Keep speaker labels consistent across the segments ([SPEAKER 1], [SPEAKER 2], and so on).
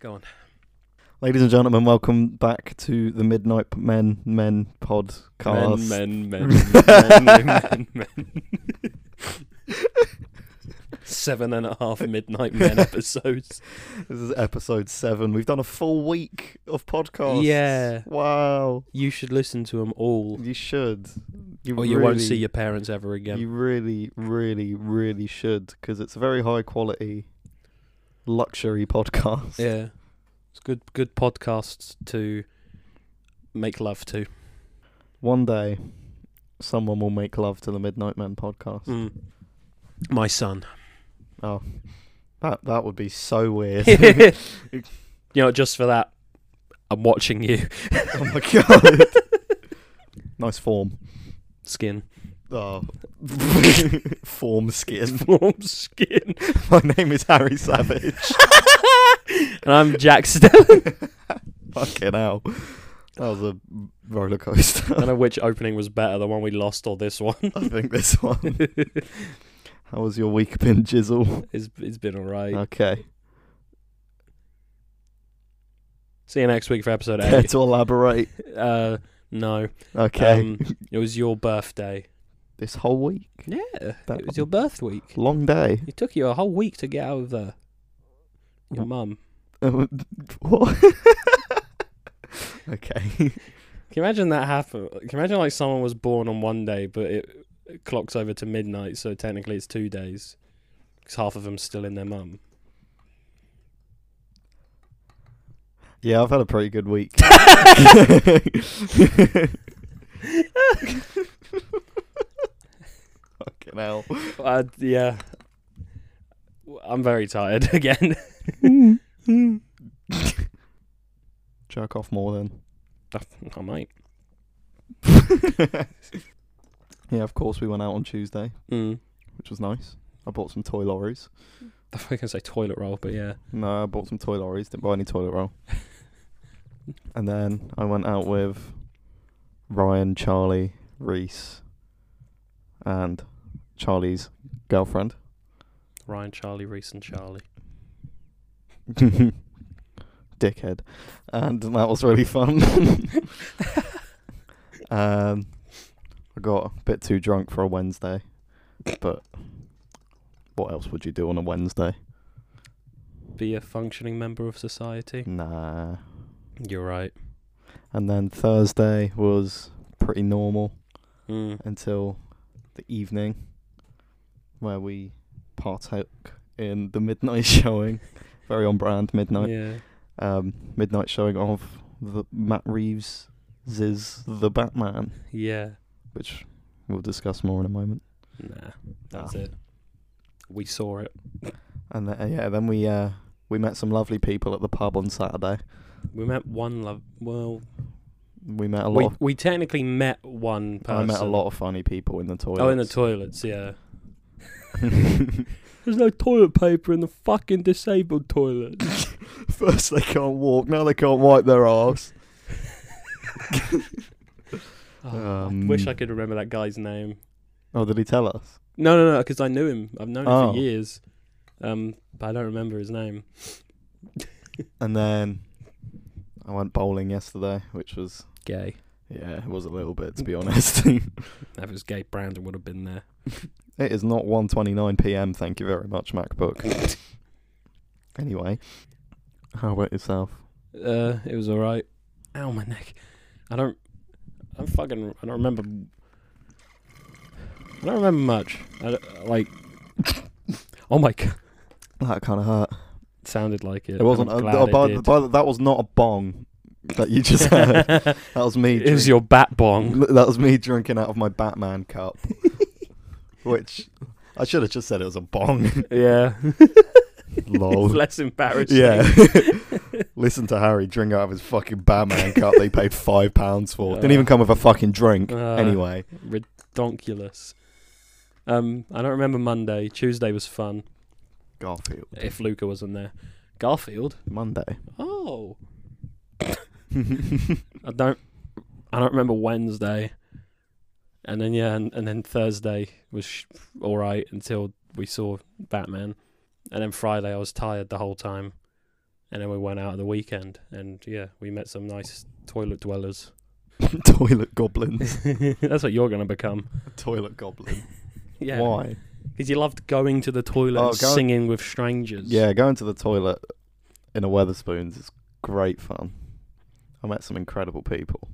[SPEAKER 1] Go on.
[SPEAKER 2] Ladies and gentlemen, welcome back to the Midnight Men Men podcast.
[SPEAKER 1] Men, men, men, men, men, men. Seven and a half midnight men episodes.
[SPEAKER 2] This is episode seven. We've done a full week of podcasts.
[SPEAKER 1] Yeah.
[SPEAKER 2] Wow.
[SPEAKER 1] You should listen to them all,
[SPEAKER 2] You should. You
[SPEAKER 1] or you won't
[SPEAKER 2] really-
[SPEAKER 1] see your parents ever again.
[SPEAKER 2] You really, really, really should because it's a very high quality luxury podcast.
[SPEAKER 1] yeah, it's good. Good podcasts to make love to.
[SPEAKER 2] One day, someone will make love to the Midnight Men podcast.
[SPEAKER 1] Mm. My son.
[SPEAKER 2] Oh, that that would be so weird.
[SPEAKER 1] you know, just for that, I'm watching you.
[SPEAKER 2] oh my god. nice form.
[SPEAKER 1] Skin,
[SPEAKER 2] Oh. form skin.
[SPEAKER 1] warm skin,
[SPEAKER 2] My name is Harry Savage.
[SPEAKER 1] and I'm Jack Stella.
[SPEAKER 2] Fucking hell. That was a roller coaster.
[SPEAKER 1] I don't know which opening was better, the one we lost or this one.
[SPEAKER 2] I think this one. How was your week been, Jizzle?
[SPEAKER 1] It's it's been alright.
[SPEAKER 2] Okay.
[SPEAKER 1] See you next week for episode
[SPEAKER 2] Care
[SPEAKER 1] eight.
[SPEAKER 2] to elaborate?
[SPEAKER 1] uh, no.
[SPEAKER 2] Okay.
[SPEAKER 1] Um, it was your birthday.
[SPEAKER 2] this whole week?
[SPEAKER 1] Yeah,
[SPEAKER 2] That
[SPEAKER 1] it was your birth week.
[SPEAKER 2] Long day.
[SPEAKER 1] It took you a whole week to get out of there. Your mum.
[SPEAKER 2] Um, what? okay.
[SPEAKER 1] Can you imagine that happen? Can you imagine like someone was born on one day, but it, it clocks over to midnight, so technically it's two days, because half of them's still in their mum.
[SPEAKER 2] Yeah, I've had a pretty good week. Fucking hell.
[SPEAKER 1] Uh, yeah, I'm very tired again.
[SPEAKER 2] Jerk off more then.
[SPEAKER 1] I might.
[SPEAKER 2] yeah, of course we went out on Tuesday,
[SPEAKER 1] Mm.
[SPEAKER 2] which was nice. I bought some toy lorries.
[SPEAKER 1] I was gonna say toilet roll, but yeah.
[SPEAKER 2] No, I bought some toy lorries. Didn't buy any toilet roll. and then I went out with Ryan, Charlie, Reese, and Charlie's girlfriend.
[SPEAKER 1] Ryan, Charlie, Reese, and Charlie.
[SPEAKER 2] Dickhead. And that was really fun. um, I got a bit too drunk for a Wednesday, but what else would you do on a Wednesday?
[SPEAKER 1] Be a functioning member of society.
[SPEAKER 2] Nah. Mm.
[SPEAKER 1] You're right.
[SPEAKER 2] And then Thursday was pretty normal.
[SPEAKER 1] Mm.
[SPEAKER 2] until the evening where we partook in the midnight showing very on brand midnight
[SPEAKER 1] Yeah.
[SPEAKER 2] um midnight showing of the Matt Reeves Ziz the Batman
[SPEAKER 1] Yeah.
[SPEAKER 2] which we'll discuss more in a moment
[SPEAKER 1] Nah. That's it. We saw it.
[SPEAKER 2] and then, yeah then we uh we met some lovely people at the pub on Saturday
[SPEAKER 1] We met one love. Well,
[SPEAKER 2] we met a lot
[SPEAKER 1] we,
[SPEAKER 2] of,
[SPEAKER 1] we technically met one
[SPEAKER 2] I
[SPEAKER 1] person.
[SPEAKER 2] met a lot of funny people in the toilet
[SPEAKER 1] Oh, in the toilets, yeah. There's no toilet paper in the fucking disabled toilet.
[SPEAKER 2] First they can't walk, now they can't wipe their arse.
[SPEAKER 1] Oh, I
[SPEAKER 2] Um,
[SPEAKER 1] wish I could remember that guy's name.
[SPEAKER 2] Oh, did he tell us?
[SPEAKER 1] No, no, no, because I knew him. I've known him
[SPEAKER 2] Oh.
[SPEAKER 1] for years. Um, but I don't remember his name.
[SPEAKER 2] And then I went bowling yesterday, which was
[SPEAKER 1] Gay.
[SPEAKER 2] yeah, it was a little bit to be honest. it
[SPEAKER 1] If it was gay, Brandon would have been there.
[SPEAKER 2] is not 1:29 p.m. Thank you very much, MacBook. anyway, how about yourself?
[SPEAKER 1] Uh, it was all right. Ow, my neck. I don't. I'm fucking. I don't remember. I don't remember much. I don't- like. Oh my god!
[SPEAKER 2] That kind of hurt.
[SPEAKER 1] Sounded like it.
[SPEAKER 2] It wasn't.
[SPEAKER 1] I'm
[SPEAKER 2] Uh,
[SPEAKER 1] glad
[SPEAKER 2] uh, by,
[SPEAKER 1] it did.
[SPEAKER 2] by, that was not a bong that you just heard. that was me.
[SPEAKER 1] it was
[SPEAKER 2] drink-
[SPEAKER 1] your bat bong.
[SPEAKER 2] That was me drinking out of my Batman cup, which I should have just said it was a bong.
[SPEAKER 1] yeah.
[SPEAKER 2] Lol.
[SPEAKER 1] Less embarrassing.
[SPEAKER 2] Yeah. Listen to Harry drink out of his fucking Batman cup that he paid five pounds for. Didn't even come with a fucking drink.
[SPEAKER 1] Uh.
[SPEAKER 2] anyway.
[SPEAKER 1] Redonkulous. Um, I don't remember Monday. Tuesday was fun.
[SPEAKER 2] Garfield.
[SPEAKER 1] If Luca wasn't there, Garfield.
[SPEAKER 2] Monday.
[SPEAKER 1] Oh. I don't I don't remember Wednesday. And then yeah, and, and then Thursday was sh- all right until we saw Batman. And then Friday I was tired the whole time. And then we went out at the weekend, and yeah, we met some nice toilet dwellers.
[SPEAKER 2] toilet goblin.
[SPEAKER 1] That's what you're gonna become.
[SPEAKER 2] toilet goblin.
[SPEAKER 1] Yeah,
[SPEAKER 2] Why?
[SPEAKER 1] Because you loved going to the toilet
[SPEAKER 2] Oh,
[SPEAKER 1] and
[SPEAKER 2] go-
[SPEAKER 1] singing with strangers.
[SPEAKER 2] Yeah, going to the toilet in a Weatherspoons is great fun. I met some incredible people.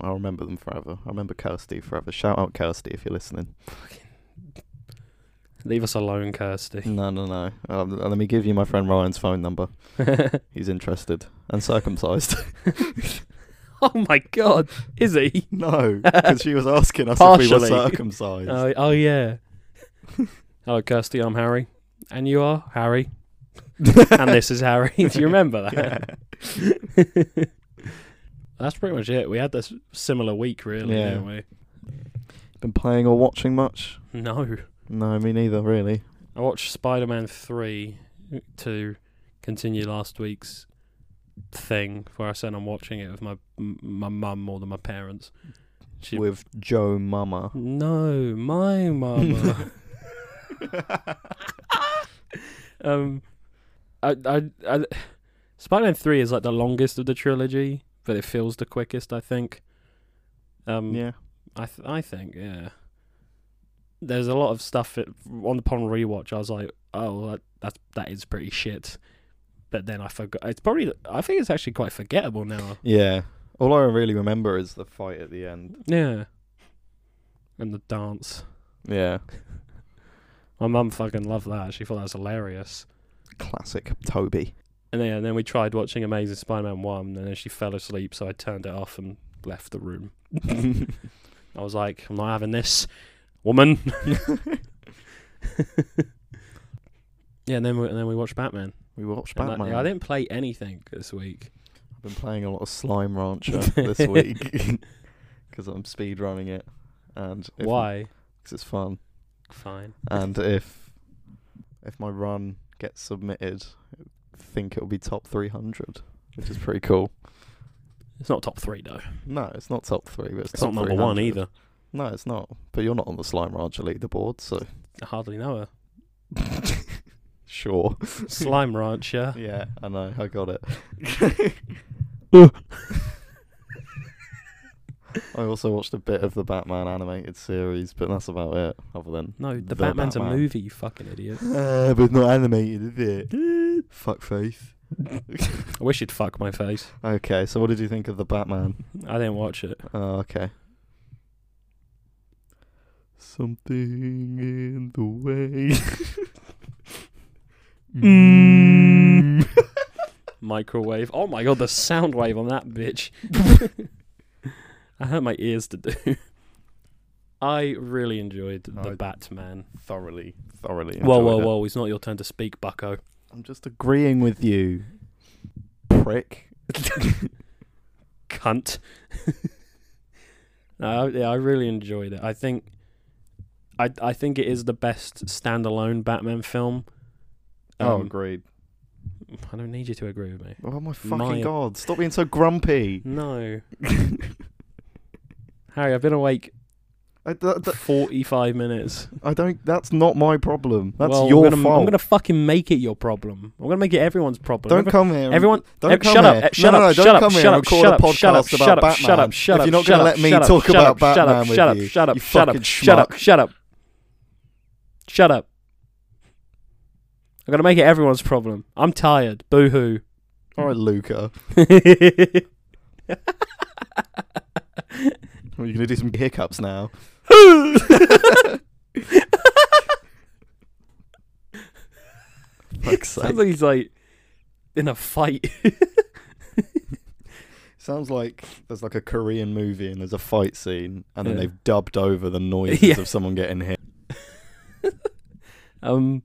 [SPEAKER 2] I remember them forever. I remember Kirsty forever. Shout out Kirsty if you're listening.
[SPEAKER 1] Leave us alone, Kirsty.
[SPEAKER 2] No, no, no. Um, let me give you my friend Ryan's phone number. He's interested and circumcised.
[SPEAKER 1] oh my god, is he?
[SPEAKER 2] no, because she was asking us if we were
[SPEAKER 1] Partially.
[SPEAKER 2] circumcised.
[SPEAKER 1] Oh, oh yeah. Hello, Kirsty. I'm Harry, and you are Harry, and this is Harry. Do you remember that? That's pretty much it. We had this similar week, really,
[SPEAKER 2] Yeah.
[SPEAKER 1] didn't we?
[SPEAKER 2] Been playing or watching much?
[SPEAKER 1] No,
[SPEAKER 2] No, me neither, really.
[SPEAKER 1] I watched Spider-Man three to continue last week's thing, where I said I'm watching it with my m- my mum more than my parents. She
[SPEAKER 2] With Joe Mama.
[SPEAKER 1] No, my mama. um, I, I, I, Spider-Man Three is like the longest of the trilogy, but it feels the quickest. I think. Um,
[SPEAKER 2] Yeah.
[SPEAKER 1] I, th- I think, yeah. There's a lot of stuff that on upon rewatch. I was like, oh, that that's, that is pretty shit. But then I forgot. It's probably. I think it's actually quite forgettable now.
[SPEAKER 2] Yeah. All I really remember is the fight at the end.
[SPEAKER 1] Yeah. And the dance.
[SPEAKER 2] Yeah.
[SPEAKER 1] My mum fucking loved that. She thought that was hilarious.
[SPEAKER 2] Classic Toby.
[SPEAKER 1] And then, and then we tried watching Amazing Spider-Man one, and then she fell asleep, so I turned it off and left the room. I was like, I'm not having this, woman. yeah, and then we, and then we watched Batman.
[SPEAKER 2] We watched
[SPEAKER 1] And that-
[SPEAKER 2] Batman.
[SPEAKER 1] yeah, I didn't play anything this week.
[SPEAKER 2] have been playing a lot of Slime Rancher this week because I'm speed running it. And if,
[SPEAKER 1] Why?
[SPEAKER 2] Because it's fun.
[SPEAKER 1] Fine.
[SPEAKER 2] And if if my run gets submitted, I think it'll be top 300, which is pretty cool.
[SPEAKER 1] It's not top three though.
[SPEAKER 2] No, it's not top three, but it's,
[SPEAKER 1] It's
[SPEAKER 2] top
[SPEAKER 1] not number one
[SPEAKER 2] 300.
[SPEAKER 1] either.
[SPEAKER 2] No, it's not. But you're not on the Slime Rancher leaderboard, so
[SPEAKER 1] I hardly know her.
[SPEAKER 2] sure.
[SPEAKER 1] Slime Rancher.
[SPEAKER 2] Yeah, I know. I got it. I also watched a bit of the Batman animated series, but that's about it. Other than
[SPEAKER 1] No, the,
[SPEAKER 2] The
[SPEAKER 1] Batman's a
[SPEAKER 2] Batman.
[SPEAKER 1] movie. You fucking idiot.
[SPEAKER 2] uh, but it's not animated, is it? Fuck face.
[SPEAKER 1] I wish you'd fuck my face.
[SPEAKER 2] Okay, so what did you think of the Batman?
[SPEAKER 1] I didn't watch it.
[SPEAKER 2] Oh, okay. Something in the way. Mm.
[SPEAKER 1] Microwave. Oh my god, the sound wave on that bitch. I hurt my ears to do. I really enjoyed the
[SPEAKER 2] I-
[SPEAKER 1] Batman.
[SPEAKER 2] thoroughly, thoroughly.
[SPEAKER 1] Whoa, whoa,
[SPEAKER 2] enjoyed it.
[SPEAKER 1] whoa! It's not your turn to speak, Bucko.
[SPEAKER 2] I'm just agreeing with you, prick.
[SPEAKER 1] cunt. no, I- yeah, I really enjoyed it. I think, I I think it is the best standalone Batman film. Um,
[SPEAKER 2] Oh, agreed.
[SPEAKER 1] I don't need you to agree with me.
[SPEAKER 2] Oh my Mm. fucking
[SPEAKER 1] my-
[SPEAKER 2] god! Stop being so grumpy.
[SPEAKER 1] No, Harry, I've been awake
[SPEAKER 2] I, that, that-
[SPEAKER 1] forty-five minutes.
[SPEAKER 2] I don't. That's not my problem. That's
[SPEAKER 1] Well, I'm
[SPEAKER 2] your
[SPEAKER 1] gonna-
[SPEAKER 2] fault.
[SPEAKER 1] I'm gonna fucking make it your problem. I'm gonna make it everyone's problem.
[SPEAKER 2] don't
[SPEAKER 1] Every-
[SPEAKER 2] come here.
[SPEAKER 1] Everyone,
[SPEAKER 2] Don't
[SPEAKER 1] ev-
[SPEAKER 2] come
[SPEAKER 1] shut
[SPEAKER 2] here.
[SPEAKER 1] up! eh, Shut up!
[SPEAKER 2] no, no, no,
[SPEAKER 1] shut
[SPEAKER 2] don't
[SPEAKER 1] up!
[SPEAKER 2] come here
[SPEAKER 1] shut
[SPEAKER 2] and
[SPEAKER 1] up!
[SPEAKER 2] call
[SPEAKER 1] shut
[SPEAKER 2] a
[SPEAKER 1] up!
[SPEAKER 2] podcast
[SPEAKER 1] Shut up!
[SPEAKER 2] about
[SPEAKER 1] shut up!
[SPEAKER 2] Batman.
[SPEAKER 1] Shut up! Shut
[SPEAKER 2] If
[SPEAKER 1] up!
[SPEAKER 2] you're not
[SPEAKER 1] shut
[SPEAKER 2] gonna
[SPEAKER 1] up,
[SPEAKER 2] let me
[SPEAKER 1] shut up,
[SPEAKER 2] talk
[SPEAKER 1] shut
[SPEAKER 2] about
[SPEAKER 1] up, shut up,
[SPEAKER 2] Batman
[SPEAKER 1] shut
[SPEAKER 2] with
[SPEAKER 1] up,
[SPEAKER 2] you,
[SPEAKER 1] Shut up!
[SPEAKER 2] you
[SPEAKER 1] Shut up!
[SPEAKER 2] fucking
[SPEAKER 1] Shut up!
[SPEAKER 2] schmuck.
[SPEAKER 1] Shut up! Shut up! I'm gonna make it everyone's problem. I'm tired. Boo hoo.
[SPEAKER 2] All right, Luca. Are you gonna do some hiccups now? Fuck's
[SPEAKER 1] Sounds
[SPEAKER 2] sake.
[SPEAKER 1] like he's like in a fight.
[SPEAKER 2] Sounds like there's like a Korean movie and there's a fight scene, and then
[SPEAKER 1] Yeah.
[SPEAKER 2] they've dubbed over the noises
[SPEAKER 1] Yeah.
[SPEAKER 2] of someone getting hit.
[SPEAKER 1] Um,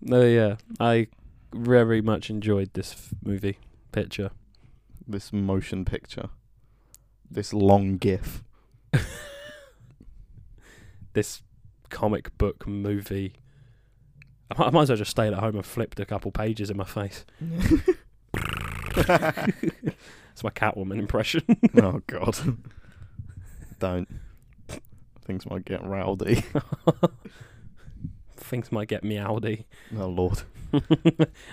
[SPEAKER 1] no, yeah, I very much enjoyed this f- movie picture.
[SPEAKER 2] This motion picture, this long GIF.
[SPEAKER 1] this comic book movie. I might, I might as well just stayed at home and flipped a couple pages in my face. It's my Catwoman impression.
[SPEAKER 2] oh God! Don't. Things might get rowdy.
[SPEAKER 1] things might get meowdy.
[SPEAKER 2] Oh lord.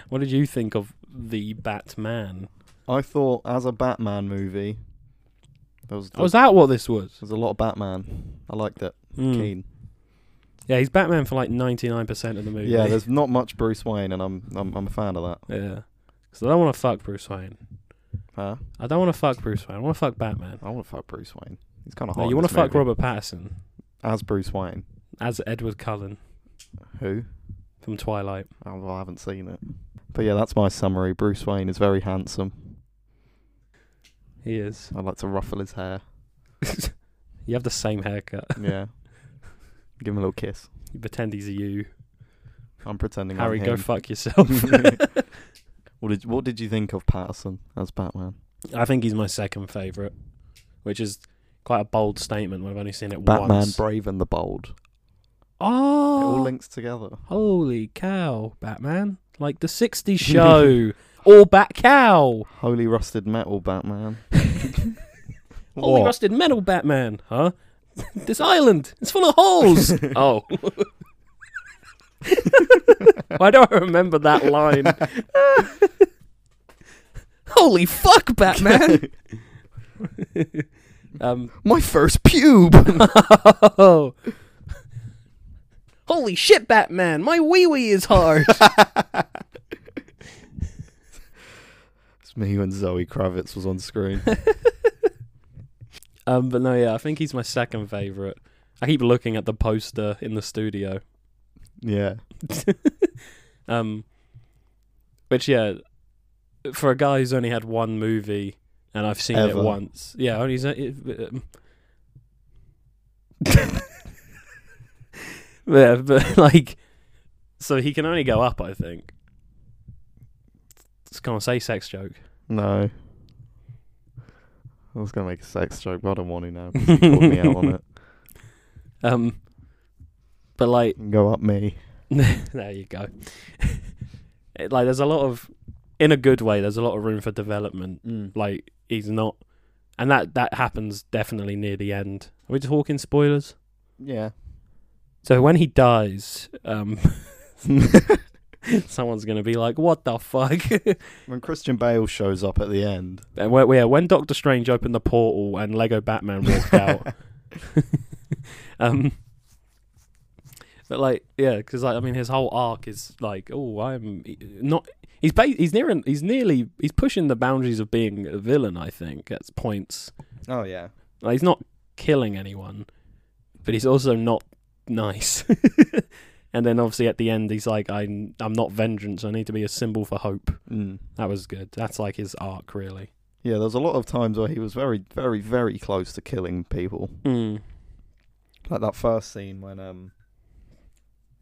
[SPEAKER 1] what did you think of the Batman?
[SPEAKER 2] I thought as a Batman movie, there was
[SPEAKER 1] Was Oh, that what this was?
[SPEAKER 2] there was a lot of Batman. I liked it.
[SPEAKER 1] Mm.
[SPEAKER 2] Keen.
[SPEAKER 1] Yeah, he's Batman for like ninety nine percent of the movie.
[SPEAKER 2] Yeah, there's not much Bruce Wayne, and I'm I'm, I'm a fan of that.
[SPEAKER 1] yeah. Because I don't want to fuck Bruce Wayne.
[SPEAKER 2] Huh?
[SPEAKER 1] I don't want to fuck Bruce Wayne. I want to fuck Batman.
[SPEAKER 2] I want to fuck Bruce Wayne. He's kind of hot.
[SPEAKER 1] No, you
[SPEAKER 2] want to
[SPEAKER 1] fuck Robert Pattinson
[SPEAKER 2] as Bruce Wayne?
[SPEAKER 1] as Edward Cullen
[SPEAKER 2] Who?
[SPEAKER 1] from Twilight.
[SPEAKER 2] Oh, well, I haven't seen it. But yeah, that's my summary. Bruce Wayne is very handsome.
[SPEAKER 1] He is.
[SPEAKER 2] I like to ruffle his hair.
[SPEAKER 1] You have the same haircut.
[SPEAKER 2] Yeah. Give him a little kiss.
[SPEAKER 1] You pretend he's you.
[SPEAKER 2] I'm pretending.
[SPEAKER 1] Harry,
[SPEAKER 2] I'm
[SPEAKER 1] go
[SPEAKER 2] him.
[SPEAKER 1] fuck yourself.
[SPEAKER 2] What did What did you think of Patterson as Batman?
[SPEAKER 1] I think he's my second favorite, which is quite a bold statement when I've only seen it
[SPEAKER 2] Batman,
[SPEAKER 1] once.
[SPEAKER 2] Brave and the Bold. It all
[SPEAKER 1] oh,
[SPEAKER 2] links together.
[SPEAKER 1] holy cow, Batman! Like the '60s show, or Bat Cow,
[SPEAKER 2] Holy rusted metal, Batman.
[SPEAKER 1] holy
[SPEAKER 2] What?
[SPEAKER 1] rusted metal, Batman, huh? this island, it's full of holes. oh. Why do I remember that line? Holy fuck, Batman! um,
[SPEAKER 2] My first pube.
[SPEAKER 1] Oh. Holy shit, Batman! My wee wee is hard.
[SPEAKER 2] it's me when Zoe Kravitz was on screen.
[SPEAKER 1] um, but no, yeah, I think he's my second favorite. I keep looking at the poster in the studio.
[SPEAKER 2] yeah.
[SPEAKER 1] Um, which yeah, for a guy who's only had one movie and I've seen
[SPEAKER 2] Ever.
[SPEAKER 1] it once. Yeah, only he's it, um, yeah, but like, so he can only go up. I think. Can't say sex joke.
[SPEAKER 2] No. I was gonna make a sex joke, but I don't want to now. 'cause You called me out on it.
[SPEAKER 1] Um, but like,
[SPEAKER 2] Go up me.
[SPEAKER 1] there you go. it, like, there's a lot of, in a good way, there's a lot of room for development. Like, he's not, and that that happens definitely near the end. Are we talking spoilers?
[SPEAKER 2] Yeah.
[SPEAKER 1] So when he dies, um, someone's gonna be like, "What the fuck?"
[SPEAKER 2] When Christian Bale shows up at the end,
[SPEAKER 1] and where, yeah, when Doctor Strange opened the portal and Lego Batman walked out. um, but like, yeah, because like, I mean, his whole arc is like, oh, I'm not. He's ba- he's nearing. He's nearly. He's pushing the boundaries of being a villain. I think at points.
[SPEAKER 2] Oh yeah.
[SPEAKER 1] Like, he's not killing anyone, but he's also not nice. and then obviously at the end, he's like, I'm I'm not vengeance. I need to be a symbol for hope.
[SPEAKER 2] Mm.
[SPEAKER 1] That was good. That's like his arc, really.
[SPEAKER 2] Yeah, there's a lot of times where he was very, very, very close to killing people.
[SPEAKER 1] Mm.
[SPEAKER 2] Like that first scene when um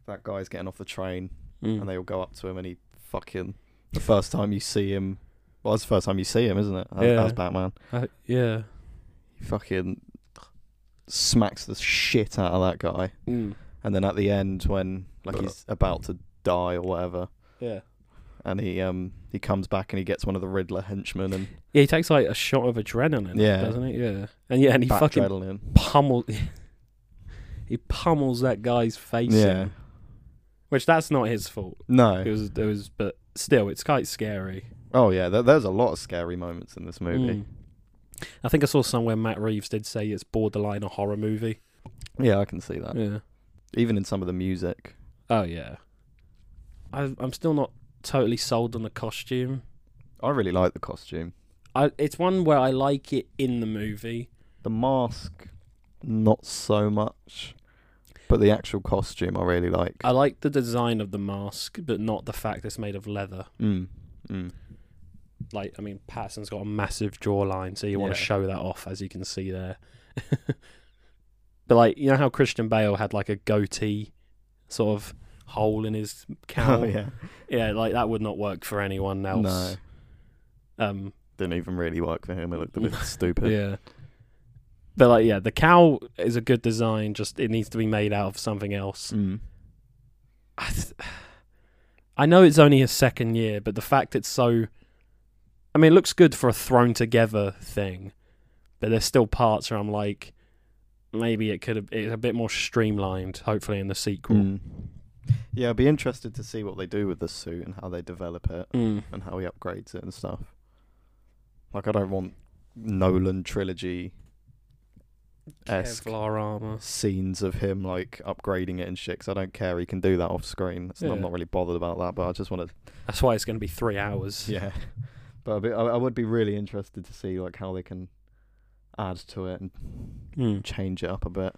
[SPEAKER 2] that guy's getting off the train
[SPEAKER 1] mm. Hmm.
[SPEAKER 2] and they all go up to him and he fucking the first time you see him well it's the first time you see him, isn't it? As,
[SPEAKER 1] Yeah.
[SPEAKER 2] as Batman.
[SPEAKER 1] Uh, yeah.
[SPEAKER 2] He fucking smacks the shit out of that guy.
[SPEAKER 1] Mm.
[SPEAKER 2] And then at the end when like he's about to die or whatever
[SPEAKER 1] Yeah.
[SPEAKER 2] and he um he comes back and he gets one of the Riddler henchmen and
[SPEAKER 1] Yeah, he takes like a shot of adrenaline,
[SPEAKER 2] Yeah.
[SPEAKER 1] doesn't he? Yeah. And yeah, and he
[SPEAKER 2] back
[SPEAKER 1] fucking
[SPEAKER 2] adrenaline.
[SPEAKER 1] pummels he pummels that guy's face
[SPEAKER 2] Yeah.
[SPEAKER 1] in. Which that's not his fault. It
[SPEAKER 2] No.
[SPEAKER 1] was it was but still it's quite scary.
[SPEAKER 2] Oh yeah, there, there's a lot of scary moments in this
[SPEAKER 1] Mm.
[SPEAKER 2] movie.
[SPEAKER 1] I think I saw somewhere Matt Reeves did say it's borderline a horror movie. Hmm.
[SPEAKER 2] Yeah, I can see that.
[SPEAKER 1] Yeah.
[SPEAKER 2] Even in some of the music.
[SPEAKER 1] Oh yeah. I I'm still not totally sold on the costume.
[SPEAKER 2] I really like the costume.
[SPEAKER 1] I it's one where I like it in the movie.
[SPEAKER 2] The mask, not so much. But the actual costume, I really like.
[SPEAKER 1] I like the design of the mask, but not the fact it's made of leather.
[SPEAKER 2] Mm. Mm.
[SPEAKER 1] like I mean Patterson's got a massive jawline, so you want
[SPEAKER 2] Yeah.
[SPEAKER 1] to show that off as you can see there. but like you know how Christian Bale had like a goatee sort of hole in his cowl?
[SPEAKER 2] Oh yeah.
[SPEAKER 1] Yeah, like that would not work for anyone
[SPEAKER 2] No,
[SPEAKER 1] else. Um
[SPEAKER 2] didn't even really work for him. It looked a bit stupid.
[SPEAKER 1] yeah. But like yeah, the cowl is a good design, just it needs to be made out of something else.
[SPEAKER 2] Mm.
[SPEAKER 1] I, th- I know it's only his second year, but the fact it's so. I mean, it looks good for a thrown together thing, but there's still parts where I'm like, maybe it could have. It's a bit more streamlined, hopefully, in the sequel.
[SPEAKER 2] Mm. Yeah, I'd be interested to see what they do with the suit and how they develop it
[SPEAKER 1] Mm.
[SPEAKER 2] and how he upgrades it and stuff. Like, I don't want Nolan trilogy esque
[SPEAKER 1] Kevlar armor.
[SPEAKER 2] scenes of him like upgrading it and shit. 'cause I don't care. He can do that off screen. So
[SPEAKER 1] Yeah.
[SPEAKER 2] I'm not really bothered about that. But I just want to.
[SPEAKER 1] That's why it's going to be three hours.
[SPEAKER 2] Yeah. But I'd be, I, I would be really interested to see like how they can add to it and
[SPEAKER 1] Mm.
[SPEAKER 2] change it up a bit.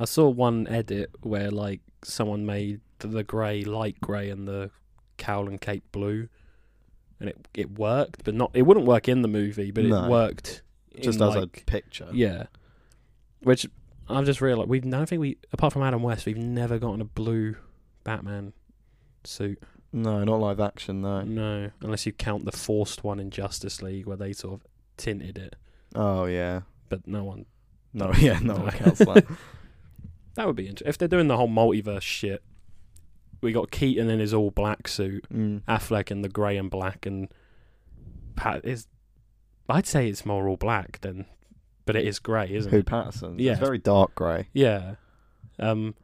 [SPEAKER 1] I saw one edit where like someone made the, the grey light grey and the cowl and cape blue, and it it worked, but not it wouldn't work in the movie, but it
[SPEAKER 2] No.
[SPEAKER 1] worked
[SPEAKER 2] Just
[SPEAKER 1] in,
[SPEAKER 2] as
[SPEAKER 1] like-
[SPEAKER 2] a picture.
[SPEAKER 1] yeah. Which I've just realised we've I don't think we apart from Adam West we've never gotten a blue Batman suit.
[SPEAKER 2] No, not live action though.
[SPEAKER 1] No, unless you count the forced one in Justice League where they sort of tinted it,
[SPEAKER 2] Oh yeah.
[SPEAKER 1] but no one
[SPEAKER 2] No, yeah, no,
[SPEAKER 1] No.
[SPEAKER 2] one counts that.
[SPEAKER 1] That would be interesting. If they're doing the whole multiverse shit, we got Keaton in his all black suit,
[SPEAKER 2] Mm.
[SPEAKER 1] Affleck in the grey and black, and Pat is. I'd say it's more all black than, but it is grey, isn't
[SPEAKER 2] Who
[SPEAKER 1] it?
[SPEAKER 2] Patterson?
[SPEAKER 1] Yeah.
[SPEAKER 2] It's very dark grey.
[SPEAKER 1] Yeah. Um.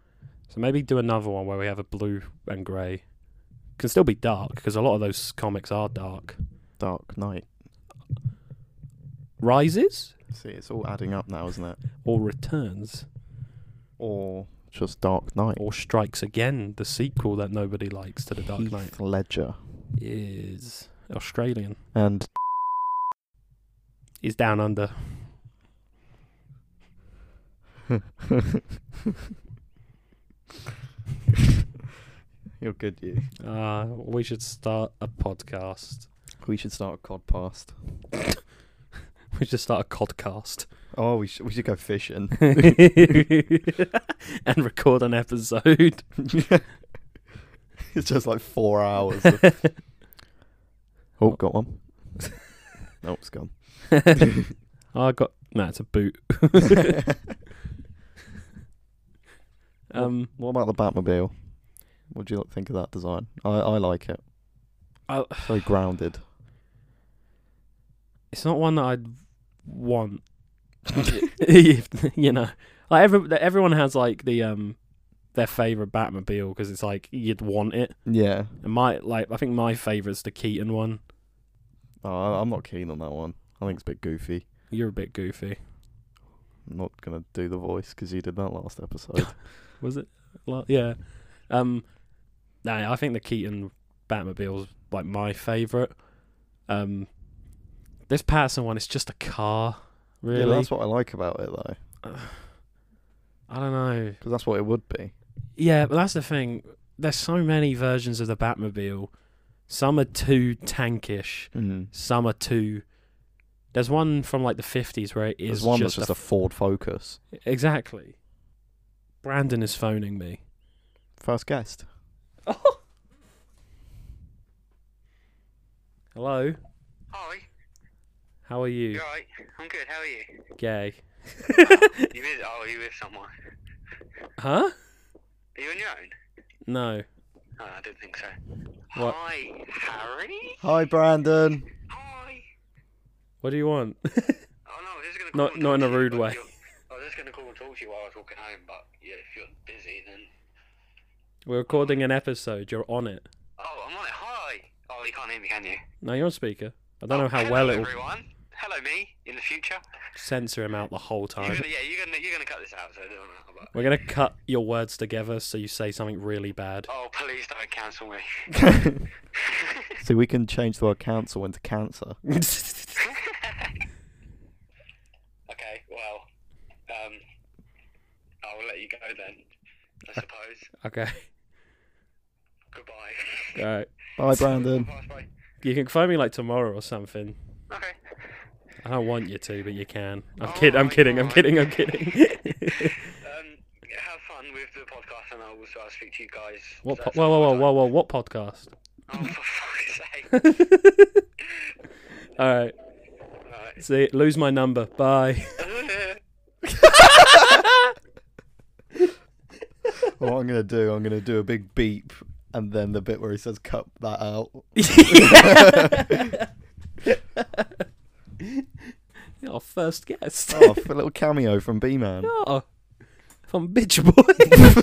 [SPEAKER 1] So maybe do another one where we have a blue and grey. Can still be dark because a lot of those comics are dark.
[SPEAKER 2] Dark Knight.
[SPEAKER 1] Rises
[SPEAKER 2] See, it's all adding up now, isn't it?
[SPEAKER 1] or returns
[SPEAKER 2] Or just Dark Knight.
[SPEAKER 1] or strikes again, the sequel that nobody likes to the Dark
[SPEAKER 2] Heath
[SPEAKER 1] Knight
[SPEAKER 2] Ledger.
[SPEAKER 1] is Australian.
[SPEAKER 2] And
[SPEAKER 1] Is down under.
[SPEAKER 2] you're good, you.
[SPEAKER 1] Uh, we should start a podcast.
[SPEAKER 2] We should start a codcast.
[SPEAKER 1] We should start a codcast
[SPEAKER 2] Oh, we should we should go fishing.
[SPEAKER 1] and record an episode.
[SPEAKER 2] it's just like four hours. of-
[SPEAKER 1] That's
[SPEAKER 2] oh, got one. nope, it's gone.
[SPEAKER 1] I got no, it's a boot. um,
[SPEAKER 2] What about the Batmobile? What do you think of that design? I, I like it.
[SPEAKER 1] I,
[SPEAKER 2] Very grounded.
[SPEAKER 1] it's not one that I'd want. If- you know, like every, everyone has like the um their favorite Batmobile because it's like you'd want it.
[SPEAKER 2] Yeah.
[SPEAKER 1] And my like I think my favorite's the Keaton one.
[SPEAKER 2] Oh, I, I'm not keen on that one. I think it's a bit goofy.
[SPEAKER 1] You're a bit goofy.
[SPEAKER 2] I'm not gonna do the voice because you did that last episode.
[SPEAKER 1] was it? Well, yeah. Um, nah, I think the Keaton Batmobile's like my favorite. Um, this Patterson one is just a car,
[SPEAKER 2] Yeah,
[SPEAKER 1] really.
[SPEAKER 2] that's what I like about it though,
[SPEAKER 1] I don't know.
[SPEAKER 2] because that's what it would be.
[SPEAKER 1] Yeah, but that's the thing. There's so many versions of the Batmobile. Some are too tankish.
[SPEAKER 2] Mm.
[SPEAKER 1] Some are too. There's one from like the 50s where it is
[SPEAKER 2] There's one
[SPEAKER 1] just,
[SPEAKER 2] that's
[SPEAKER 1] a
[SPEAKER 2] just a Ford Focus.
[SPEAKER 1] f- exactly. Brandon is phoning me.
[SPEAKER 2] First guest.
[SPEAKER 1] Hello.
[SPEAKER 3] Hi,
[SPEAKER 1] How are you?
[SPEAKER 3] you alright? I'm good, how are you?
[SPEAKER 1] Gay.
[SPEAKER 3] You with, oh, you with someone.
[SPEAKER 1] Huh?
[SPEAKER 3] Are you on your own?
[SPEAKER 1] No.
[SPEAKER 3] No, I didn't think so.
[SPEAKER 1] What?
[SPEAKER 3] Hi, Harry?
[SPEAKER 2] Hi, Brandon.
[SPEAKER 3] Hi!
[SPEAKER 1] What do you want?
[SPEAKER 3] Oh no, I was just gonna
[SPEAKER 1] Not-
[SPEAKER 3] call and
[SPEAKER 1] not in
[SPEAKER 3] talk
[SPEAKER 1] a
[SPEAKER 3] to you,
[SPEAKER 1] rude
[SPEAKER 3] but
[SPEAKER 1] way.
[SPEAKER 3] you're- I was just gonna call and talk to you while I was walking home, but yeah, if you're busy then...
[SPEAKER 1] We're recording an episode. You're on it.
[SPEAKER 3] Oh, I'm on it, hi! Oh, you can't hear me, can you?
[SPEAKER 1] No, you're on speaker. I don't know how
[SPEAKER 3] hello,
[SPEAKER 1] well it will
[SPEAKER 3] everyone! Hello me, in the future.
[SPEAKER 1] censor him out the whole
[SPEAKER 3] You're
[SPEAKER 1] time.
[SPEAKER 3] gonna, yeah, you're gonna, you're gonna cut this out, so it don't matter, but...
[SPEAKER 1] We're gonna cut your words together so you say something really bad.
[SPEAKER 3] Oh, please don't cancel me.
[SPEAKER 2] See, we can change the word council into cancer.
[SPEAKER 3] Okay, well, um, I will let you go then, I suppose.
[SPEAKER 1] okay.
[SPEAKER 3] Goodbye.
[SPEAKER 1] All right.
[SPEAKER 2] Bye, Brandon.
[SPEAKER 1] Um,
[SPEAKER 3] Bye, bye.
[SPEAKER 1] You can phone me like tomorrow or something.
[SPEAKER 3] Okay.
[SPEAKER 1] I don't want you to, but you can. I'm
[SPEAKER 3] Oh
[SPEAKER 1] kid. I'm
[SPEAKER 3] my
[SPEAKER 1] kidding. I'm
[SPEAKER 3] God.
[SPEAKER 1] kidding. I'm kidding.
[SPEAKER 3] Um, have fun with the podcast, and I'll also I'll speak to you guys.
[SPEAKER 1] what? Po-
[SPEAKER 3] That's
[SPEAKER 1] whoa, whoa,
[SPEAKER 3] all
[SPEAKER 1] whoa,
[SPEAKER 3] I've
[SPEAKER 1] whoa, whoa! What podcast?
[SPEAKER 3] done. Oh, for fuck's sake.
[SPEAKER 1] All right.
[SPEAKER 3] Alright.
[SPEAKER 1] See. Lose my number. Bye.
[SPEAKER 2] What I'm gonna do, I'm gonna do a big beep, and then the bit where he says "cut that out."
[SPEAKER 1] Our first guest.
[SPEAKER 2] Oh, a little cameo from B Man.
[SPEAKER 1] Oh, from Bitch Boy.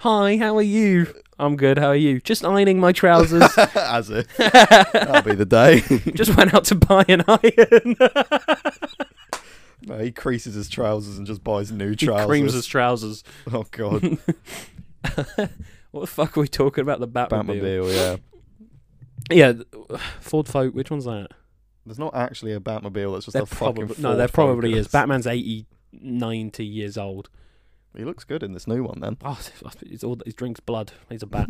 [SPEAKER 1] Hi, how are you? I'm good. How are you? Just ironing my trousers.
[SPEAKER 2] As if that'll be the day.
[SPEAKER 1] Just went out to buy an iron.
[SPEAKER 2] No, he creases his trousers and just buys new
[SPEAKER 1] he
[SPEAKER 2] trousers.
[SPEAKER 1] creams his trousers.
[SPEAKER 2] Oh god,
[SPEAKER 1] What the fuck are we talking about? The Batmobile.
[SPEAKER 2] Batmobile. Yeah,
[SPEAKER 1] Yeah, th- Ford Focus. Which one's that?
[SPEAKER 2] there's not actually a Batmobile. That's just
[SPEAKER 1] They're
[SPEAKER 2] a fucking.
[SPEAKER 1] probably no.
[SPEAKER 2] Ford
[SPEAKER 1] There probably is.
[SPEAKER 2] Focus.
[SPEAKER 1] Batman's 80, 90 years old.
[SPEAKER 2] He looks good in this new one then.
[SPEAKER 1] Oh, it's all he drinks blood. He's a bat,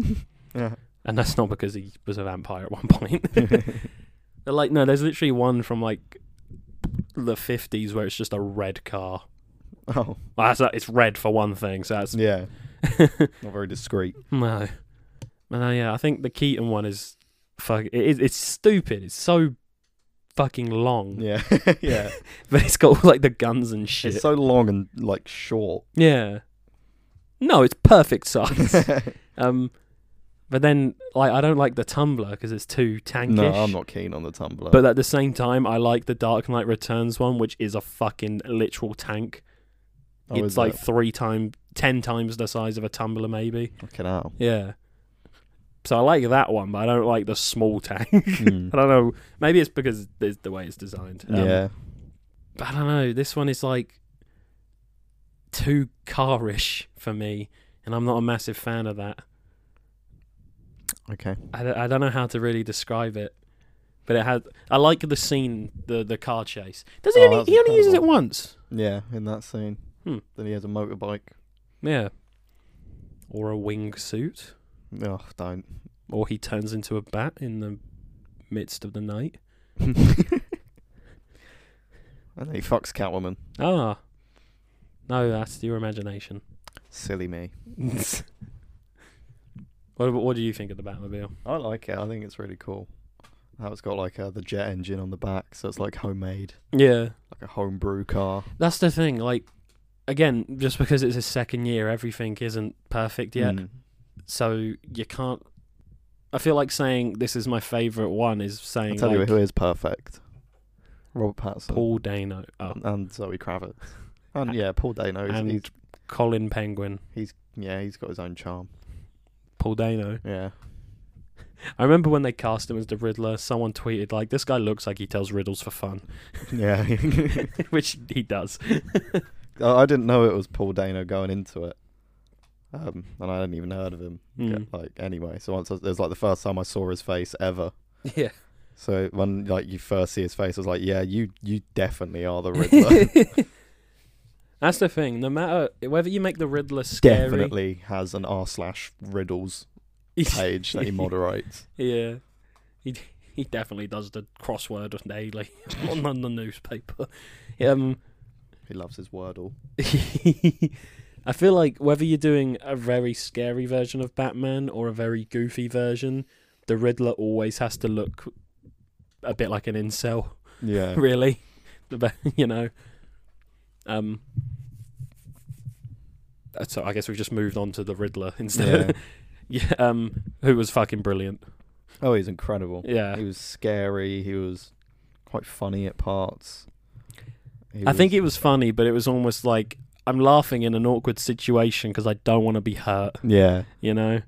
[SPEAKER 2] Yeah.
[SPEAKER 1] and that's not because he was a vampire at one point. They're like, no, there's literally one from like the fifties where it's just a red car.
[SPEAKER 2] Oh
[SPEAKER 1] Well, that's it's red for one thing, so that's
[SPEAKER 2] yeah, not very discreet.
[SPEAKER 1] no. No, yeah, I think the Keaton one is fuck. It is. It's stupid. It's so fucking long,
[SPEAKER 2] Yeah, yeah.
[SPEAKER 1] but it's got all, like the guns and shit.
[SPEAKER 2] It's so long and like short.
[SPEAKER 1] Yeah. No, it's perfect size. um, but then like I don't like the tumbler because it's too tankish.
[SPEAKER 2] no, I'm not keen on the Tumblr.
[SPEAKER 1] But at the same time, I like the Dark Knight Returns one, which is a fucking literal tank.
[SPEAKER 2] Oh,
[SPEAKER 1] it's
[SPEAKER 2] is
[SPEAKER 1] like
[SPEAKER 2] it?
[SPEAKER 1] three times, ten times the size of a tumbler, maybe.
[SPEAKER 2] fucking hell.
[SPEAKER 1] Yeah. So I like that one, but I don't like the small tank.
[SPEAKER 2] Hmm.
[SPEAKER 1] I don't know. Maybe it's because it's the way it's designed. Um,
[SPEAKER 2] yeah,
[SPEAKER 1] but I don't know. This one is like too carish for me, and I'm not a massive fan of that.
[SPEAKER 2] okay.
[SPEAKER 1] I, don't- I don't know how to really describe it, but it had. I like the scene, the the car chase. Does he
[SPEAKER 2] Oh,
[SPEAKER 1] only
[SPEAKER 2] that's
[SPEAKER 1] he only uses it
[SPEAKER 2] incredible.
[SPEAKER 1] once?
[SPEAKER 2] Yeah, in that scene.
[SPEAKER 1] Hmm.
[SPEAKER 2] Then he has a motorbike.
[SPEAKER 1] Yeah. Or a wingsuit,
[SPEAKER 2] Oh, don't.
[SPEAKER 1] or he turns into a bat in the midst of the night.
[SPEAKER 2] And then he fucks Catwoman.
[SPEAKER 1] Ah. No, that's your imagination.
[SPEAKER 2] Silly me.
[SPEAKER 1] what what do you think of the Batmobile?
[SPEAKER 2] I like it. I think it's really cool. How it's got like uh, the jet engine on the back, so it's like homemade,
[SPEAKER 1] Yeah.
[SPEAKER 2] like a homebrew car.
[SPEAKER 1] That's the thing. Like, again, just because it's his second year, everything isn't perfect yet.
[SPEAKER 2] Mm.
[SPEAKER 1] So you can't. I feel like saying this is my favorite one is
[SPEAKER 2] I'll
[SPEAKER 1] saying
[SPEAKER 2] tell you
[SPEAKER 1] like,
[SPEAKER 2] who is perfect. Robert Pattinson
[SPEAKER 1] Paul Dano, oh,
[SPEAKER 2] and, and Zoe Kravitz.
[SPEAKER 1] A-
[SPEAKER 2] And yeah, Paul Dano. He's,
[SPEAKER 1] and-
[SPEAKER 2] he's
[SPEAKER 1] Colin Penguin,
[SPEAKER 2] yeah, he's got his own charm.
[SPEAKER 1] Paul Dano.
[SPEAKER 2] Yeah.
[SPEAKER 1] I remember when they cast him as the Riddler. Someone tweeted like, "This guy looks like he tells riddles for fun,"
[SPEAKER 2] Yeah.
[SPEAKER 1] which he does.
[SPEAKER 2] I I didn't know it was Paul Dano going into it. Um, and I hadn't even heard of him.
[SPEAKER 1] Mm.
[SPEAKER 2] Yeah, like anyway, so once I, it was like the first time I saw his face ever.
[SPEAKER 1] Yeah.
[SPEAKER 2] So when like you first see his face, I was like, yeah, you you definitely are the Riddler.
[SPEAKER 1] That's the thing. No matter whether you make the Riddler scary,
[SPEAKER 2] definitely has an r slash riddles page that he moderates.
[SPEAKER 1] yeah, he d- he definitely does the crossword daily on, on the newspaper. Um,
[SPEAKER 2] He loves his Wordle.
[SPEAKER 1] I feel like whether you're doing a very scary version of Batman or a very goofy version, the Riddler always has to look a bit like an incel,
[SPEAKER 2] Yeah,
[SPEAKER 1] really. The ba- you know. Um uh, so I guess we've just moved on to the Riddler instead. Yeah. um who was fucking brilliant.
[SPEAKER 2] Oh, he's incredible.
[SPEAKER 1] Yeah.
[SPEAKER 2] He was scary. He was quite funny at parts. He
[SPEAKER 1] I think
[SPEAKER 2] was-
[SPEAKER 1] it was funny, but it was almost like I'm laughing in an awkward situation because I don't want to be hurt.
[SPEAKER 2] Yeah,
[SPEAKER 1] you know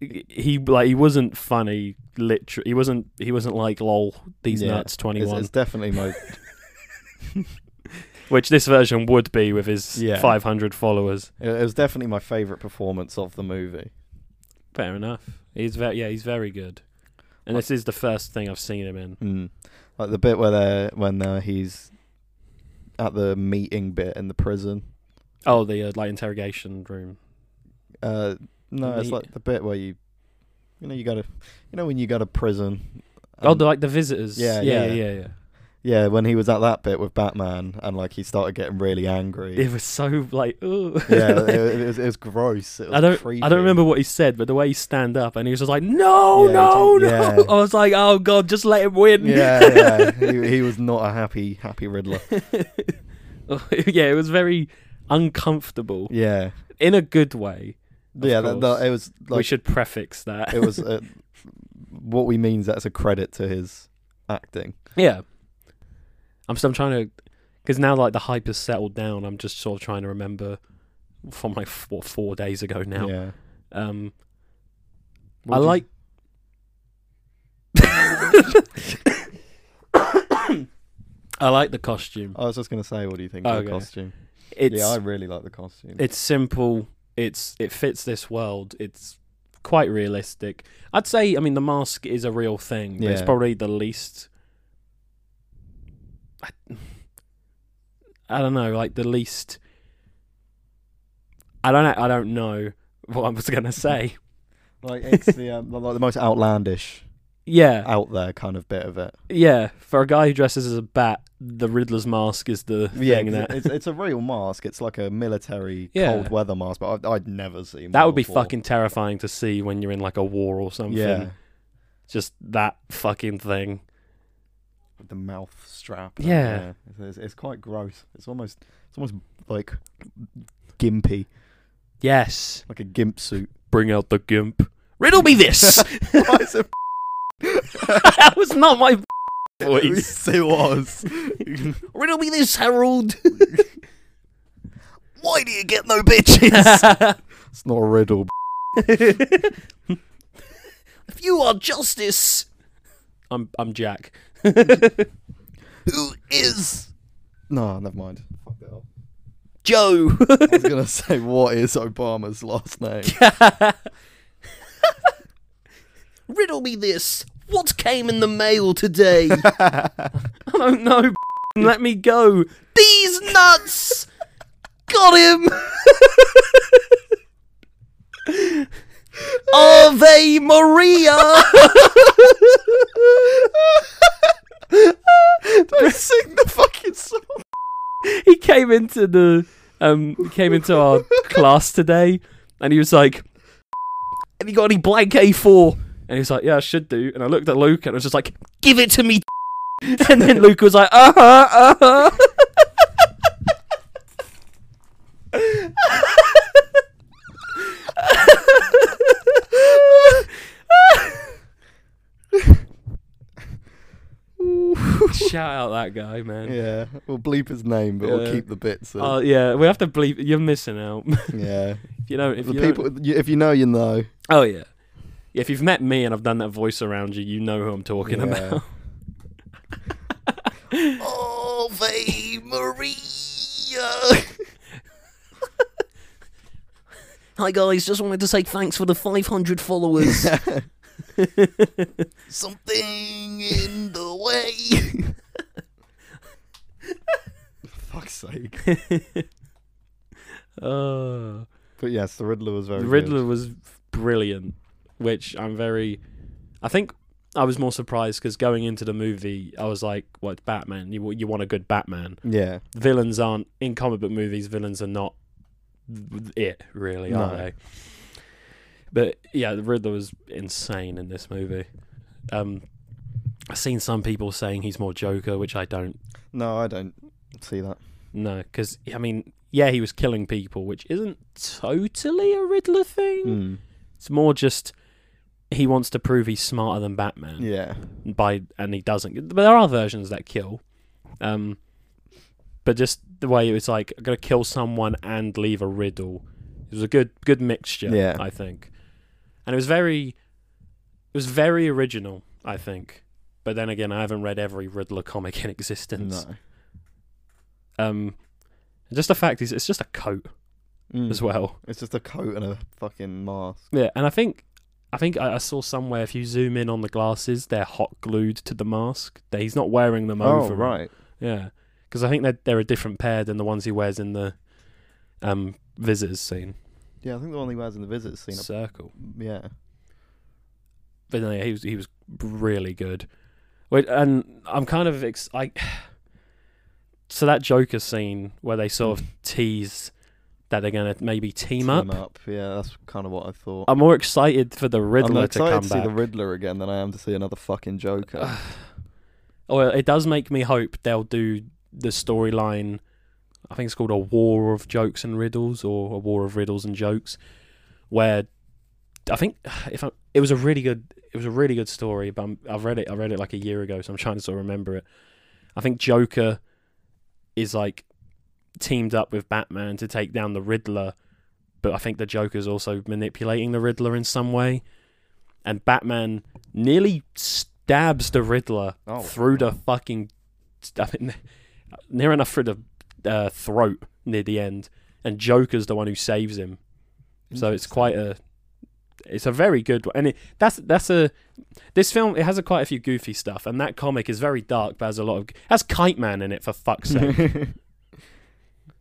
[SPEAKER 1] he like he wasn't funny literally he wasn't he wasn't like lol these
[SPEAKER 2] Yeah.
[SPEAKER 1] nuts
[SPEAKER 2] it's,
[SPEAKER 1] 21
[SPEAKER 2] it's definitely my
[SPEAKER 1] which this version would be with his
[SPEAKER 2] Yeah.
[SPEAKER 1] 500 followers
[SPEAKER 2] it was definitely my favorite performance of the movie.
[SPEAKER 1] fair enough he's very yeah he's very good and this is the first thing i've seen him in
[SPEAKER 2] Mm. Like the bit where they're when uh, he's at the meeting bit in the prison.
[SPEAKER 1] oh the uh, like interrogation room
[SPEAKER 2] Uh, no, it's
[SPEAKER 1] Meet-
[SPEAKER 2] like the bit where you, you know, you go to, you know, when you go to prison.
[SPEAKER 1] oh
[SPEAKER 2] and-
[SPEAKER 1] the, like the visitors
[SPEAKER 2] Um, yeah,
[SPEAKER 1] yeah
[SPEAKER 2] yeah.
[SPEAKER 1] yeah yeah
[SPEAKER 2] yeah, when he was at that bit with Batman, and like he started getting really angry.
[SPEAKER 1] it was so like ooh
[SPEAKER 2] yeah, it, it, was, it was gross. It was
[SPEAKER 1] I don't.
[SPEAKER 2] Creepy.
[SPEAKER 1] I don't remember what he said, but the way he stand up and he was just like, "No,
[SPEAKER 2] Yeah,
[SPEAKER 1] no, no!"
[SPEAKER 2] he did- yeah.
[SPEAKER 1] I was like, "Oh God, just let him win."
[SPEAKER 2] Yeah, yeah. he, he was not a happy, happy Riddler.
[SPEAKER 1] Oh, yeah, it was very uncomfortable
[SPEAKER 2] Yeah,
[SPEAKER 1] in a good way. of
[SPEAKER 2] yeah. That,
[SPEAKER 1] course.
[SPEAKER 2] that, it was
[SPEAKER 1] we
[SPEAKER 2] like
[SPEAKER 1] should prefix that.
[SPEAKER 2] it was. Uh, what we mean is that's a credit to his acting.
[SPEAKER 1] yeah. I'm still trying to, because now like the hype has settled down. I'm just sort of trying to remember from like what four days ago now.
[SPEAKER 2] Yeah.
[SPEAKER 1] Um,
[SPEAKER 2] What
[SPEAKER 1] I
[SPEAKER 2] do you-
[SPEAKER 1] like. I like the costume.
[SPEAKER 2] I was just gonna say, what do you think of
[SPEAKER 1] Okay.
[SPEAKER 2] the costume?
[SPEAKER 1] It's
[SPEAKER 2] yeah, I really like the costume.
[SPEAKER 1] it's simple. It's it fits this world. It's quite realistic. I'd say. I mean, the mask is a real thing. But it's
[SPEAKER 2] Yeah.
[SPEAKER 1] probably the least. I, I don't know. Like the least. I don't. know- I don't know what I was gonna say.
[SPEAKER 2] like it's the um, like the most outlandish,
[SPEAKER 1] Yeah,
[SPEAKER 2] out there kind of bit of it.
[SPEAKER 1] yeah. For a guy who dresses as a bat, the Riddler's mask is the
[SPEAKER 2] Yeah,
[SPEAKER 1] thing
[SPEAKER 2] 'cause
[SPEAKER 1] that.
[SPEAKER 2] it- it's it's a real mask. It's like a military
[SPEAKER 1] Yeah.
[SPEAKER 2] cold weather mask, but I'd, I'd never seen
[SPEAKER 1] That
[SPEAKER 2] one
[SPEAKER 1] would be
[SPEAKER 2] before.
[SPEAKER 1] fucking terrifying to see when you're in like a war or something.
[SPEAKER 2] yeah.
[SPEAKER 1] Just that fucking thing.
[SPEAKER 2] With the mouth strap.
[SPEAKER 1] and- Yeah.
[SPEAKER 2] It's, it's, it's quite gross. It's almost it's almost like gimpy,
[SPEAKER 1] Yes.
[SPEAKER 2] like a gimp suit.
[SPEAKER 1] Bring out the gimp. Riddle me this.
[SPEAKER 2] Why is it
[SPEAKER 1] that was not my voice.
[SPEAKER 2] Yes, it was.
[SPEAKER 1] Riddle me this, Harold.
[SPEAKER 2] Why do you get no bitches? it's not a riddle.
[SPEAKER 1] if you are justice, I'm I'm Jack.
[SPEAKER 2] Who is? No, never mind. Fuck it up.
[SPEAKER 1] Joe.
[SPEAKER 2] I was gonna say what is Obama's last name?
[SPEAKER 1] Riddle me this. What came in the mail today? I don't know. Let me go. These nuts. Got him. Are they Maria?
[SPEAKER 2] Don't sing the fucking song.
[SPEAKER 1] he came into the um he came into our class today and he was like have you got any blank a4 and he was like yeah i should do and i looked at luke and i was just like give it to me and then luke was like uh-huh uh-huh Shout out that guy, man.
[SPEAKER 2] Yeah, we'll bleep his name, but
[SPEAKER 1] Yeah.
[SPEAKER 2] we'll keep the bits. In.
[SPEAKER 1] Oh yeah, we have to bleep. You're missing out.
[SPEAKER 2] yeah,
[SPEAKER 1] if you don't, if
[SPEAKER 2] the
[SPEAKER 1] you
[SPEAKER 2] people.
[SPEAKER 1] Don't,
[SPEAKER 2] you- If you know, you know.
[SPEAKER 1] oh yeah, if you've met me and I've done that voice around you, you know who I'm talking
[SPEAKER 2] Yeah.
[SPEAKER 1] about.
[SPEAKER 2] Ave Maria.
[SPEAKER 1] Hi guys, just wanted to say thanks for the 500 followers.
[SPEAKER 2] Something in the way. Fuck's sake.
[SPEAKER 1] uh,
[SPEAKER 2] But yes, the Riddler was very.
[SPEAKER 1] the
[SPEAKER 2] good.
[SPEAKER 1] Riddler was brilliant, which I'm very. I think I was more surprised because going into the movie, I was like, "Well, it's Batman. You you want a good Batman?
[SPEAKER 2] Yeah.
[SPEAKER 1] Villains aren't in comic book movies. Villains are not it really, are
[SPEAKER 2] No.
[SPEAKER 1] they? But yeah, the Riddler was insane in this movie. Um, I've seen some people saying he's more Joker, which I don't
[SPEAKER 2] No, I don't see that.
[SPEAKER 1] know because I mean, yeah, he was killing people, which isn't totally a Riddler thing.
[SPEAKER 2] Mm.
[SPEAKER 1] It's more just he wants to prove he's smarter than Batman
[SPEAKER 2] Yeah.
[SPEAKER 1] by and he doesn't. But there are versions that kill. Um, but just the way it was like, I'm gonna kill someone and leave a riddle. It was a good good mixture,
[SPEAKER 2] Yeah.
[SPEAKER 1] I think. And it was very, it was very original, I think. But then again, I haven't read every Riddler comic in existence.
[SPEAKER 2] No.
[SPEAKER 1] Um, just the fact is, it's just a coat
[SPEAKER 2] Mm.
[SPEAKER 1] as well.
[SPEAKER 2] It's just a coat and a fucking mask.
[SPEAKER 1] Yeah, and I think, I think I, I saw somewhere if you zoom in on the glasses, they're hot glued to the mask. That he's not wearing them over.
[SPEAKER 2] oh, right.
[SPEAKER 1] Yeah, because I think that they're a different pair than the ones he wears in the um visitors scene.
[SPEAKER 2] Yeah, I think the one he wears in the visit scene.
[SPEAKER 1] Circle.
[SPEAKER 2] Yeah.
[SPEAKER 1] But no, he was he was really good. Wait, and I'm kind of ex- I. So that Joker scene where they sort of tease that they're gonna maybe team, up.
[SPEAKER 2] Yeah, that's kind of what I thought.
[SPEAKER 1] I'm more excited for the
[SPEAKER 2] I'm
[SPEAKER 1] Riddler to
[SPEAKER 2] excited to,
[SPEAKER 1] come
[SPEAKER 2] see
[SPEAKER 1] back.
[SPEAKER 2] the Riddler again than I am to see another fucking Joker.
[SPEAKER 1] Oh, well, it does make me hope they'll do the storyline. I think it's called a War of Jokes and Riddles, or a War of Riddles and Jokes, where I think if I, it was a really good, it was a really good story. But I'm, I've read it, I read it like a year ago, so I'm trying to sort of remember it. I think Joker is like teamed up with Batman to take down the Riddler, but I think the Joker's also manipulating the Riddler in some way. And Batman nearly stabs the Riddler
[SPEAKER 2] Oh,
[SPEAKER 1] through the fucking, I mean, near enough through the uh, throat near the end. And Joker's the one who saves him. So it's quite a, it's a very good one. And it, that's that's a, this film it has a quite a few goofy stuff, and that comic is very dark, but has a lot of has Kite Man in it for fuck's sake.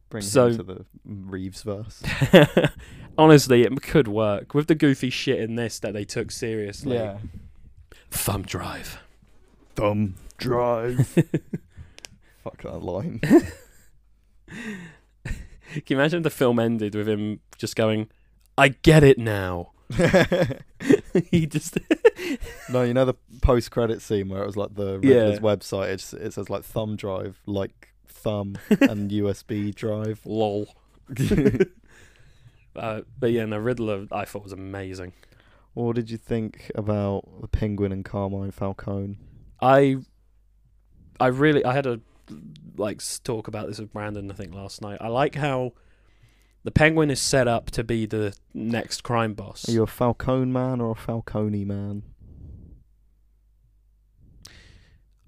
[SPEAKER 2] Bring
[SPEAKER 1] So-
[SPEAKER 2] him to the Reeves verse.
[SPEAKER 1] Honestly, it could work with the goofy shit in this that they took seriously. Thumb drive.
[SPEAKER 2] Thumb drive. Fuck that line.
[SPEAKER 1] Can you imagine if the film ended with him just going, "I get it now." he just
[SPEAKER 2] no, you know the post credit scene where it was like the
[SPEAKER 1] Yeah.
[SPEAKER 2] Riddler's website. It's, it says like thumb drive, like thumb and USB drive.
[SPEAKER 1] lol. Uh, but yeah, no, Riddler I thought was amazing.
[SPEAKER 2] What did you think about the Penguin and Carmine Falcone?
[SPEAKER 1] I I really I had a like s- talk about this with Brandon I think last night. I like how the Penguin is set up to be the next crime boss.
[SPEAKER 2] Are you a Falcone man or a Falcone man?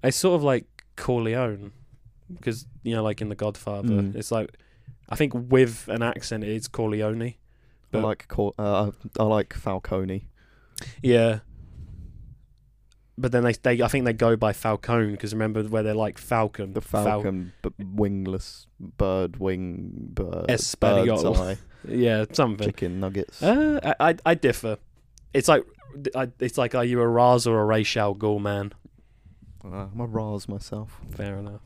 [SPEAKER 1] I sort of like Corleone because you know, like in The Godfather,
[SPEAKER 2] Mm.
[SPEAKER 1] it's like I think with an accent it's Corleone.
[SPEAKER 2] I
[SPEAKER 1] But-
[SPEAKER 2] like Cor- uh, I I like Falcone.
[SPEAKER 1] Yeah. But then they, they, I think they go by Falcone because remember where they're like Falcon,
[SPEAKER 2] The
[SPEAKER 1] Fal-
[SPEAKER 2] falcon, b- wingless bird, wing bird, bird's
[SPEAKER 1] Espadrille.
[SPEAKER 2] eye,
[SPEAKER 1] yeah, something.
[SPEAKER 2] chicken nuggets.
[SPEAKER 1] Uh, I, I, I differ. It's like, I, it's like, are you a Raz or a Ra's al Ghul man?
[SPEAKER 2] Uh, I'm a Raz myself.
[SPEAKER 1] Fair enough.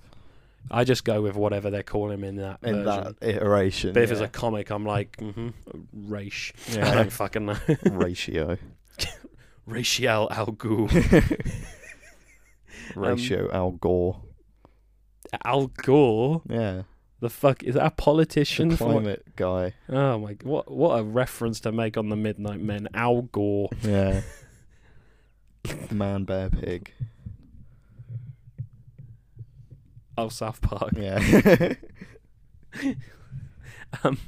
[SPEAKER 1] I just go with whatever they call him in that
[SPEAKER 2] In
[SPEAKER 1] version.
[SPEAKER 2] that iteration,
[SPEAKER 1] but if it's a comic, I'm like, mm-hmm, Raish. I
[SPEAKER 2] yeah.
[SPEAKER 1] don't fucking know.
[SPEAKER 2] ratio,
[SPEAKER 1] Rachel Al Ghul.
[SPEAKER 2] ratio, Al Gore,
[SPEAKER 1] Al Gore?
[SPEAKER 2] yeah,
[SPEAKER 1] The fuck is that a
[SPEAKER 2] the
[SPEAKER 1] politician? For...
[SPEAKER 2] climate guy,
[SPEAKER 1] Oh my! What what a reference to make on the Midnight Men. Al Gore.
[SPEAKER 2] yeah, man, bear, pig,
[SPEAKER 1] Oh South Park.
[SPEAKER 2] yeah,
[SPEAKER 1] Um,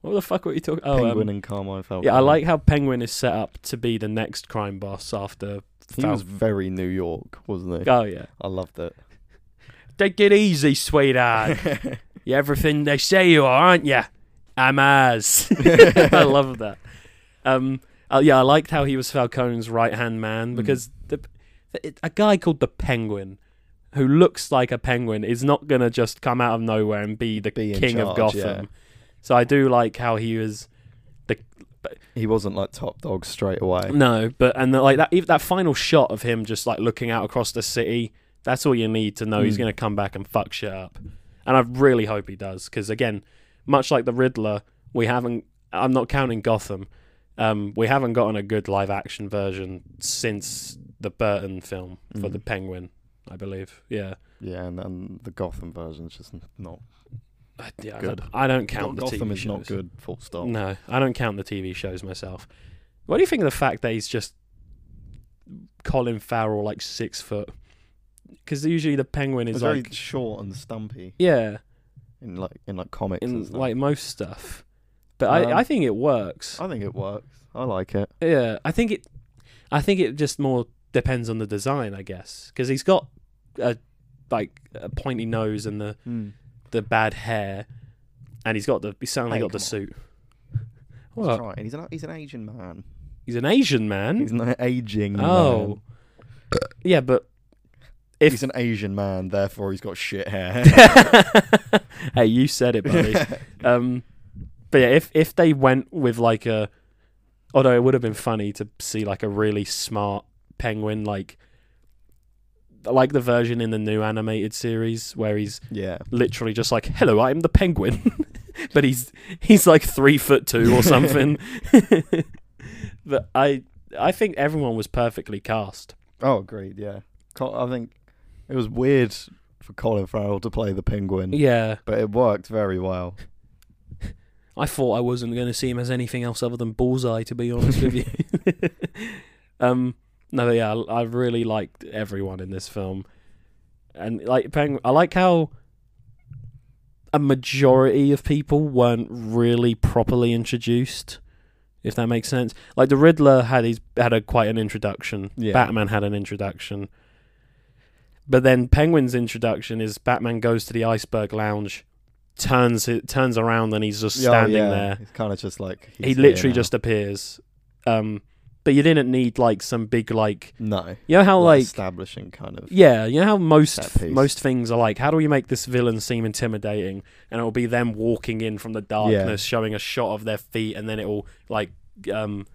[SPEAKER 1] what the fuck were you talking? Oh,
[SPEAKER 2] penguin
[SPEAKER 1] um,
[SPEAKER 2] and Carmine Falcone.
[SPEAKER 1] yeah, I like how Penguin is set up to be the next crime boss after.
[SPEAKER 2] He
[SPEAKER 1] Fal-
[SPEAKER 2] was very New York, wasn't he?
[SPEAKER 1] Oh yeah.
[SPEAKER 2] I loved it.
[SPEAKER 1] Take it easy, sweetheart. you everything they say you are, aren't you? I'm as. I love that. Um, uh, yeah, I liked how he was Falcone's right hand man because the, it, a guy called the Penguin, who looks like a penguin, is not gonna just come out of nowhere and be the
[SPEAKER 2] Be in
[SPEAKER 1] king of
[SPEAKER 2] charge,
[SPEAKER 1] Gotham.
[SPEAKER 2] yeah.
[SPEAKER 1] So I do like how he was.
[SPEAKER 2] He wasn't like top dog straight away.
[SPEAKER 1] No, but and the, like that, even that final shot of him just like looking out across the city. That's all you need to know he's
[SPEAKER 2] Mm.
[SPEAKER 1] going to come back and fuck shit up. And I really hope he does because again, much like the Riddler, we haven't. I'm not counting Gotham. Um, we haven't gotten a good live action version since the Burton film for
[SPEAKER 2] Mm.
[SPEAKER 1] the Penguin, I believe. Yeah,
[SPEAKER 2] Yeah, and, and the Gotham version's just not
[SPEAKER 1] I, yeah, I
[SPEAKER 2] Good.
[SPEAKER 1] don't- I don't count the
[SPEAKER 2] Gotham
[SPEAKER 1] TV
[SPEAKER 2] is not
[SPEAKER 1] shows.
[SPEAKER 2] good. Full stop.
[SPEAKER 1] No, I don't count the TV shows myself. What do you think of the fact that he's just Colin Farrell, like six foot? Because usually the penguin
[SPEAKER 2] It's
[SPEAKER 1] is
[SPEAKER 2] very
[SPEAKER 1] like
[SPEAKER 2] short and stumpy
[SPEAKER 1] yeah,
[SPEAKER 2] in like in like comics. and
[SPEAKER 1] in
[SPEAKER 2] stuff.
[SPEAKER 1] like most stuff. But
[SPEAKER 2] Um,
[SPEAKER 1] I, I think it works.
[SPEAKER 2] I think it works. I like it.
[SPEAKER 1] yeah, I think it. I think it just more depends on the design, I guess, because he's got a like a pointy nose and the
[SPEAKER 2] Hmm.
[SPEAKER 1] the bad hair, and he's got the he's certainly
[SPEAKER 2] Hey,
[SPEAKER 1] got the
[SPEAKER 2] come on.
[SPEAKER 1] suit.
[SPEAKER 2] He's
[SPEAKER 1] What?
[SPEAKER 2] trying. He's an he's an Asian man.
[SPEAKER 1] He's an Asian man.
[SPEAKER 2] He's an aging. man.
[SPEAKER 1] Oh. yeah, but if-
[SPEAKER 2] he's an Asian man, therefore he's got shit hair.
[SPEAKER 1] hey, you said it, buddy. um, but yeah, if if they went with like a, although it would have been funny to see like a really smart penguin, like like the version in the new animated series where he's
[SPEAKER 2] yeah.
[SPEAKER 1] literally just like, "Hello, I'm the penguin," but he's he's like three foot two or something. but I I think everyone was perfectly cast.
[SPEAKER 2] Oh, agreed. Yeah. Col- I think it was weird for Colin Farrell to play the penguin,
[SPEAKER 1] Yeah.
[SPEAKER 2] but it worked very well.
[SPEAKER 1] I thought I wasn't going to see him as anything else other than Bullseye, to be honest with you. um, no, but yeah, I, I really liked everyone in this film, and like Peng, I like how a majority of people weren't really properly introduced, if that makes sense. Like the Riddler had his had a quite an introduction.
[SPEAKER 2] Yeah.
[SPEAKER 1] Batman had an introduction. But then Penguin's introduction is Batman goes to the iceberg lounge, turns it turns around and he's just
[SPEAKER 2] Oh,
[SPEAKER 1] standing there
[SPEAKER 2] It's kind of just like he's
[SPEAKER 1] he
[SPEAKER 2] here
[SPEAKER 1] literally
[SPEAKER 2] now.
[SPEAKER 1] just appears. Um, but you didn't need like some big like
[SPEAKER 2] no,
[SPEAKER 1] you know how like,
[SPEAKER 2] establishing kind of
[SPEAKER 1] yeah you know how most
[SPEAKER 2] Set piece.
[SPEAKER 1] most things are like how do we make this villain seem intimidating and it'll be them walking in from the darkness showing a shot of their feet and then it'll like um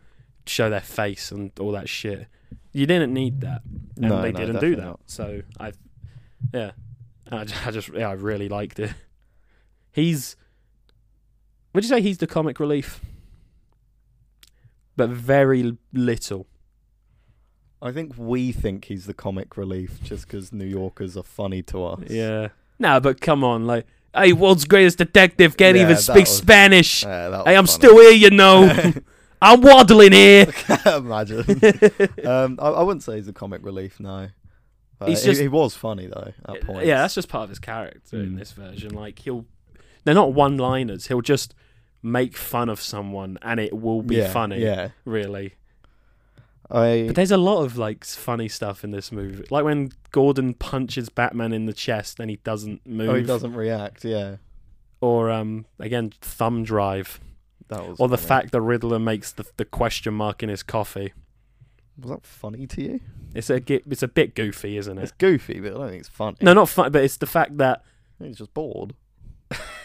[SPEAKER 1] show their face and all that shit. You didn't need that and
[SPEAKER 2] no,
[SPEAKER 1] they
[SPEAKER 2] no,
[SPEAKER 1] didn't do
[SPEAKER 2] definitely
[SPEAKER 1] that.
[SPEAKER 2] not.
[SPEAKER 1] So I, yeah, I ju- I just yeah, I really liked it. He's, would you say he's the comic relief? But very l- little.
[SPEAKER 2] I think we think he's the comic relief just because New Yorkers are funny to us.
[SPEAKER 1] Yeah. Nah, but come on, like, hey, world's greatest detective can't
[SPEAKER 2] Yeah,
[SPEAKER 1] even
[SPEAKER 2] that
[SPEAKER 1] speak
[SPEAKER 2] was-
[SPEAKER 1] Spanish.
[SPEAKER 2] Yeah, that
[SPEAKER 1] hey, I'm
[SPEAKER 2] was
[SPEAKER 1] still here, you know.
[SPEAKER 2] funny.
[SPEAKER 1] I'm waddling here.
[SPEAKER 2] Imagine. um, I, I wouldn't say he's a comic relief. No, Uh,
[SPEAKER 1] He's
[SPEAKER 2] he,
[SPEAKER 1] just-
[SPEAKER 2] he was funny though at points.
[SPEAKER 1] Yeah, that's just part of his character in
[SPEAKER 2] Mm.
[SPEAKER 1] this version. Like he'll, they're not one-liners. He'll just make fun of someone, and it will be
[SPEAKER 2] yeah,
[SPEAKER 1] funny.
[SPEAKER 2] Yeah,
[SPEAKER 1] Really.
[SPEAKER 2] I oh,
[SPEAKER 1] But there's a lot of like s- funny stuff in this movie. Like when Gordon punches Batman in the chest and he doesn't move.
[SPEAKER 2] oh, he doesn't react. Yeah,
[SPEAKER 1] Or um again thumb drive.
[SPEAKER 2] that was.
[SPEAKER 1] or the
[SPEAKER 2] funny.
[SPEAKER 1] fact the Riddler makes the, the question mark in his coffee.
[SPEAKER 2] was that funny to you?
[SPEAKER 1] It's a gi- it's a bit goofy, isn't
[SPEAKER 2] It's
[SPEAKER 1] it?
[SPEAKER 2] goofy, but I don't think it's funny.
[SPEAKER 1] No, not fun, but it's the fact that
[SPEAKER 2] I think he's just bored.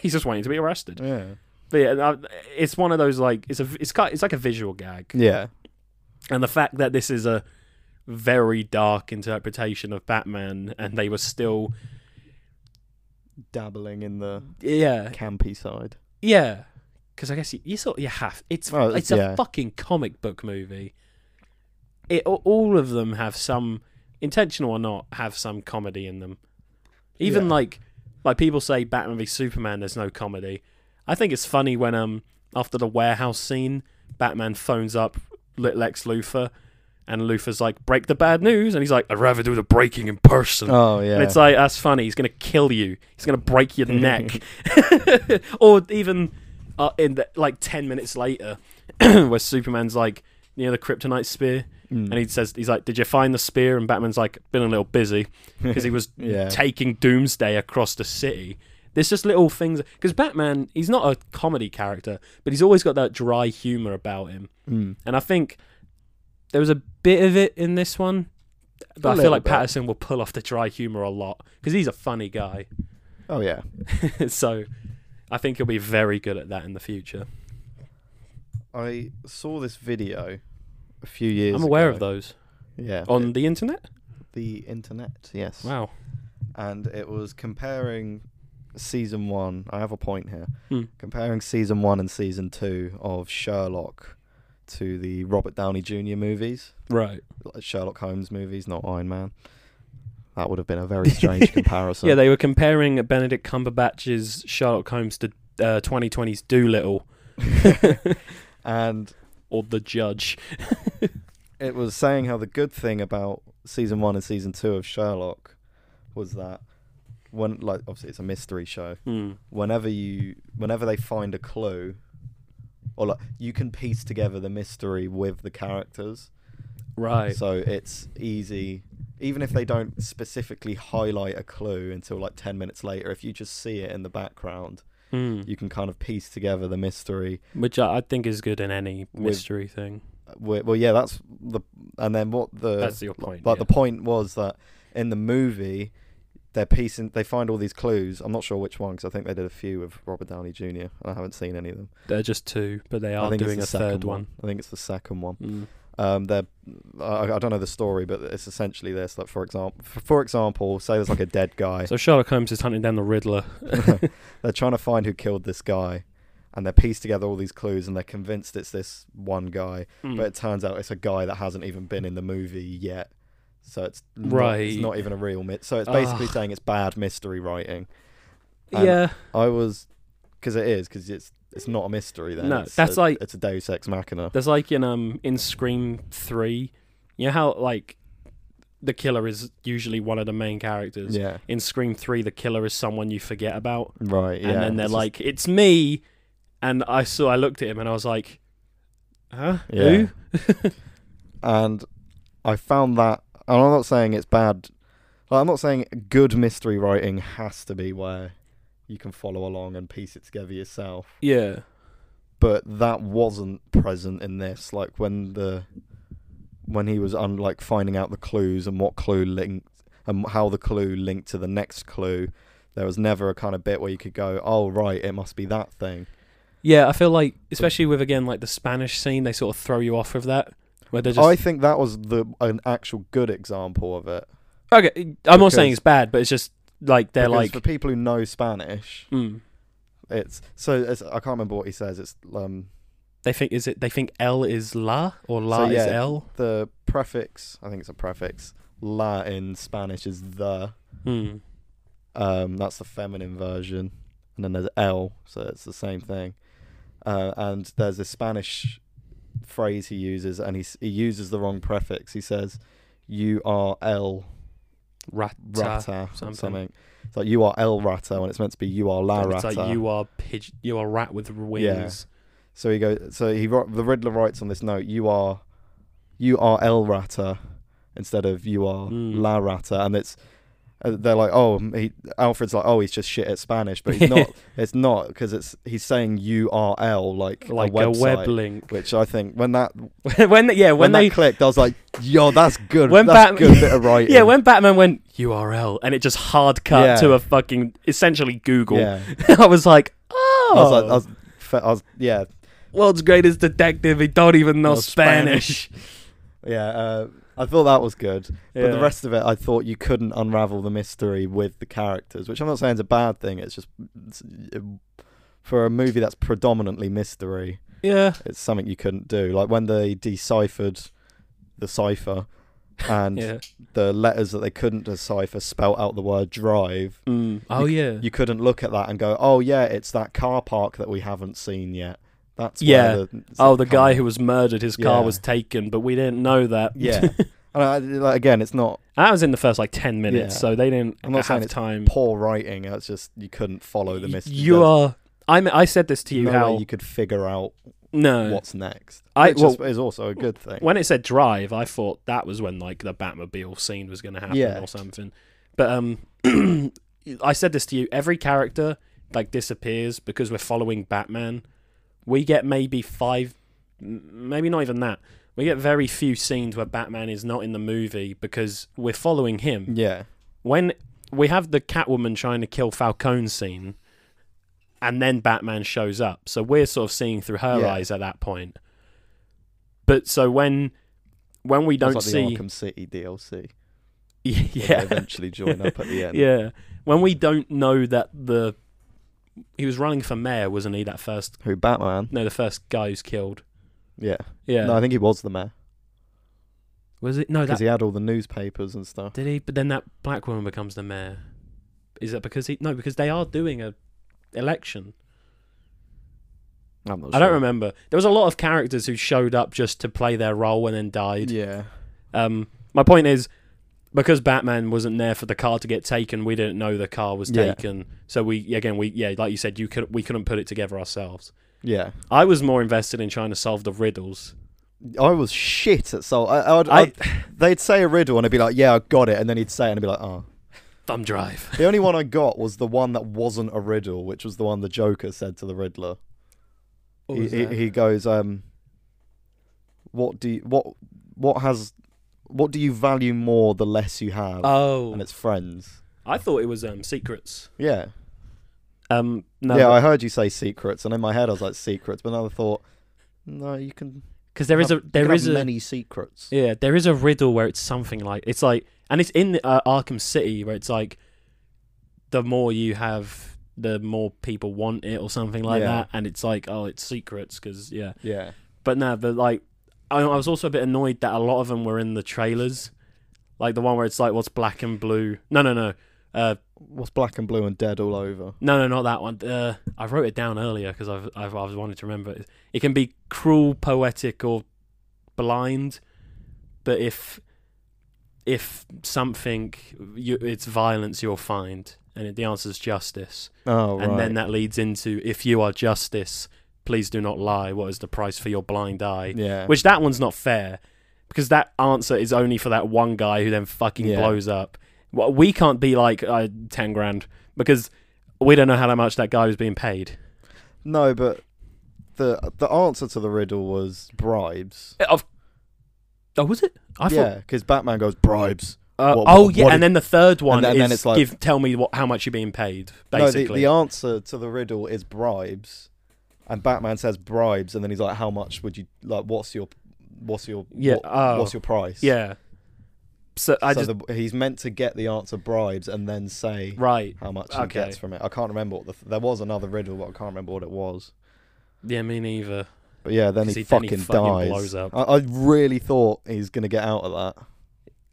[SPEAKER 1] he's just waiting to be arrested.
[SPEAKER 2] Yeah,
[SPEAKER 1] But yeah, I- it's one of those like it's a it's ki- it's like a visual gag.
[SPEAKER 2] yeah,
[SPEAKER 1] and the fact that this is a very dark interpretation of Batman and they were still
[SPEAKER 2] dabbling in the
[SPEAKER 1] yeah,
[SPEAKER 2] campy side.
[SPEAKER 1] Yeah, because I guess you, you sort you have. It's
[SPEAKER 2] Well,
[SPEAKER 1] it's
[SPEAKER 2] yeah.
[SPEAKER 1] a fucking comic book movie. It all- all of them have some intentional or not have some comedy in them. Even
[SPEAKER 2] Yeah.
[SPEAKER 1] like like people say Batman v Superman, there's no comedy. I think it's funny when um after the warehouse scene, Batman phones up Le- Lex Luthor, and Luthor's like, "Break the bad news," and he's like, "I'd rather do the breaking in person."
[SPEAKER 2] Oh yeah,
[SPEAKER 1] And it's like, that's funny. He's going to kill you. He's going to break your neck. or even uh, in the, like 10 minutes later, where Superman's like, you know, the kryptonite spear.
[SPEAKER 2] Mm.
[SPEAKER 1] And he says, he's like, did you find the spear? And Batman's like, been a little busy because he was
[SPEAKER 2] Yeah.
[SPEAKER 1] taking Doomsday across the city. There's just little things. Because Batman, he's not a comedy character, but he's always got that dry humor about him.
[SPEAKER 2] Mm.
[SPEAKER 1] And I think there was a bit of it in this one, but I
[SPEAKER 2] A
[SPEAKER 1] feel
[SPEAKER 2] little
[SPEAKER 1] like
[SPEAKER 2] bit.
[SPEAKER 1] Patterson will pull off the dry humor a lot because he's a funny guy.
[SPEAKER 2] Oh yeah.
[SPEAKER 1] so I think he'll be very good at that in the future.
[SPEAKER 2] I saw this video a few years.
[SPEAKER 1] I'm aware
[SPEAKER 2] ago.
[SPEAKER 1] of those
[SPEAKER 2] Yeah,
[SPEAKER 1] on the internet.
[SPEAKER 2] the internet. Yes.
[SPEAKER 1] Wow.
[SPEAKER 2] and it was comparing season one. I have a point here.
[SPEAKER 1] Hmm.
[SPEAKER 2] Comparing season one and season two of Sherlock to the Robert Downey Jr. movies,
[SPEAKER 1] Right.
[SPEAKER 2] like Sherlock Holmes movies, not Iron Man. That would have been a very strange comparison.
[SPEAKER 1] yeah, they were comparing Benedict Cumberbatch's Sherlock Holmes to uh, 2020's Doolittle
[SPEAKER 2] and
[SPEAKER 1] or The Judge.
[SPEAKER 2] it was saying how the good thing about season one and season two of Sherlock was that when, like, obviously it's a mystery show.
[SPEAKER 1] Hmm.
[SPEAKER 2] whenever you whenever they find a clue or like you can piece together the mystery with the characters
[SPEAKER 1] Right.
[SPEAKER 2] so it's easy even if they don't specifically highlight a clue until like 10 minutes later if you just see it in the background
[SPEAKER 1] Hmm.
[SPEAKER 2] you can kind of piece together the mystery
[SPEAKER 1] Which I, I think is good in any
[SPEAKER 2] With-
[SPEAKER 1] mystery thing.
[SPEAKER 2] Uh, we- well yeah that's the and then what the
[SPEAKER 1] That's your point.
[SPEAKER 2] But
[SPEAKER 1] yeah.
[SPEAKER 2] the point was that in the movie, they're piecing, they find all these clues. I'm not sure which one because I think they did a few with Robert Downey Jr. and I haven't seen any of them.
[SPEAKER 1] They're just two, but they
[SPEAKER 2] I
[SPEAKER 1] are
[SPEAKER 2] think it's
[SPEAKER 1] doing
[SPEAKER 2] the
[SPEAKER 1] a
[SPEAKER 2] second
[SPEAKER 1] third one.
[SPEAKER 2] I think it's the second one.
[SPEAKER 1] Mm.
[SPEAKER 2] Um, they're, I, I don't know the story, but it's essentially this. Like for example, for example, say there's like a dead guy.
[SPEAKER 1] So Sherlock Holmes is hunting down the Riddler.
[SPEAKER 2] they're trying to find who killed this guy, and they piece together all these clues, and they're convinced it's this one guy.
[SPEAKER 1] Hmm.
[SPEAKER 2] But it turns out it's a guy that hasn't even been in the movie yet. So it's not,
[SPEAKER 1] Right.
[SPEAKER 2] It's not even a real myth. So it's basically
[SPEAKER 1] Ugh.
[SPEAKER 2] saying it's bad mystery writing. and
[SPEAKER 1] yeah,
[SPEAKER 2] I was because it is because it's it's not a mystery. Then
[SPEAKER 1] No,
[SPEAKER 2] It's
[SPEAKER 1] that's
[SPEAKER 2] a,
[SPEAKER 1] like-
[SPEAKER 2] it's a Deus ex machina.
[SPEAKER 1] there's like in um in Scream Three, you know how like the killer is usually one of the main characters.
[SPEAKER 2] Yeah.
[SPEAKER 1] In Scream Three, the killer is someone you forget about,
[SPEAKER 2] Right. Yeah.
[SPEAKER 1] and then they're
[SPEAKER 2] It's just-
[SPEAKER 1] like, "It's me," and I saw I looked at him and I was like, "Huh?
[SPEAKER 2] Yeah.
[SPEAKER 1] Who?"
[SPEAKER 2] and I found that. And I'm not saying it's bad. Like, I'm not saying good mystery writing has to be where you can follow along and piece it together yourself.
[SPEAKER 1] Yeah.
[SPEAKER 2] but that wasn't present in this. Like when the when he was on like finding out the clues and what clue linked and how the clue linked to the next clue, there was never a kind of bit where you could go, "Oh right, it must be that thing."
[SPEAKER 1] Yeah, I feel like, especially with again like the Spanish scene, they sort of throw you off with that. Where they're just
[SPEAKER 2] I think that was the an actual good example of it.
[SPEAKER 1] okay. I'm not saying
[SPEAKER 2] because-
[SPEAKER 1] it's bad, but it's just like they're
[SPEAKER 2] Because
[SPEAKER 1] like,
[SPEAKER 2] for people who know Spanish,
[SPEAKER 1] mm,
[SPEAKER 2] it's so it's, I can't remember what he says. It's um
[SPEAKER 1] they think is it they think L is la or la
[SPEAKER 2] So, yeah.
[SPEAKER 1] is L.
[SPEAKER 2] the prefix. I think it's a prefix. La in Spanish is the.
[SPEAKER 1] Hmm.
[SPEAKER 2] Um, that's the feminine version, and then there's L, so it's the same thing. Uh, and there's a Spanish phrase he uses, and he s- he uses the wrong prefix. He says, "You are El
[SPEAKER 1] Rata.
[SPEAKER 2] Rata," or
[SPEAKER 1] something.
[SPEAKER 2] something. It's like "You are El Rata" when it's meant to be "You are La
[SPEAKER 1] And
[SPEAKER 2] Rata."
[SPEAKER 1] It's like you are pigeon, you are rat with wings.
[SPEAKER 2] So he goes. So he wr- the Riddler writes on this note, "You are, you are El Rata," instead of "You are
[SPEAKER 1] Mm.
[SPEAKER 2] La Rata," and it's. uh, They're like, oh, he, Alfred's like, oh, he's just shit at Spanish, but he's not. it's not because it's he's saying U R L like,
[SPEAKER 1] Like
[SPEAKER 2] a
[SPEAKER 1] a,
[SPEAKER 2] website,
[SPEAKER 1] web link.
[SPEAKER 2] which I think when that when,
[SPEAKER 1] when yeah, when,
[SPEAKER 2] that
[SPEAKER 1] they
[SPEAKER 2] clicked, I was like, yo, that's good.
[SPEAKER 1] When
[SPEAKER 2] that's
[SPEAKER 1] Batman-
[SPEAKER 2] good bit of writing.
[SPEAKER 1] yeah, when Batman went URL and it just hard cut
[SPEAKER 2] Yeah.
[SPEAKER 1] to a fucking essentially Google.
[SPEAKER 2] yeah,
[SPEAKER 1] I was like,
[SPEAKER 2] I
[SPEAKER 1] oh,
[SPEAKER 2] was like, I was, fe- I was yeah,
[SPEAKER 1] world's greatest detective. He don't even know
[SPEAKER 2] Knows
[SPEAKER 1] Spanish.
[SPEAKER 2] yeah. Uh, I thought that was good. But the
[SPEAKER 1] Yeah.
[SPEAKER 2] rest of it, I thought you couldn't unravel the mystery with the characters, which I'm not saying is a bad thing. It's just it's, it- for a movie that's predominantly mystery,
[SPEAKER 1] Yeah.
[SPEAKER 2] it's something you couldn't do. Like when they deciphered the cipher and
[SPEAKER 1] Yeah.
[SPEAKER 2] the letters that they couldn't decipher spelt out the word drive,
[SPEAKER 1] Oh yeah.
[SPEAKER 2] you couldn't look at that and go, oh, yeah, it's that car park that we haven't seen yet. That's
[SPEAKER 1] Yeah.
[SPEAKER 2] Where the,
[SPEAKER 1] oh, the guy who was murdered, his car
[SPEAKER 2] Yeah.
[SPEAKER 1] was taken, but we didn't know that.
[SPEAKER 2] Yeah. And I, like, again, it's not
[SPEAKER 1] that was in the first like ten minutes,
[SPEAKER 2] Yeah.
[SPEAKER 1] so they didn't
[SPEAKER 2] I'm not saying
[SPEAKER 1] have
[SPEAKER 2] it's
[SPEAKER 1] time.
[SPEAKER 2] poor writing. It's just you couldn't follow the
[SPEAKER 1] Y-
[SPEAKER 2] mystery.
[SPEAKER 1] You are. I mean, I said this to you
[SPEAKER 2] no
[SPEAKER 1] how
[SPEAKER 2] way you could figure out
[SPEAKER 1] no.
[SPEAKER 2] what's next.
[SPEAKER 1] Uh, I-
[SPEAKER 2] which is,
[SPEAKER 1] well-
[SPEAKER 2] is also a good thing.
[SPEAKER 1] When it said drive, I thought that was when like the Batmobile scene was going to happen
[SPEAKER 2] Yeah.
[SPEAKER 1] or something. But um, I said this to you: every character like disappears because we're following Batman. We get maybe five, m- maybe not even that. We get very few scenes where Batman is not in the movie because we're following him
[SPEAKER 2] yeah,
[SPEAKER 1] when we have the Catwoman trying to kill Falcone scene, and then Batman shows up, so we're sort of seeing through her
[SPEAKER 2] Yeah.
[SPEAKER 1] eyes at that point. But so when when we
[SPEAKER 2] That's
[SPEAKER 1] don't
[SPEAKER 2] like
[SPEAKER 1] see,
[SPEAKER 2] the Arkham City DLC. where they
[SPEAKER 1] yeah,
[SPEAKER 2] eventually join up at the end.
[SPEAKER 1] yeah, when we don't know that the he was running for mayor, wasn't he? That first
[SPEAKER 2] Who Batman?
[SPEAKER 1] no, the first guy who's killed.
[SPEAKER 2] Yeah.
[SPEAKER 1] Yeah,
[SPEAKER 2] No, I think he was the mayor
[SPEAKER 1] was it? No,
[SPEAKER 2] because
[SPEAKER 1] that
[SPEAKER 2] he had all the newspapers and stuff.
[SPEAKER 1] did he. But then that black woman becomes the mayor. Is that because he? No, because they are doing a election.
[SPEAKER 2] I'm not
[SPEAKER 1] I
[SPEAKER 2] sure.
[SPEAKER 1] don't remember. There was a lot of characters who showed up just to play their role and then died.
[SPEAKER 2] Yeah.
[SPEAKER 1] Um, my point is, because Batman wasn't there for the car to get taken, we didn't know the car was
[SPEAKER 2] Yeah.
[SPEAKER 1] taken. So we again, we yeah, like you said, you could we couldn't put it together ourselves.
[SPEAKER 2] Yeah.
[SPEAKER 1] I was more invested in trying to solve the riddles.
[SPEAKER 2] I was shit at Sol. I, I, would,
[SPEAKER 1] I-
[SPEAKER 2] I, they'd say a riddle and I'd be like, "Yeah, I got it," and then he'd say it and I'd be like, "Oh."
[SPEAKER 1] Thumb drive.
[SPEAKER 2] The only one I got was the one that wasn't a riddle, which was the one the Joker said to the Riddler. he, he, he goes, um, "What do you, what what has what do you value more the less you have?"
[SPEAKER 1] oh,
[SPEAKER 2] and it's friends.
[SPEAKER 1] I thought it was um secrets.
[SPEAKER 2] Yeah,
[SPEAKER 1] Um, no,
[SPEAKER 2] yeah. I heard you say secrets, and in my head I was like secrets, but then I thought, no, you can.
[SPEAKER 1] because there is a
[SPEAKER 2] have- you
[SPEAKER 1] there
[SPEAKER 2] can
[SPEAKER 1] is
[SPEAKER 2] have
[SPEAKER 1] a
[SPEAKER 2] many secrets.
[SPEAKER 1] Yeah, there is a riddle where it's something like it's like, and it's in uh, Arkham City where it's like, the more you have, the more people want it or something like
[SPEAKER 2] Yeah.
[SPEAKER 1] that, and it's like, oh, it's secrets because yeah.
[SPEAKER 2] Yeah,
[SPEAKER 1] But no, but like, I, I was also a bit annoyed that a lot of them were in the trailers, like the one where it's like, what's black and blue? No, no, no, uh,
[SPEAKER 2] what's black and blue and dead all over?
[SPEAKER 1] no, no, not that one. Uh, I wrote it down earlier because I've, I've I've wanted to remember it. It can be cruel, poetic, or blind, but if if something you, it's violence you'll find, and it, the answer is justice.
[SPEAKER 2] Oh right.
[SPEAKER 1] And then that leads into if you are justice, please do not lie. What is the price for your blind eye?
[SPEAKER 2] yeah.
[SPEAKER 1] Which that one's not fair because that answer is only for that one guy who then fucking
[SPEAKER 2] Yeah.
[SPEAKER 1] blows up. Well, we can't be like uh, ten grand because we don't know how much that guy was being paid.
[SPEAKER 2] no, but the the answer to the riddle was bribes.
[SPEAKER 1] Uh, Of oh, was it? I
[SPEAKER 2] Yeah, 'cause yeah, because Batman goes bribes.
[SPEAKER 1] Uh,
[SPEAKER 2] What-
[SPEAKER 1] oh
[SPEAKER 2] what-
[SPEAKER 1] yeah,
[SPEAKER 2] what
[SPEAKER 1] and
[SPEAKER 2] did-
[SPEAKER 1] then the third one
[SPEAKER 2] then-
[SPEAKER 1] is
[SPEAKER 2] then it's like-
[SPEAKER 1] give, tell me what how much you're being paid.
[SPEAKER 2] No,
[SPEAKER 1] Basically,
[SPEAKER 2] the, the answer to the riddle is bribes, and Batman says bribes, and then he's like, "How much would you like? What's your, what's your,
[SPEAKER 1] Yeah,
[SPEAKER 2] what-
[SPEAKER 1] oh.
[SPEAKER 2] what's your price?"
[SPEAKER 1] yeah. So I
[SPEAKER 2] so
[SPEAKER 1] just
[SPEAKER 2] the, he's meant to get the answer bribes and then say
[SPEAKER 1] right.
[SPEAKER 2] how much he
[SPEAKER 1] Okay.
[SPEAKER 2] gets from it. I can't remember what the th- there was another riddle, but I can't remember what it was.
[SPEAKER 1] Yeah, me neither.
[SPEAKER 2] But yeah, then
[SPEAKER 1] 'Cause
[SPEAKER 2] he,
[SPEAKER 1] he- then he
[SPEAKER 2] fucking
[SPEAKER 1] fucking
[SPEAKER 2] dies.
[SPEAKER 1] blows up.
[SPEAKER 2] I, I really thought he's gonna get out of that.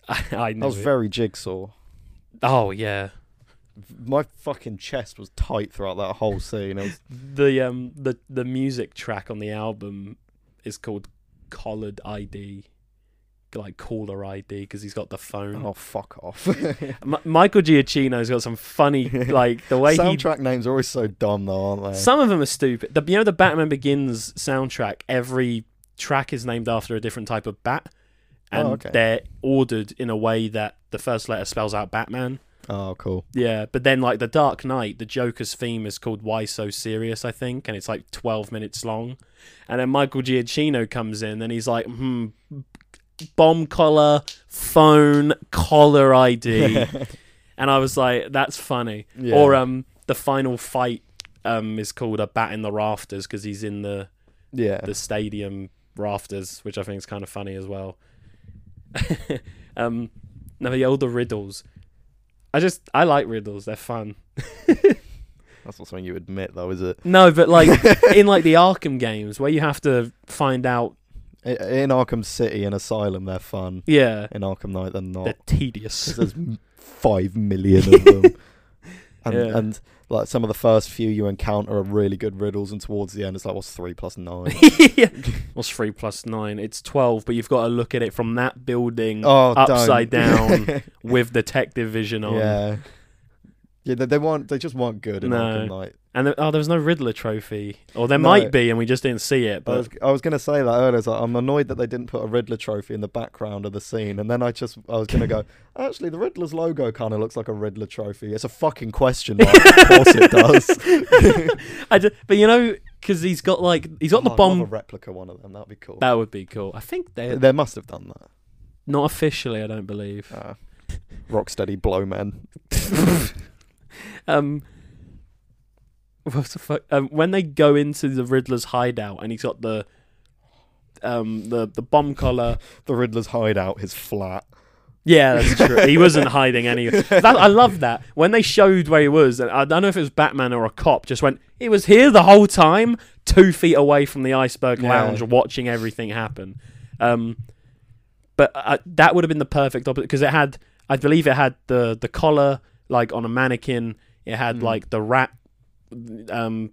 [SPEAKER 1] I, I knew
[SPEAKER 2] That was
[SPEAKER 1] it.
[SPEAKER 2] very jigsaw.
[SPEAKER 1] Oh yeah.
[SPEAKER 2] My fucking chest was tight throughout that whole scene. It was
[SPEAKER 1] the um the the music track on the album is called Collared ID, like caller ID, because he's got the phone.
[SPEAKER 2] oh fuck off.
[SPEAKER 1] M- Michael Giacchino's got some funny like the way he.
[SPEAKER 2] Soundtrack names are always so dumb though, aren't they?
[SPEAKER 1] Some of them are stupid. The, you know the Batman Begins soundtrack. Every track is named after a different type of bat, and
[SPEAKER 2] Oh, okay.
[SPEAKER 1] they're ordered in a way that the first letter spells out Batman.
[SPEAKER 2] Oh, cool.
[SPEAKER 1] Yeah, but then like the Dark Knight, the Joker's theme is called "Why So Serious," I think, and it's like twelve minutes long. And then Michael Giacchino comes in, and he's like, "Hmm, bomb collar, phone, collar ID," and I was like, "That's funny."
[SPEAKER 2] Yeah.
[SPEAKER 1] Or um, the final fight um is called "A Bat in the Rafters" because he's in the
[SPEAKER 2] Yeah.
[SPEAKER 1] the stadium rafters, which I think is kind of funny as well. um, now the older riddles. I just I like riddles; they're fun.
[SPEAKER 2] That's not something you admit though, is it?
[SPEAKER 1] No, but like in like the Arkham games where you have to find out.
[SPEAKER 2] I- In Arkham City and Asylum, they're fun.
[SPEAKER 1] Yeah,
[SPEAKER 2] In Arkham Knight, they're not.
[SPEAKER 1] they're tedious.
[SPEAKER 2] There's m- five million of them. And,
[SPEAKER 1] Yeah.
[SPEAKER 2] and like some of the first few you encounter are really good riddles, and towards the end, it's like, what's three plus nine?
[SPEAKER 1] Yeah. What's three plus nine? It's twelve, but you've got to look at it from that building
[SPEAKER 2] oh, don't.
[SPEAKER 1] upside down with detective vision on.
[SPEAKER 2] yeah, yeah. They, they weren't. They just weren't good in
[SPEAKER 1] No.
[SPEAKER 2] Arkham Knight.
[SPEAKER 1] And there, oh, there was no Riddler trophy, or there
[SPEAKER 2] No.
[SPEAKER 1] might be, and we just didn't see it.
[SPEAKER 2] I was,
[SPEAKER 1] But
[SPEAKER 2] I was gonna say that earlier. I was like, I'm annoyed that they didn't put a Riddler trophy in the background of the scene, and then I just I was gonna go. Actually, the Riddler's logo kind of looks like a Riddler trophy. It's a fucking question mark. of course it does.
[SPEAKER 1] I d- but you know, because he's got like he's got the
[SPEAKER 2] Oh, I'd love
[SPEAKER 1] bomb.
[SPEAKER 2] a replica one of them. That'd be cool.
[SPEAKER 1] That would be cool. I think they
[SPEAKER 2] they must have done that.
[SPEAKER 1] not officially. I don't believe.
[SPEAKER 2] Uh, Rocksteady blow men.
[SPEAKER 1] um, what the fuck? Um, when they go into the Riddler's hideout and he's got the um the the bomb collar.
[SPEAKER 2] The Riddler's hideout, his flat.
[SPEAKER 1] Yeah, that's true. he wasn't hiding any. That, I love that when they showed where he was. And I don't know if it was Batman or a cop. Just went. He was here the whole time, two feet away from the iceberg
[SPEAKER 2] Yeah.
[SPEAKER 1] lounge, watching everything happen. Um, but uh, that would have been the perfect opposite because it had, I believe, it had the the collar like on a mannequin. It had
[SPEAKER 2] Mm.
[SPEAKER 1] like the rat, um,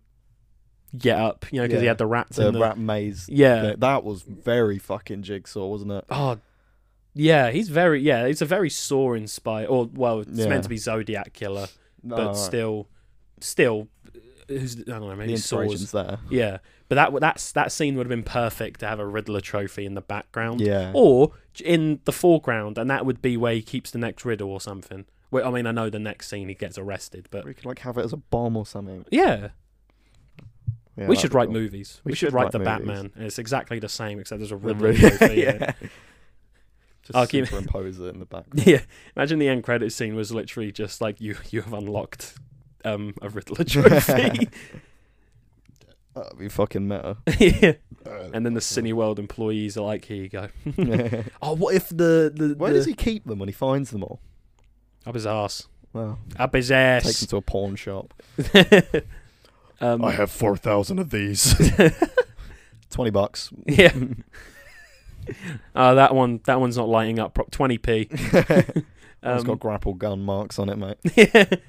[SPEAKER 1] get up. You know, because he
[SPEAKER 2] Yeah.
[SPEAKER 1] had the rats
[SPEAKER 2] The
[SPEAKER 1] in the
[SPEAKER 2] rat maze.
[SPEAKER 1] yeah.
[SPEAKER 2] That- That was very fucking jigsaw, wasn't it?
[SPEAKER 1] Oh, yeah, he's very yeah. It's a very saw inspired, or well, it's
[SPEAKER 2] Yeah.
[SPEAKER 1] meant to be Zodiac killer,
[SPEAKER 2] No,
[SPEAKER 1] but
[SPEAKER 2] alright.
[SPEAKER 1] still, still, who's I don't know,
[SPEAKER 2] the
[SPEAKER 1] maybe
[SPEAKER 2] inspiration's
[SPEAKER 1] saws.
[SPEAKER 2] there.
[SPEAKER 1] Yeah, but that that's that scene would have been perfect to have a Riddler trophy in the background,
[SPEAKER 2] Yeah.
[SPEAKER 1] or in the foreground, and that would be where he keeps the next riddle or something. Well, I mean, I know the next scene he gets arrested, but
[SPEAKER 2] we could like have it as a bomb or something.
[SPEAKER 1] yeah,
[SPEAKER 2] Yeah,
[SPEAKER 1] we
[SPEAKER 2] that'd
[SPEAKER 1] should
[SPEAKER 2] be
[SPEAKER 1] write
[SPEAKER 2] cool.
[SPEAKER 1] movies. We,
[SPEAKER 2] We
[SPEAKER 1] should,
[SPEAKER 2] should
[SPEAKER 1] write
[SPEAKER 2] write
[SPEAKER 1] the
[SPEAKER 2] movies.
[SPEAKER 1] Batman, and it's exactly the same except there's a
[SPEAKER 2] The
[SPEAKER 1] Riddler
[SPEAKER 2] Riddler-
[SPEAKER 1] trophy. in it.
[SPEAKER 2] yeah. Just
[SPEAKER 1] Mm-hmm. I'll keep-
[SPEAKER 2] superimpose it in the back.
[SPEAKER 1] Yeah, imagine the end credit scene was literally just like you you have unlocked um a Riddler trophy.
[SPEAKER 2] That'd be fucking meta.
[SPEAKER 1] yeah.
[SPEAKER 2] Uh,
[SPEAKER 1] And then the Cineworld employees are like, here you go. oh, what if the the
[SPEAKER 2] Where
[SPEAKER 1] the,
[SPEAKER 2] does he keep them when he finds them all?
[SPEAKER 1] up his ass?
[SPEAKER 2] Well,
[SPEAKER 1] Up his
[SPEAKER 2] takes them
[SPEAKER 1] ass.
[SPEAKER 2] to a pawn shop.
[SPEAKER 1] um,
[SPEAKER 2] have four thousand of these. Twenty bucks.
[SPEAKER 1] yeah. uh, that one that one's not lighting up. Pro- 20p.
[SPEAKER 2] it's
[SPEAKER 1] Um,
[SPEAKER 2] got grapple gun marks on it, mate.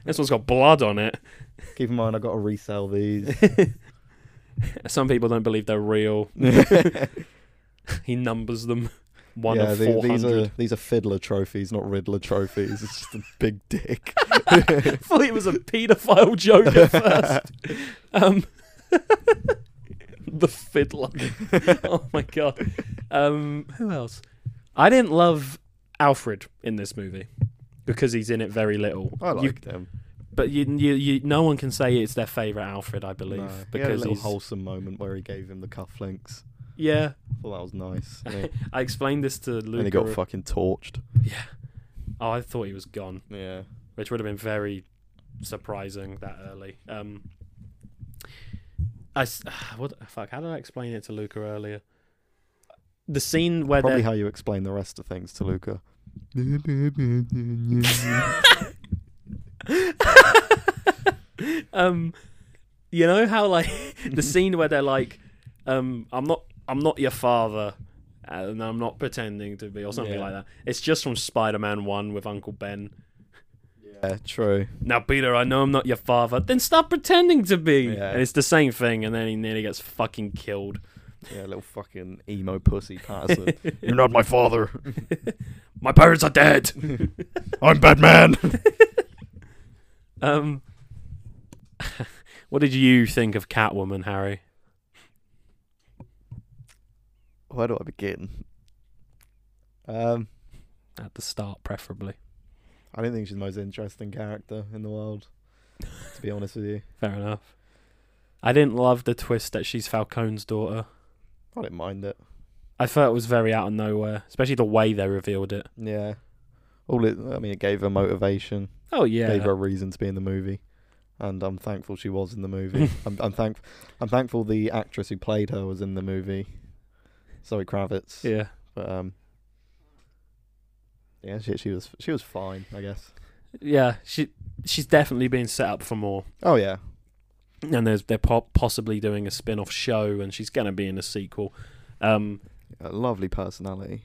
[SPEAKER 1] this one's got blood on it.
[SPEAKER 2] Keep in mind, I got to resell these.
[SPEAKER 1] Some people don't believe they're real.
[SPEAKER 2] yeah,
[SPEAKER 1] He numbers them. one
[SPEAKER 2] yeah,
[SPEAKER 1] of
[SPEAKER 2] the-
[SPEAKER 1] four
[SPEAKER 2] these are
[SPEAKER 1] hundred.
[SPEAKER 2] these are fiddler trophies, not riddler trophies. It's just a big dick.
[SPEAKER 1] I thought it was a paedophile joke at first. Um, the fiddler. oh my god. Um, who else? I didn't love Alfred in this movie because he's in it very little.
[SPEAKER 2] I
[SPEAKER 1] You-
[SPEAKER 2] like them.
[SPEAKER 1] but you, you, you, no one can say it's their favorite Alfred, I believe,
[SPEAKER 2] No, he had a
[SPEAKER 1] because
[SPEAKER 2] little
[SPEAKER 1] he's
[SPEAKER 2] wholesome moment where he gave him the cufflinks.
[SPEAKER 1] yeah.
[SPEAKER 2] I thought that was nice. And he,
[SPEAKER 1] I explained this to Luke.
[SPEAKER 2] and he got
[SPEAKER 1] or-
[SPEAKER 2] fucking torched.
[SPEAKER 1] yeah. Oh, I thought he was gone.
[SPEAKER 2] Yeah.
[SPEAKER 1] which would have been very surprising that early. Um, I s- what fuck? How did I explain it to Luca earlier? The scene where
[SPEAKER 2] Probably
[SPEAKER 1] they're
[SPEAKER 2] how you explain the rest of things to Luca.
[SPEAKER 1] um, you know how like the scene where they're like, um, I'm not, I'm not your father. uh, And I'm not pretending to be, or something
[SPEAKER 2] Yeah.
[SPEAKER 1] like that. It's just from Spider-Man One with Uncle Ben.
[SPEAKER 2] Yeah, true.
[SPEAKER 1] Now, Peter, I know I'm not your father. Then stop pretending to be.
[SPEAKER 2] Yeah.
[SPEAKER 1] And it's the same thing. And then he nearly gets fucking killed.
[SPEAKER 2] Yeah, little fucking emo pussy Patterson. You're not my father.
[SPEAKER 1] My parents are dead.
[SPEAKER 2] I'm Batman.
[SPEAKER 1] um, what did you think of Catwoman, Harry?
[SPEAKER 2] Where do I begin? Um,
[SPEAKER 1] At the start, preferably.
[SPEAKER 2] I don't think she's the most interesting character in the world. To be honest with you,
[SPEAKER 1] Fair enough. I didn't love the twist that she's Falcone's daughter.
[SPEAKER 2] I don't mind it.
[SPEAKER 1] I felt it was very out of nowhere, especially the way they revealed it.
[SPEAKER 2] Yeah. All it, I mean, it gave her motivation,
[SPEAKER 1] Oh yeah,
[SPEAKER 2] gave her a reason to be in the movie, and I'm thankful she was in the movie. I'm, I'm thank, I'm thankful the actress who played her was in the movie, Zoe Kravitz.
[SPEAKER 1] yeah.
[SPEAKER 2] But um, yeah, she she was she was fine, I guess.
[SPEAKER 1] Yeah, she she's definitely being set up for more.
[SPEAKER 2] Oh yeah,
[SPEAKER 1] and there's they're po- possibly doing a spin-off show and she's going to be in a sequel um
[SPEAKER 2] a lovely personality.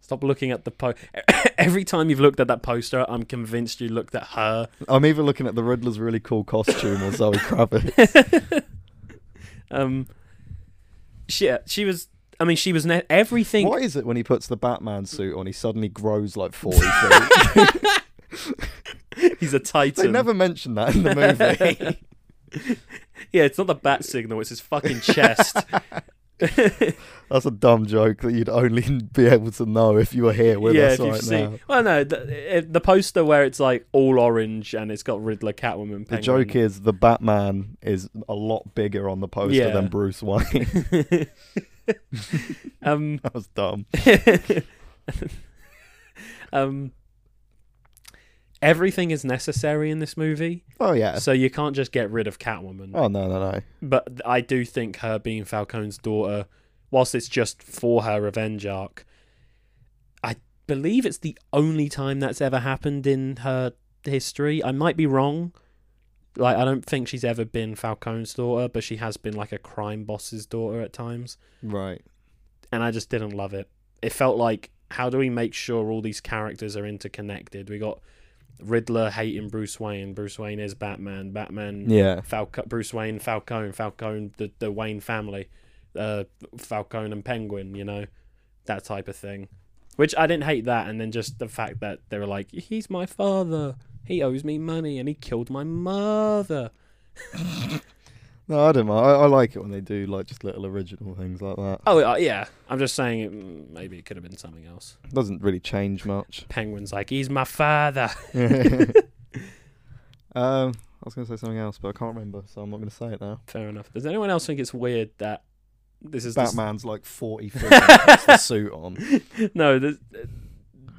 [SPEAKER 1] stop looking at the po- every time you've looked at that poster i'm convinced you looked at her
[SPEAKER 2] I'm either looking at the Riddler's really cool costume or Zoe Kravitz.
[SPEAKER 1] um she, she was i mean she was ne- everything
[SPEAKER 2] Why is it when he puts the Batman suit on, he suddenly grows like forty feet?
[SPEAKER 1] he's a
[SPEAKER 2] they
[SPEAKER 1] titan
[SPEAKER 2] never mentioned that in the movie.
[SPEAKER 1] yeah it's not the bat signal it's his fucking chest
[SPEAKER 2] That's a dumb joke that you'd only be able to know if you were here with
[SPEAKER 1] yeah,
[SPEAKER 2] us
[SPEAKER 1] if you've
[SPEAKER 2] right
[SPEAKER 1] seen.
[SPEAKER 2] now.
[SPEAKER 1] Well, no, the, it- the poster where it's like all orange and it's got Riddler, Catwoman, Penguin.
[SPEAKER 2] The joke is the Batman is a lot bigger on the poster
[SPEAKER 1] Yeah.
[SPEAKER 2] than Bruce Wayne.
[SPEAKER 1] um,
[SPEAKER 2] that was dumb.
[SPEAKER 1] um, everything is necessary in this movie,
[SPEAKER 2] Oh yeah.
[SPEAKER 1] so you can't just get rid of Catwoman.
[SPEAKER 2] Oh no no no.
[SPEAKER 1] But I do think her being Falcone's daughter, whilst it's just for her revenge arc, I believe it's the only time that's ever happened in her history. I might be wrong. Like I don't think she's ever been Falcone's daughter, but she has been like a crime boss's daughter at times
[SPEAKER 2] Right.
[SPEAKER 1] and I just didn't love it. It felt like how do we make sure all these characters are interconnected? We got Riddler hating Bruce Wayne. Bruce Wayne is Batman. Batman,
[SPEAKER 2] Yeah.
[SPEAKER 1] Falco, Bruce Wayne, Falcone, Falcone, the the Wayne family, uh, Falcone and Penguin. You know, that type of thing. Which I didn't hate that, and then just the fact that they were like, he's my father. He owes me money, and he killed my mother.
[SPEAKER 2] No, I don't mind. I, I like it when they do like just little original things like that.
[SPEAKER 1] Oh uh, yeah, I'm just saying it, mm, maybe it could have been something else.
[SPEAKER 2] Doesn't really change much.
[SPEAKER 1] Penguin's like, he's my father.
[SPEAKER 2] um, I was going to say something else, but I can't remember, so I'm not going to say it now.
[SPEAKER 1] Fair enough. Does anyone else think it's weird that this is this-
[SPEAKER 2] Batman's like 40 feet and puts the suit on.
[SPEAKER 1] no, this,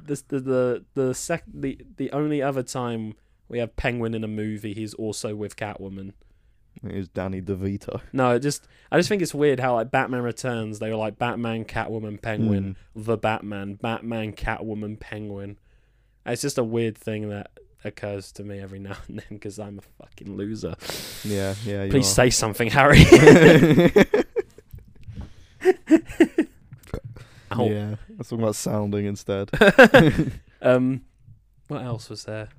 [SPEAKER 1] this the the the, sec- the the only other time we have Penguin in a movie, he's also with Catwoman.
[SPEAKER 2] It was Danny DeVito.
[SPEAKER 1] No, it just I just think it's weird how like Batman Returns, they were like Batman, Catwoman, Penguin,
[SPEAKER 2] Hmm.
[SPEAKER 1] the Batman, Batman, Catwoman, Penguin. It's just a weird thing that occurs to me every now and then because I'm a fucking loser.
[SPEAKER 2] Yeah, yeah. You
[SPEAKER 1] Please
[SPEAKER 2] are.
[SPEAKER 1] say something, Harry. Ow.
[SPEAKER 2] Yeah, let's talk about sounding instead.
[SPEAKER 1] um, what else was there?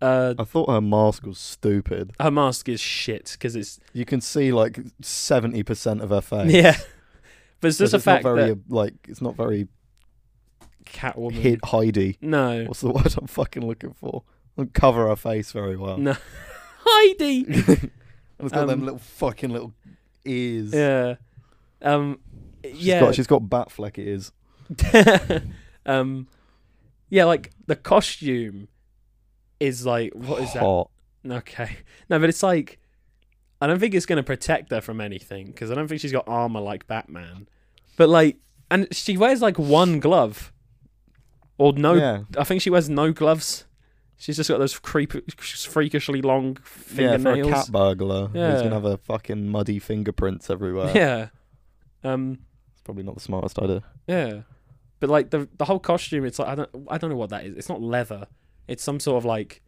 [SPEAKER 1] Uh,
[SPEAKER 2] I thought her mask was stupid.
[SPEAKER 1] her mask is shit because it's
[SPEAKER 2] You can see like seventy percent of her face.
[SPEAKER 1] yeah. But it's just a
[SPEAKER 2] it's not
[SPEAKER 1] fact
[SPEAKER 2] very
[SPEAKER 1] that
[SPEAKER 2] uh, like it's not very
[SPEAKER 1] Catwoman.
[SPEAKER 2] hid Heidi.
[SPEAKER 1] No,
[SPEAKER 2] What's the word I'm fucking looking for? Don't cover her face very well.
[SPEAKER 1] no, Heidi.
[SPEAKER 2] and it's got them
[SPEAKER 1] Um,
[SPEAKER 2] little fucking little ears.
[SPEAKER 1] Yeah. Um.
[SPEAKER 2] She's
[SPEAKER 1] yeah.
[SPEAKER 2] got she's got bat fleck ears.
[SPEAKER 1] um. Yeah, like the costume is like what is that?
[SPEAKER 2] Hot.
[SPEAKER 1] Okay. No, but it's like I don't think it's going to protect her from anything because I don't think she's got armor like Batman. But like, and she wears like one glove or no.
[SPEAKER 2] yeah.
[SPEAKER 1] I think she wears no gloves. She's just got those creep, freakishly long
[SPEAKER 2] Yeah, for a
[SPEAKER 1] fingernails.
[SPEAKER 2] cat burglar who's
[SPEAKER 1] Yeah.
[SPEAKER 2] gonna have a fucking muddy fingerprints everywhere.
[SPEAKER 1] yeah. Um.
[SPEAKER 2] It's probably not the smartest idea.
[SPEAKER 1] Yeah, but like the the whole costume, it's like I don't I don't know what that is. It's not leather. It's some sort of like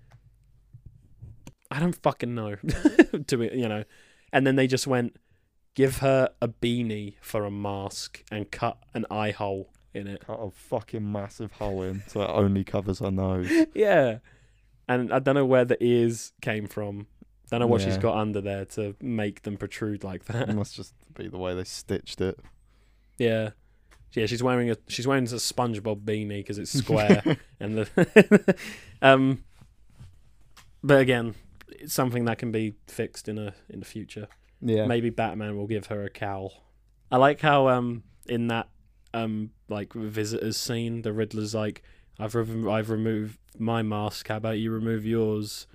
[SPEAKER 1] I don't fucking know. to it, you know. And then they just went, give her a beanie for a mask and cut an eye hole in it.
[SPEAKER 2] Cut a fucking massive hole in so it only covers her nose.
[SPEAKER 1] yeah, and I don't know where the ears came from. Don't know what she's
[SPEAKER 2] Yeah.
[SPEAKER 1] got under there to make them protrude like
[SPEAKER 2] It
[SPEAKER 1] that.
[SPEAKER 2] must just be the way they stitched it.
[SPEAKER 1] yeah. Yeah, she's wearing a she's wearing a SpongeBob beanie because it's square. and the um but again it's something that can be fixed in a in the future
[SPEAKER 2] yeah.
[SPEAKER 1] maybe batman will give her a cowl i like how um in that um like visitors scene the riddler's like i've rem- i've removed my mask how about you remove yours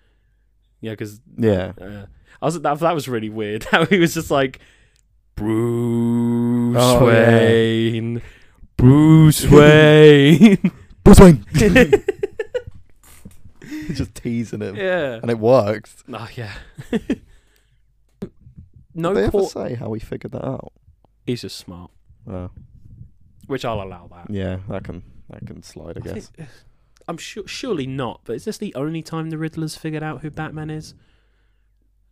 [SPEAKER 1] yeah because
[SPEAKER 2] Yeah.
[SPEAKER 1] uh, i was that, that was really weird how he was just like bruce
[SPEAKER 2] Oh, yeah.
[SPEAKER 1] wayne bruce wayne
[SPEAKER 2] Bruce Wayne. just teasing him.
[SPEAKER 1] yeah.
[SPEAKER 2] And it works.
[SPEAKER 1] Oh yeah.
[SPEAKER 2] Did they
[SPEAKER 1] no
[SPEAKER 2] ever
[SPEAKER 1] port.
[SPEAKER 2] say how he figured that out?
[SPEAKER 1] He's just smart,
[SPEAKER 2] Oh,
[SPEAKER 1] which I'll allow that.
[SPEAKER 2] yeah, that can that can slide, Mm, I
[SPEAKER 1] I
[SPEAKER 2] guess.
[SPEAKER 1] think- uh, I'm sure, surely not. But is this the only time the Riddler's figured out who Batman is?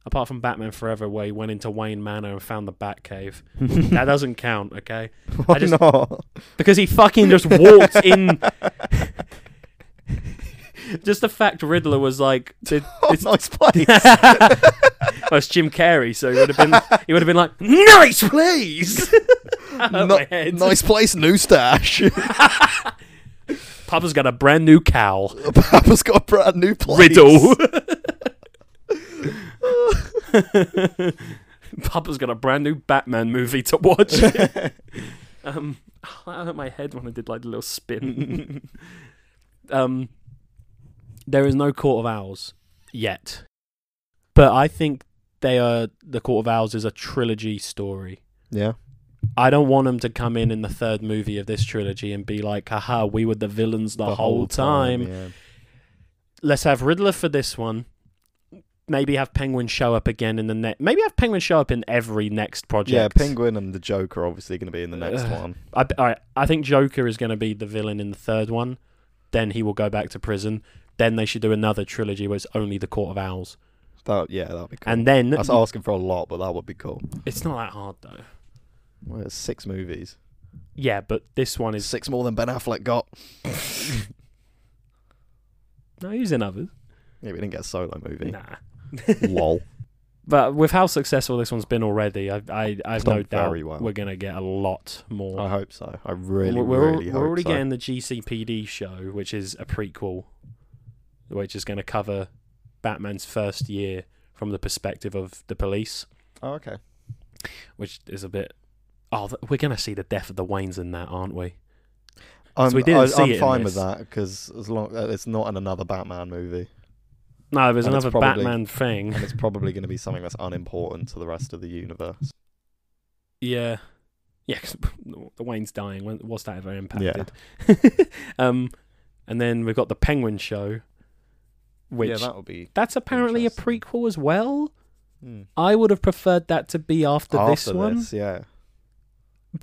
[SPEAKER 1] Apart from Batman Forever, where he went into Wayne Manor and found the Batcave. That doesn't count, okay?
[SPEAKER 2] Why
[SPEAKER 1] I just-
[SPEAKER 2] not?
[SPEAKER 1] Because he fucking just walked in. just the fact Riddler was like, did-
[SPEAKER 2] Oh,
[SPEAKER 1] it's-
[SPEAKER 2] nice place.
[SPEAKER 1] well, it's Jim Carrey, so he would have been he would have been like, "Nice, please." Out of my
[SPEAKER 2] Ni-
[SPEAKER 1] head.
[SPEAKER 2] nice place, new stash.
[SPEAKER 1] Papa's got a brand new cowl.
[SPEAKER 2] Papa's got a brand new place.
[SPEAKER 1] Riddle. Papa's got a brand new Batman movie to watch. um, out of my head when I did like a little spin. um, there is no Court of Owls yet, but I think they are the Court of Owls is a trilogy story.
[SPEAKER 2] Yeah.
[SPEAKER 1] I don't want them to come in in the third movie of this trilogy and be like, haha, we were the villains the, whole, time.
[SPEAKER 2] yeah.
[SPEAKER 1] Let's have Riddler for this one. Maybe have Penguin show up again in the next. Maybe have Penguin show up in every next project.
[SPEAKER 2] Yeah, Penguin and the Joker are obviously going to be in the next
[SPEAKER 1] Ugh.
[SPEAKER 2] one.
[SPEAKER 1] I, all right, I think Joker is going to be the villain in the third one. Then he will go back to prison. Then they should do another trilogy where it's only the Court of Owls.
[SPEAKER 2] That yeah, that'd be cool.
[SPEAKER 1] And then
[SPEAKER 2] That's asking for a lot, but that would be cool.
[SPEAKER 1] it's not that hard though.
[SPEAKER 2] Well, it's six movies,
[SPEAKER 1] Yeah, but this one is
[SPEAKER 2] six more than Ben Affleck got.
[SPEAKER 1] no, he's in others.
[SPEAKER 2] Yeah, we didn't get a solo movie.
[SPEAKER 1] Nah,
[SPEAKER 2] Lol.
[SPEAKER 1] but with how successful this one's been already, I I I've
[SPEAKER 2] It's
[SPEAKER 1] no
[SPEAKER 2] done
[SPEAKER 1] doubt
[SPEAKER 2] very well.
[SPEAKER 1] we're gonna get a lot more.
[SPEAKER 2] I hope so. I really,
[SPEAKER 1] we're, we're al-
[SPEAKER 2] really
[SPEAKER 1] we're
[SPEAKER 2] hope
[SPEAKER 1] already
[SPEAKER 2] so.
[SPEAKER 1] getting the GCPD show, which is a prequel, which is going to cover Batman's first year from the perspective of the police,
[SPEAKER 2] Oh, okay.
[SPEAKER 1] which is a bit. Oh, th- we're going to see the death of the Waynes in that, aren't we?
[SPEAKER 2] I'm,
[SPEAKER 1] we didn't
[SPEAKER 2] I,
[SPEAKER 1] see
[SPEAKER 2] I'm
[SPEAKER 1] it in
[SPEAKER 2] fine with
[SPEAKER 1] this.
[SPEAKER 2] that because as long uh, it's not in another Batman movie,
[SPEAKER 1] No, there's
[SPEAKER 2] And it's
[SPEAKER 1] another
[SPEAKER 2] probably-
[SPEAKER 1] Batman thing.
[SPEAKER 2] and it's probably going to be something that's unimportant to the rest of the universe.
[SPEAKER 1] Yeah. Yeah, 'cause the Wayne's dying. When, was that ever
[SPEAKER 2] Yeah.
[SPEAKER 1] impacted? um, and then we've got the Penguin show, which
[SPEAKER 2] yeah, that would be
[SPEAKER 1] that's apparently a
[SPEAKER 2] Interesting.
[SPEAKER 1] prequel as well.
[SPEAKER 2] mm.
[SPEAKER 1] I would have preferred that to be after,
[SPEAKER 2] after
[SPEAKER 1] this one,
[SPEAKER 2] yeah.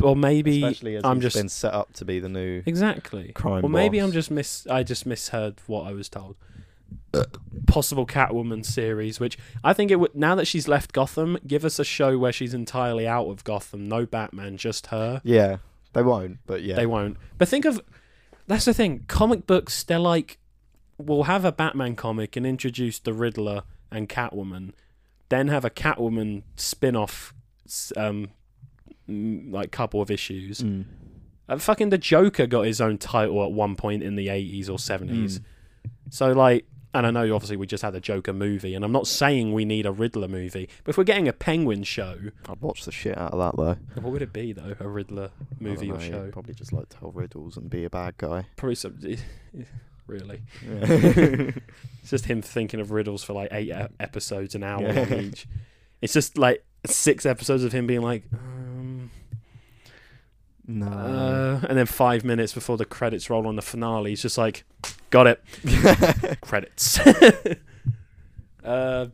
[SPEAKER 1] or maybe
[SPEAKER 2] Especially as
[SPEAKER 1] I'm
[SPEAKER 2] he's
[SPEAKER 1] just-
[SPEAKER 2] been set up to be the new
[SPEAKER 1] exactly.
[SPEAKER 2] crime.
[SPEAKER 1] Or maybe
[SPEAKER 2] boss.
[SPEAKER 1] I'm just mis I just misheard what I was told. Possible Catwoman series, which I think it would now that she's left Gotham, give us a show where she's entirely out of Gotham, no Batman, just her.
[SPEAKER 2] Yeah, they won't. But yeah,
[SPEAKER 1] They won't. But think of that's the thing. Comic books, they're like we'll have a Batman comic and introduce the Riddler and Catwoman, then have a Catwoman spin-off s- um m- like couple of issues.
[SPEAKER 2] Mm.
[SPEAKER 1] And fucking the Joker got his own title at one point in the 80s or 70s.
[SPEAKER 2] Mm.
[SPEAKER 1] So like and I know obviously we just had a Joker movie and I'm not saying we need a Riddler movie, but if we're getting a Penguin show,
[SPEAKER 2] I'd watch the shit out of that though.
[SPEAKER 1] what would it be though? A Riddler
[SPEAKER 2] I
[SPEAKER 1] movie or
[SPEAKER 2] don't know,
[SPEAKER 1] show?
[SPEAKER 2] Probably just like tell riddles and be a bad guy.
[SPEAKER 1] Probably some really.
[SPEAKER 2] Yeah.
[SPEAKER 1] It's just him thinking of riddles for like eight e- episodes, an hour
[SPEAKER 2] Yeah.
[SPEAKER 1] on each. It's just like six episodes of him being like, um,
[SPEAKER 2] no.
[SPEAKER 1] uh, and then five minutes before the credits roll on the finale, he's just like, got it, credits. uh,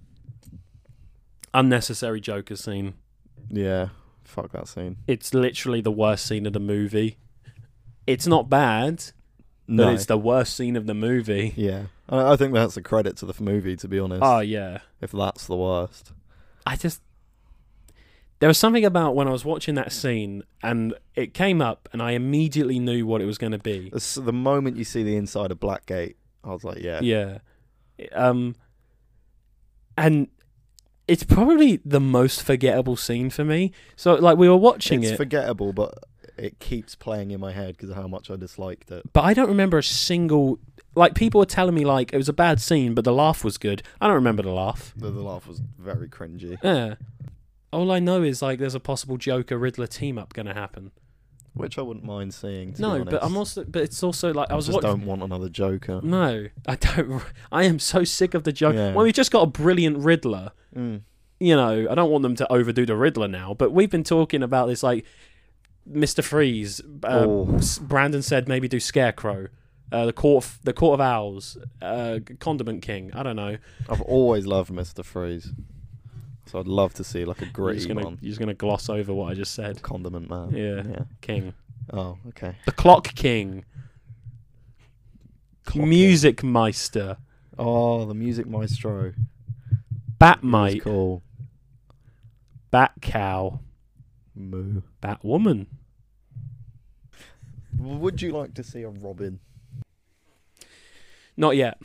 [SPEAKER 1] unnecessary Joker scene.
[SPEAKER 2] yeah. Fuck that scene.
[SPEAKER 1] It's literally the worst scene of the movie. It's not bad,
[SPEAKER 2] No.
[SPEAKER 1] but it's the worst scene of the movie.
[SPEAKER 2] yeah. I, I think that's a credit to the f- movie, to be honest.
[SPEAKER 1] Oh, yeah.
[SPEAKER 2] if that's the worst.
[SPEAKER 1] I just there was something about when I was watching that scene and it came up and I immediately knew what it was going to be.
[SPEAKER 2] As- the moment you see the inside of Blackgate, I was like, yeah.
[SPEAKER 1] Yeah. Um and it's probably the most forgettable scene for me. So like we were watching
[SPEAKER 2] It's
[SPEAKER 1] it,
[SPEAKER 2] forgettable, but it keeps playing in my head because of how much I disliked it.
[SPEAKER 1] but I don't remember a single like people were telling me like it was a bad scene but the laugh was good. I don't remember the laugh.
[SPEAKER 2] The, the laugh was very cringy.
[SPEAKER 1] Yeah. All I know is like there's a possible Joker Riddler team up going to happen.
[SPEAKER 2] Which I wouldn't mind seeing. To
[SPEAKER 1] No,
[SPEAKER 2] be
[SPEAKER 1] but
[SPEAKER 2] honest.
[SPEAKER 1] I'm also but it's also like I was
[SPEAKER 2] just
[SPEAKER 1] watching
[SPEAKER 2] don't want another Joker.
[SPEAKER 1] No, I don't. I am so sick of the joke.
[SPEAKER 2] Yeah.
[SPEAKER 1] Well, we just got a brilliant Riddler.
[SPEAKER 2] Mm.
[SPEAKER 1] You know, I don't want them to overdo the Riddler now. But we've been talking about this, like Mister Freeze. Uh,
[SPEAKER 2] Oh.
[SPEAKER 1] S- Brandon said maybe do Scarecrow, uh, the court, of, the court of owls, uh, Condiment King. I don't know.
[SPEAKER 2] I've always loved Mister Freeze, so I'd love to see like a
[SPEAKER 1] You're
[SPEAKER 2] gritty
[SPEAKER 1] just, gonna,
[SPEAKER 2] one.
[SPEAKER 1] you're just gonna gloss over what I just said.
[SPEAKER 2] Condiment Man.
[SPEAKER 1] Yeah. King,
[SPEAKER 2] Oh, okay.
[SPEAKER 1] the Clock King, Music Meister,
[SPEAKER 2] Oh, the music maestro.
[SPEAKER 1] Batmite,
[SPEAKER 2] That's cool.
[SPEAKER 1] Bat Cow,
[SPEAKER 2] Moo.
[SPEAKER 1] Batwoman.
[SPEAKER 2] Would you like to see a Robin?
[SPEAKER 1] Not yet.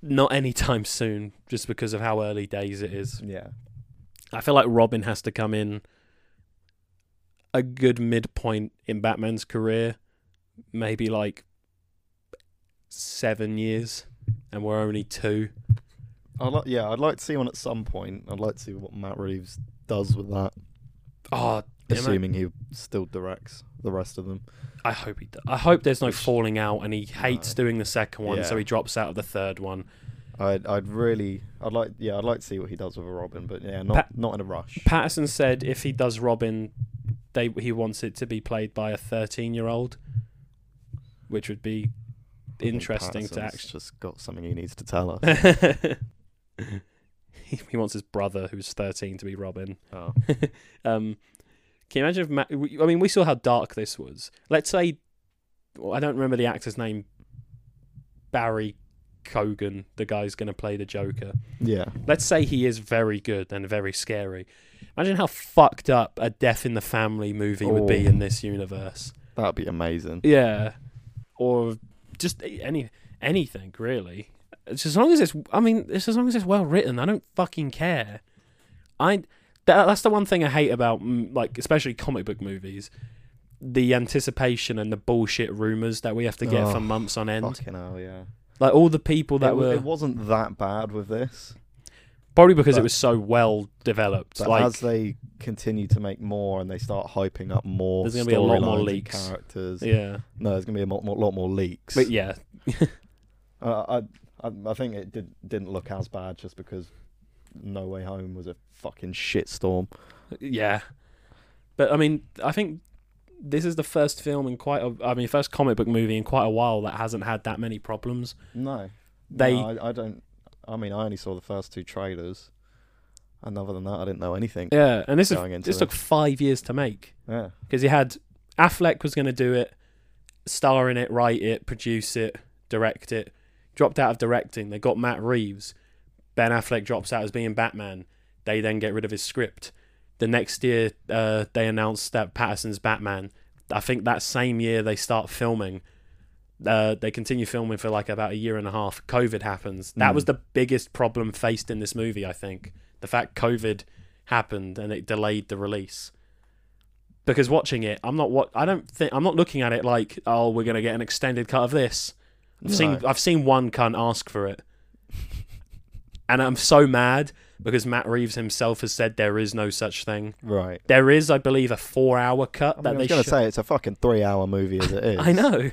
[SPEAKER 1] Not anytime soon, just because of how early days it is.
[SPEAKER 2] Yeah.
[SPEAKER 1] I feel like Robin has to come in a good midpoint in Batman's career, maybe like seven years, and we're only two.
[SPEAKER 2] I'd like. Yeah, I'd like to see one at some point. I'd like to see what Matt Reeves does with that,
[SPEAKER 1] Oh, yeah, man,
[SPEAKER 2] assuming he still directs the rest of them.
[SPEAKER 1] I hope he. d I I hope there's no
[SPEAKER 2] Which-
[SPEAKER 1] falling out, and he hates
[SPEAKER 2] No.
[SPEAKER 1] doing the second one, so
[SPEAKER 2] Yeah.
[SPEAKER 1] he drops out of the third one.
[SPEAKER 2] I'd, I'd really, I'd like, yeah, I'd like to see what he does with a Robin, but yeah, not,
[SPEAKER 1] Pa-
[SPEAKER 2] not in a rush.
[SPEAKER 1] Patterson said if he does Robin, they he wants it to be played by a 13 year old, which would be
[SPEAKER 2] I think
[SPEAKER 1] interesting to
[SPEAKER 2] Pattinson's Just got something he needs to tell us.
[SPEAKER 1] actually. he, he wants his brother, who's 13, to be Robin.
[SPEAKER 2] oh.
[SPEAKER 1] Um, can you imagine if Ma- we- I mean, we saw how dark this was. Let's say, well, I don't remember the actor's name, Barry Cogan, the guy's going to play the Joker.
[SPEAKER 2] Yeah.
[SPEAKER 1] Let's say he is very good and very scary. Imagine how fucked up a Death in the Family movie would be
[SPEAKER 2] Oh.
[SPEAKER 1] in this universe.
[SPEAKER 2] That'd be amazing.
[SPEAKER 1] Yeah, or just any anything really. It's as long as it's, I mean, it's as long as it's well written. I don't fucking care. I that, that's the one thing I hate about mm, like especially comic book movies, the anticipation and the bullshit rumors that we have to get
[SPEAKER 2] Oh,
[SPEAKER 1] for months on end.
[SPEAKER 2] Fucking hell, yeah.
[SPEAKER 1] Like all the people that
[SPEAKER 2] it, wa-
[SPEAKER 1] were
[SPEAKER 2] it wasn't that bad with this,
[SPEAKER 1] probably because it
[SPEAKER 2] but-
[SPEAKER 1] was so well developed.
[SPEAKER 2] but
[SPEAKER 1] like
[SPEAKER 2] as they continue to make more and they start hyping up more,
[SPEAKER 1] There's gonna be a lot more
[SPEAKER 2] storylines and
[SPEAKER 1] leaks.
[SPEAKER 2] characters.
[SPEAKER 1] yeah,
[SPEAKER 2] No, there's gonna be a lot more, lot more leaks.
[SPEAKER 1] but yeah,
[SPEAKER 2] Uh, I, I, I think it did, didn't look as bad just because No Way Home was a fucking shitstorm.
[SPEAKER 1] Yeah, but I mean, I think this is the first film in quite a, I mean, first comic book movie in quite a while that hasn't had that many problems.
[SPEAKER 2] No,
[SPEAKER 1] They-
[SPEAKER 2] No, I, I don't. I mean, I only saw the first two trailers, and other than that, I didn't know anything.
[SPEAKER 1] Yeah, and this is,
[SPEAKER 2] Going into
[SPEAKER 1] this
[SPEAKER 2] it.
[SPEAKER 1] took five years to make
[SPEAKER 2] Yeah.
[SPEAKER 1] because he had Affleck was going to do it, star in it, write it, produce it, direct it. Dropped out of directing. They got Matt Reeves. Ben Affleck drops out as being Batman. They then get rid of his script. The next year, uh, they announced that Patterson's Batman. I think that same year they start filming. Uh, they continue filming for like about a year and a half. COVID happens. That
[SPEAKER 2] Mm.
[SPEAKER 1] was the biggest problem faced in this movie, I think. The fact COVID happened and it delayed the release. Because watching it, I'm not what I don't think I'm not looking at it like, oh, we're gonna get an extended cut of this. I've seen
[SPEAKER 2] No.
[SPEAKER 1] I've seen one cunt ask for it. and I'm so mad because Matt Reeves himself has said there is no such thing.
[SPEAKER 2] Right.
[SPEAKER 1] There is, I believe, a four hour cut
[SPEAKER 2] I, mean,
[SPEAKER 1] that
[SPEAKER 2] I
[SPEAKER 1] they
[SPEAKER 2] was going
[SPEAKER 1] sho-
[SPEAKER 2] to say it's a fucking three-hour movie as it is.
[SPEAKER 1] I know.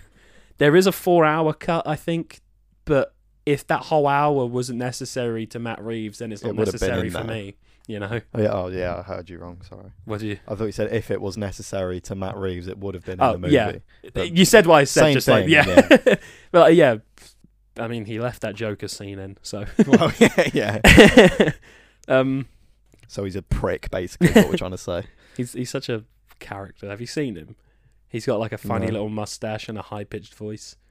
[SPEAKER 1] There is a four hour cut, I think, but if that whole hour wasn't necessary to Matt Reeves, then it's
[SPEAKER 2] It
[SPEAKER 1] not
[SPEAKER 2] would have been
[SPEAKER 1] necessary
[SPEAKER 2] in
[SPEAKER 1] for
[SPEAKER 2] there.
[SPEAKER 1] me. You know?
[SPEAKER 2] Oh yeah, oh yeah, I heard you wrong. Sorry.
[SPEAKER 1] What do you
[SPEAKER 2] I thought you said if it was necessary to Matt Reeves, it would have been
[SPEAKER 1] Oh,
[SPEAKER 2] in the movie.
[SPEAKER 1] yeah.
[SPEAKER 2] But
[SPEAKER 1] You said what I said,
[SPEAKER 2] same
[SPEAKER 1] just like
[SPEAKER 2] thing,
[SPEAKER 1] yeah. but uh, yeah. I mean he left that Joker scene in, so
[SPEAKER 2] well, yeah, yeah.
[SPEAKER 1] um
[SPEAKER 2] So he's a prick, basically. is what we're trying to say.
[SPEAKER 1] he's he's such a character. Have you seen him? He's got like a funny
[SPEAKER 2] No.
[SPEAKER 1] little mustache and a high pitched voice.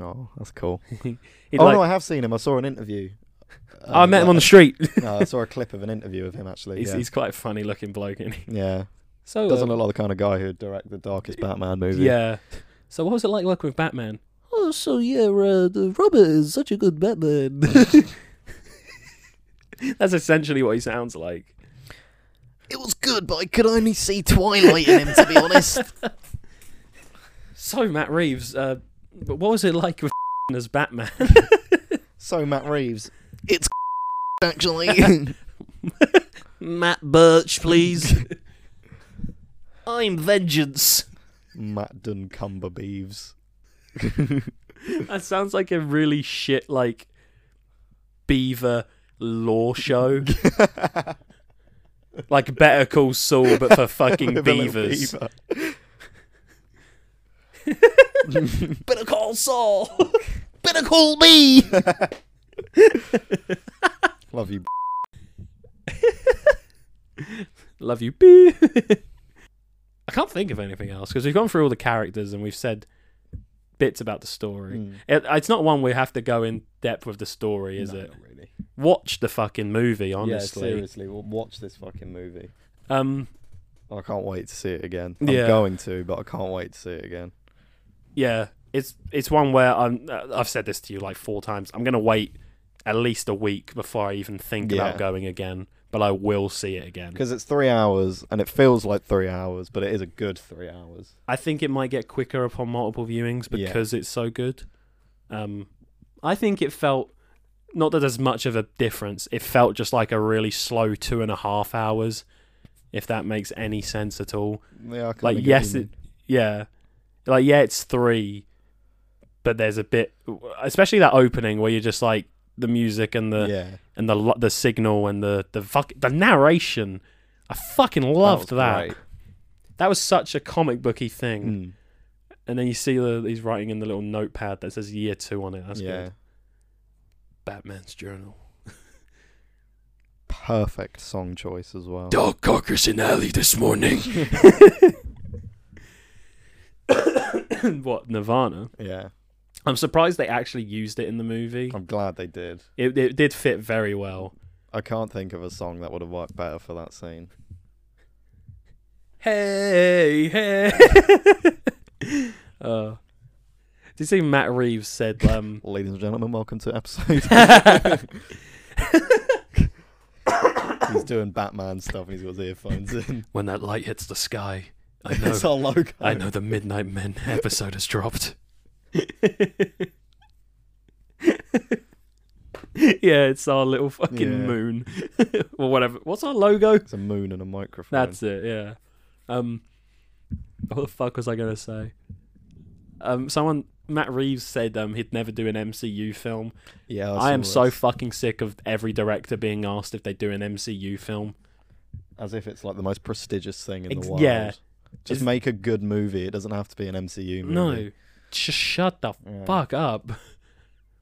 [SPEAKER 2] Oh, that's cool.
[SPEAKER 1] He'd
[SPEAKER 2] oh
[SPEAKER 1] like,
[SPEAKER 2] no, I have seen him. I saw an interview. um, uh,
[SPEAKER 1] "Oh, I met him on the street.
[SPEAKER 2] no, I saw a clip of an interview of him actually.
[SPEAKER 1] he's,
[SPEAKER 2] yeah.
[SPEAKER 1] he's quite a funny looking bloke, isn't he?
[SPEAKER 2] yeah,
[SPEAKER 1] So
[SPEAKER 2] doesn't
[SPEAKER 1] um,
[SPEAKER 2] look like the kind of guy who'd direct the darkest Batman movie.
[SPEAKER 1] Yeah. So what was it like working with Batman?
[SPEAKER 4] Oh, so yeah, uh, the Robert is such a good Batman.
[SPEAKER 1] That's essentially what he sounds like.
[SPEAKER 4] it was good, but I could only see Twilight in him, to be honest.
[SPEAKER 1] So Matt Reeves, uh, but what was it like with as Batman?
[SPEAKER 2] So Matt Reeves.
[SPEAKER 4] It's actually. Matt Birch, please. I'm Vengeance.
[SPEAKER 2] Matt Duncumber Beeves.
[SPEAKER 1] that sounds like a really shit like Beaver law show, like Better Call Saul, but for fucking
[SPEAKER 2] With a little
[SPEAKER 1] beavers.
[SPEAKER 2] beaver.
[SPEAKER 4] Better call Saul. Better call me.
[SPEAKER 2] Love you. b-
[SPEAKER 1] Love you, boo. I can't think of anything else because we've gone through all the characters and we've said bits about the story. It, it's not one we have to go in depth with the story, is
[SPEAKER 2] No,
[SPEAKER 1] it?
[SPEAKER 2] not really.
[SPEAKER 1] Watch the fucking movie,
[SPEAKER 2] Yeah,
[SPEAKER 1] honestly.
[SPEAKER 2] seriously, we'll watch this fucking movie.
[SPEAKER 1] um,
[SPEAKER 2] I can't wait to see it again. I'm
[SPEAKER 1] Yeah.
[SPEAKER 2] going to, but I can't wait to see it again.
[SPEAKER 1] yeah, it's it's one where I'm. uh, I've said this to you like four times. I'm gonna wait at least a week before I even think about
[SPEAKER 2] Yeah.
[SPEAKER 1] going again, but I will see it again.
[SPEAKER 2] Because it's three hours, and it feels like three hours, but it is a good three hours.
[SPEAKER 1] I think it might get quicker upon multiple viewings
[SPEAKER 2] Yeah.
[SPEAKER 1] because it's so good. Um, I think it felt not that there's much of a difference. It felt just like a really slow two and a half hours, if that makes any sense at all.
[SPEAKER 2] Yeah, I kinda
[SPEAKER 1] like
[SPEAKER 2] get
[SPEAKER 1] yes
[SPEAKER 2] you
[SPEAKER 1] it, yeah like yeah it's three but there's a bit especially that opening where you're just like the music and the
[SPEAKER 2] mean. yeah,
[SPEAKER 1] and the lo- the signal and the the fuck the narration i fucking loved
[SPEAKER 2] was
[SPEAKER 1] that that was,
[SPEAKER 2] great.
[SPEAKER 1] such a comic booky thing
[SPEAKER 2] Mm,
[SPEAKER 1] and then you see the he's writing in the little notepad that says year two on it that's
[SPEAKER 2] yeah,
[SPEAKER 1] good batman's journal
[SPEAKER 2] perfect song choice as well.
[SPEAKER 1] dog cockers in alley this morning what nirvana
[SPEAKER 2] Yeah,
[SPEAKER 1] i'm surprised they actually used it in the movie
[SPEAKER 2] I'm glad they did.
[SPEAKER 1] It, it did fit very well.
[SPEAKER 2] I can't think of a song that would have worked better for that scene.
[SPEAKER 1] Hey, hey. uh, did you see Matt Reeves said, um,
[SPEAKER 2] Ladies and gentlemen, welcome to episode. he's doing Batman stuff and he's got his earphones in.
[SPEAKER 1] when that light hits the sky, I
[SPEAKER 2] it's our logo.
[SPEAKER 1] the Midnight Men episode has dropped. yeah, it's our little fucking
[SPEAKER 2] Yeah.
[SPEAKER 1] moon or whatever. What's our logo?
[SPEAKER 2] It's a moon and a microphone.
[SPEAKER 1] That's it, yeah. Um what the fuck was I gonna say? Um someone Matt Reeves said um he'd never do an MCU film.
[SPEAKER 2] yeah.
[SPEAKER 1] I, am
[SPEAKER 2] saw
[SPEAKER 1] so
[SPEAKER 2] this.
[SPEAKER 1] fucking sick of every director being asked if they do an MCU film.
[SPEAKER 2] as if it's like the most prestigious thing in
[SPEAKER 1] Ex-
[SPEAKER 2] the world.
[SPEAKER 1] yeah. It's-
[SPEAKER 2] Just make a good movie. It doesn't have to be an MCU movie.
[SPEAKER 1] No. Just shut the
[SPEAKER 2] Yeah.
[SPEAKER 1] fuck up.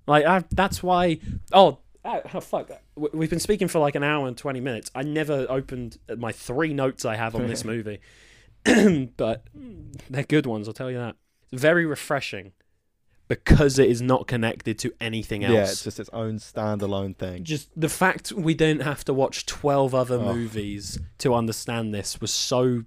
[SPEAKER 1] Like I, that's why oh Oh, oh, fuck. We- We've been speaking for like an hour and 20 minutes. I never opened my three notes I have on this movie, but they're good ones, I'll tell you that. Very refreshing because it is not connected to anything else.
[SPEAKER 2] Yeah, it's just its own standalone thing.
[SPEAKER 1] just the fact we didn't have to watch 12 other
[SPEAKER 2] Oh.
[SPEAKER 1] movies to understand this was so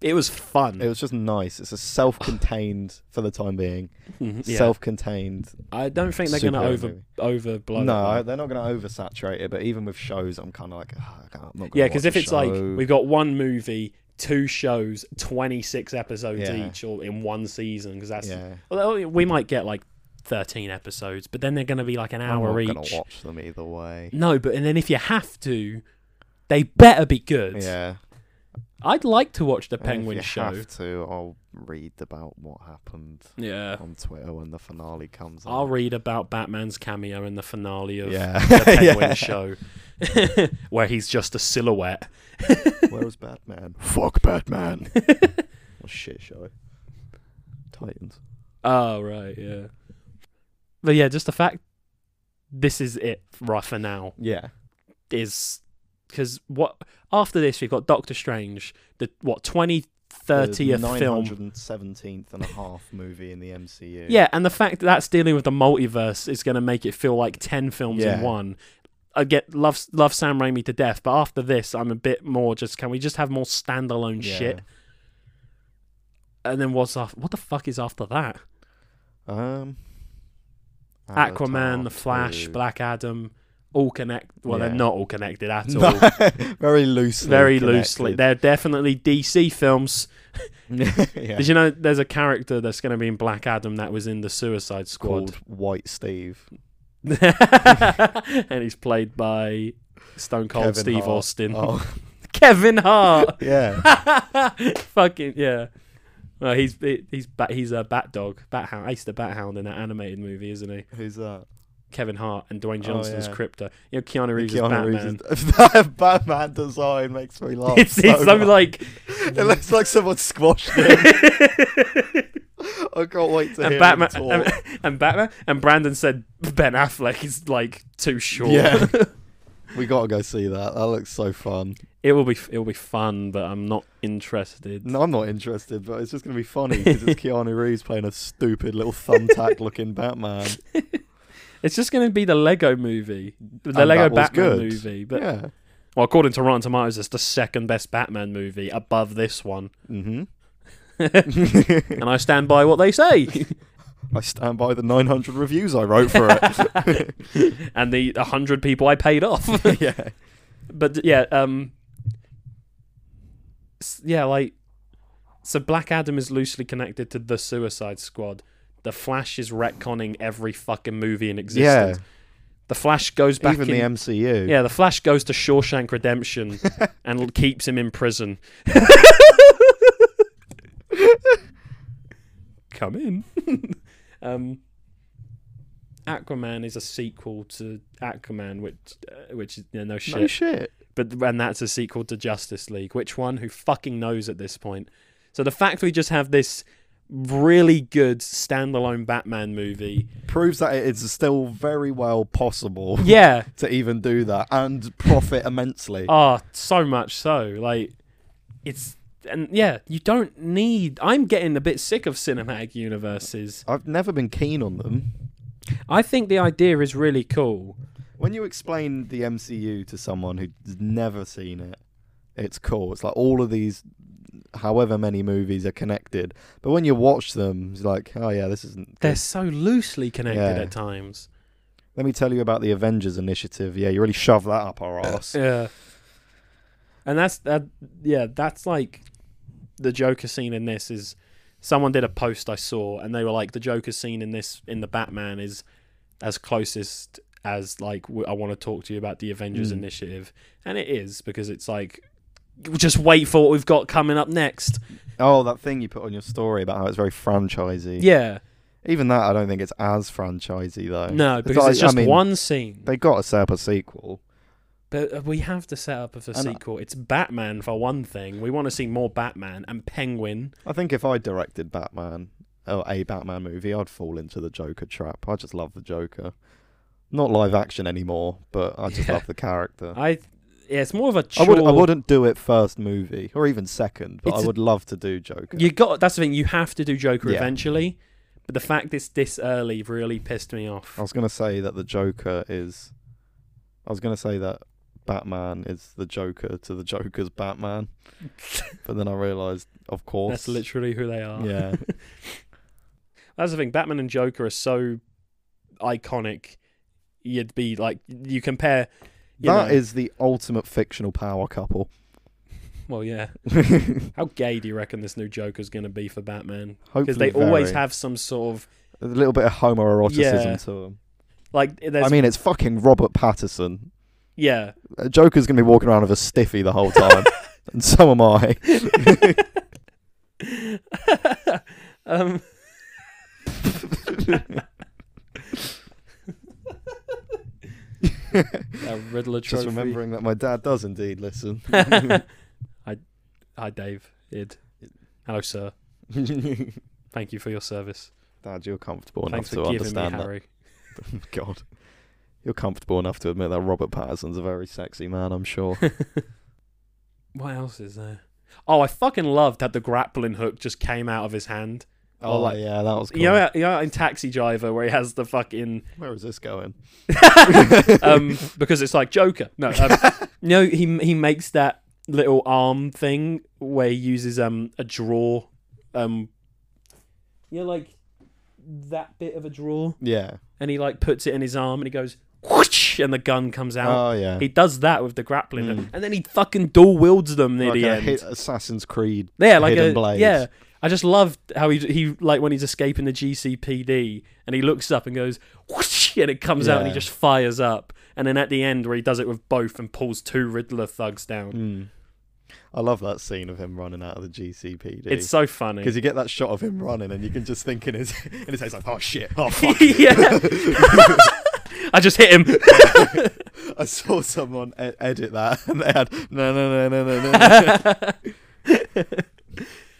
[SPEAKER 1] It was fun.
[SPEAKER 2] It was just nice. It's a self-contained for the time being.
[SPEAKER 1] Mhm, yeah.
[SPEAKER 2] Self-contained.
[SPEAKER 1] I don't think they're going to
[SPEAKER 2] superhero
[SPEAKER 1] over
[SPEAKER 2] movie.
[SPEAKER 1] overblow.
[SPEAKER 2] no,
[SPEAKER 1] it.
[SPEAKER 2] they're not going to oversaturate it. But even with shows, I'm kind of like, "Ah, I can't, I'm not gonna
[SPEAKER 1] Yeah, because
[SPEAKER 2] watch
[SPEAKER 1] if
[SPEAKER 2] a
[SPEAKER 1] it's like
[SPEAKER 2] show."
[SPEAKER 1] we've got one movie, two shows, twenty six episodes
[SPEAKER 2] Yeah.
[SPEAKER 1] each, or in one season, because that's
[SPEAKER 2] yeah,
[SPEAKER 1] although oh, we might get like thirteen episodes, but then they're going to be like an
[SPEAKER 2] I'm
[SPEAKER 1] hour
[SPEAKER 2] not gonna
[SPEAKER 1] each.
[SPEAKER 2] watch them either way.
[SPEAKER 1] No, but and then if you have to, they better be good.
[SPEAKER 2] Yeah,
[SPEAKER 1] I'd like to watch the
[SPEAKER 2] And if
[SPEAKER 1] Penguin
[SPEAKER 2] you
[SPEAKER 1] show.
[SPEAKER 2] Have to, I'll read about what happened
[SPEAKER 1] Yeah,
[SPEAKER 2] on Twitter when the finale comes.
[SPEAKER 1] I'll
[SPEAKER 2] out.
[SPEAKER 1] read about Batman's cameo in the finale of
[SPEAKER 2] Yeah,
[SPEAKER 1] the Penguin
[SPEAKER 2] Yeah.
[SPEAKER 1] show, where he's just a silhouette.
[SPEAKER 2] Where was Batman? Fuck Batman. what shit show? Titans.
[SPEAKER 1] Oh right, yeah. But yeah, just the fact this is it right for now
[SPEAKER 2] Yeah.
[SPEAKER 1] is because what after this we've got Doctor Strange, the what twenty
[SPEAKER 2] The
[SPEAKER 1] thirtieth film.
[SPEAKER 2] 917th and a half movie in the MCU.
[SPEAKER 1] Yeah, and the fact that that's dealing with the multiverse is going to make it feel like ten films in
[SPEAKER 2] Yeah.
[SPEAKER 1] one. I get love love Sam Raimi to death, but after this, I'm a bit more just. Can we just have more standalone
[SPEAKER 2] Yeah.
[SPEAKER 1] shit? And then what's after? What the fuck is after that?
[SPEAKER 2] Um.
[SPEAKER 1] Aquaman, The Flash, Black Adam, all connect. Well, they're
[SPEAKER 2] Yeah.
[SPEAKER 1] not all connected at
[SPEAKER 2] No,
[SPEAKER 1] all.
[SPEAKER 2] very loosely.
[SPEAKER 1] Very loosely, they're definitely DC films.
[SPEAKER 2] connected. yeah.
[SPEAKER 1] Did you know there's a character that's going to be in Black Adam that was in the Suicide Squad,
[SPEAKER 2] called White Steve?
[SPEAKER 1] and he's played by Stone Cold
[SPEAKER 2] Kevin
[SPEAKER 1] Steve
[SPEAKER 2] Hart.
[SPEAKER 1] Austin,
[SPEAKER 2] Oh,
[SPEAKER 1] Kevin Hart.
[SPEAKER 2] yeah.
[SPEAKER 1] Fucking yeah. Well, he's he- he's bat, he's a bat dog, bat hound, Ace the bat hound in that animated movie, isn't he?
[SPEAKER 2] Who's that?
[SPEAKER 1] Kevin Hart and Dwayne
[SPEAKER 2] Oh,
[SPEAKER 1] Johnson's
[SPEAKER 2] yeah.
[SPEAKER 1] Crypto. You know, Keanu Reeves is
[SPEAKER 2] Keanu
[SPEAKER 1] Batman.
[SPEAKER 2] Reeves. is- That Batman design makes me laugh.
[SPEAKER 1] it's it's
[SPEAKER 2] so
[SPEAKER 1] something
[SPEAKER 2] much.
[SPEAKER 1] like
[SPEAKER 2] It looks like someone squashed him. I can't wait to hear
[SPEAKER 1] and
[SPEAKER 2] him
[SPEAKER 1] Batman
[SPEAKER 2] talk.
[SPEAKER 1] and, and Batman and Brandon said Ben Affleck is like too short.
[SPEAKER 2] Yeah. we gotta go see that. That looks so fun.
[SPEAKER 1] it will be it will be fun, but I'm not interested.
[SPEAKER 2] No, I'm not interested, but it's just gonna be funny because it's Keanu Reeves playing a stupid little thumbtack-looking Batman.
[SPEAKER 1] It's just going to be the Lego movie, the
[SPEAKER 2] And
[SPEAKER 1] Lego
[SPEAKER 2] that was
[SPEAKER 1] Batman
[SPEAKER 2] good.
[SPEAKER 1] movie. But
[SPEAKER 2] yeah.
[SPEAKER 1] well, according to Rotten Tomatoes, it's the second best Batman movie above this one,
[SPEAKER 2] Mm-hmm.
[SPEAKER 1] and I stand by what they say.
[SPEAKER 2] I stand by the 900 reviews I wrote for it.
[SPEAKER 1] and the 100 people I paid off.
[SPEAKER 2] yeah.
[SPEAKER 1] but yeah, um, s- yeah, like so. Black Adam is loosely connected to the Suicide Squad. The Flash is retconning every fucking movie in
[SPEAKER 2] Yeah.
[SPEAKER 1] existence. The Flash goes back
[SPEAKER 2] Even
[SPEAKER 1] in.
[SPEAKER 2] the MCU.
[SPEAKER 1] yeah, the Flash goes to Shawshank Redemption and l- keeps him in prison. Come in. um, Aquaman is a sequel to Aquaman, which uh, which is yeah, no shit.
[SPEAKER 2] No shit.
[SPEAKER 1] But and that's a sequel to Justice League. Which one? Who fucking knows at this point? So the fact we just have this really good standalone Batman movie.
[SPEAKER 2] Proves that it is still very well possible
[SPEAKER 1] Yeah.
[SPEAKER 2] to even do that and profit immensely.
[SPEAKER 1] Oh, so much so. Like it's and yeah, you don't need I'm getting a bit sick of cinematic universes.
[SPEAKER 2] I've never been keen on them.
[SPEAKER 1] I think the idea is really cool.
[SPEAKER 2] When you explain the MCU to someone who's never seen it, it's cool. It's like all of these, however many movies are connected. But when you watch them, it's like, oh yeah, this isn't.
[SPEAKER 1] They're
[SPEAKER 2] good.
[SPEAKER 1] so loosely connected
[SPEAKER 2] Yeah.
[SPEAKER 1] at times.
[SPEAKER 2] Let me tell you about the Avengers initiative. Yeah, you really shove that up our ass.
[SPEAKER 1] Yeah. And that's that. Yeah, that's like the Joker scene in this is. Someone did a post I saw, and they were like, "The Joker scene in this in the Batman is as closest as like w- I want to talk to you about the Avengers
[SPEAKER 2] Mm.
[SPEAKER 1] initiative," and it is because it's like, just wait for what we've got coming up next.
[SPEAKER 2] Oh, that thing you put on your story about how it's very franchisey.
[SPEAKER 1] Yeah,
[SPEAKER 2] Even that, I don't think it's as franchisey though.
[SPEAKER 1] no, because
[SPEAKER 2] like-
[SPEAKER 1] it's just
[SPEAKER 2] I mean,
[SPEAKER 1] one scene.
[SPEAKER 2] They got to set up a sequel.
[SPEAKER 1] But uh, we have to set up of a
[SPEAKER 2] And I-
[SPEAKER 1] sequel. It's Batman for one thing. We want to see more Batman and Penguin.
[SPEAKER 2] I think if I directed Batman or a Batman movie, I'd fall into the Joker trap. I just love the Joker. Not live action anymore, but I just
[SPEAKER 1] Yeah.
[SPEAKER 2] love the character.
[SPEAKER 1] I yeah, it's more of a
[SPEAKER 2] I
[SPEAKER 1] chore.
[SPEAKER 2] would I wouldn't do it first movie or even second, but
[SPEAKER 1] It's
[SPEAKER 2] I
[SPEAKER 1] a-
[SPEAKER 2] would love to do Joker.
[SPEAKER 1] You got that's the thing. You have to do Joker
[SPEAKER 2] Yeah.
[SPEAKER 1] eventually, but the fact it's this early really pissed me off.
[SPEAKER 2] I was gonna say that the Joker is. I was gonna say that Batman is the Joker to the Joker's Batman. but then I realised, of course,
[SPEAKER 1] That's literally who they are.
[SPEAKER 2] yeah,
[SPEAKER 1] That's the thing. Batman and Joker are so iconic. You'd be like, you compare. You
[SPEAKER 2] That is
[SPEAKER 1] know-
[SPEAKER 2] the ultimate fictional power couple.
[SPEAKER 1] Well, yeah.
[SPEAKER 2] Hopefully,
[SPEAKER 1] How gay do you reckon this new Joker's going to be for Batman? Because they always
[SPEAKER 2] very.
[SPEAKER 1] have some sort of
[SPEAKER 2] a little bit of homoeroticism
[SPEAKER 1] Yeah.
[SPEAKER 2] to them.
[SPEAKER 1] like. There's,
[SPEAKER 2] I mean, it's fucking Robert Patterson.
[SPEAKER 1] yeah.
[SPEAKER 2] A Joker's gonna be walking around with a stiffy the whole time, and so am I.
[SPEAKER 1] um, a Riddler
[SPEAKER 2] Just
[SPEAKER 1] trophy.
[SPEAKER 2] remembering that my dad does indeed listen.
[SPEAKER 1] hi, hi, Dave. Id. Hello, sir.
[SPEAKER 2] dad,
[SPEAKER 1] Thank you for your service.
[SPEAKER 2] you're comfortable
[SPEAKER 1] Thanks
[SPEAKER 2] enough
[SPEAKER 1] for
[SPEAKER 2] to
[SPEAKER 1] giving me
[SPEAKER 2] understand that.
[SPEAKER 1] Harry.
[SPEAKER 2] God. You're comfortable enough to admit that Robert Patterson's a very sexy man, I'm sure.
[SPEAKER 1] What else is there? Oh, I fucking loved that the grappling hook just came out of his hand.
[SPEAKER 2] oh,
[SPEAKER 1] like-
[SPEAKER 2] yeah, that was cool.
[SPEAKER 1] You know, you know, in Taxi Driver where he has the fucking
[SPEAKER 2] Where is this going?
[SPEAKER 1] um, because it's like Joker. No, um, no, he he makes that little arm thing where he uses um a draw, um, you know, like that bit of a draw,
[SPEAKER 2] Yeah.
[SPEAKER 1] and he like puts it in his arm, and he goes whoosh, and the gun comes out.
[SPEAKER 2] Oh, yeah. Hmm.
[SPEAKER 1] He does that with the grappling, hook, and then he fucking dual wields them near
[SPEAKER 2] like
[SPEAKER 1] the
[SPEAKER 2] a
[SPEAKER 1] end.
[SPEAKER 2] hit Assassin's Creed.
[SPEAKER 1] Yeah, like
[SPEAKER 2] hidden
[SPEAKER 1] a
[SPEAKER 2] blades.
[SPEAKER 1] yeah. I just loved how he he like when he's escaping the GCPD and he looks up and goes whoosh, and it comes out and he
[SPEAKER 2] Yeah.
[SPEAKER 1] just fires up and then at the end where he does it with both and pulls two Riddler thugs down.
[SPEAKER 2] Mm. I love that scene of him running out of the GCPD.
[SPEAKER 1] It's so funny.
[SPEAKER 2] because you get that shot of him running, and you can just think in his in his head, like, "Oh shit! Oh fuck!
[SPEAKER 1] yeah. I just hit him.
[SPEAKER 2] I saw someone e- edit that, and they had no, no, no, no, no, no."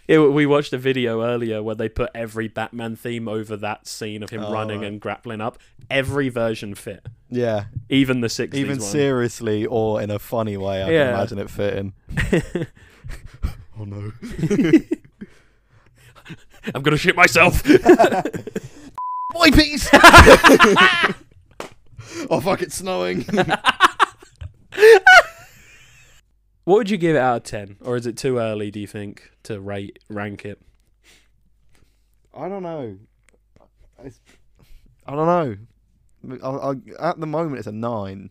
[SPEAKER 1] Yeah, we watched a video earlier where they put every Batman theme over that scene of him
[SPEAKER 2] Oh,
[SPEAKER 1] running
[SPEAKER 2] right.
[SPEAKER 1] and grappling up. Every version fit,
[SPEAKER 2] yeah,
[SPEAKER 1] even the 60s
[SPEAKER 2] even
[SPEAKER 1] one.
[SPEAKER 2] seriously or in a funny way, I
[SPEAKER 1] Yeah.
[SPEAKER 2] can imagine it fitting. oh no!
[SPEAKER 1] I'm gonna shit myself.
[SPEAKER 2] My piece. oh fuck! It's snowing.
[SPEAKER 1] What would you give it out of ten, or is it too early? Do you think to rate rank it?
[SPEAKER 2] I don't know. It's, I don't know. I, I, at the moment, it's a nine.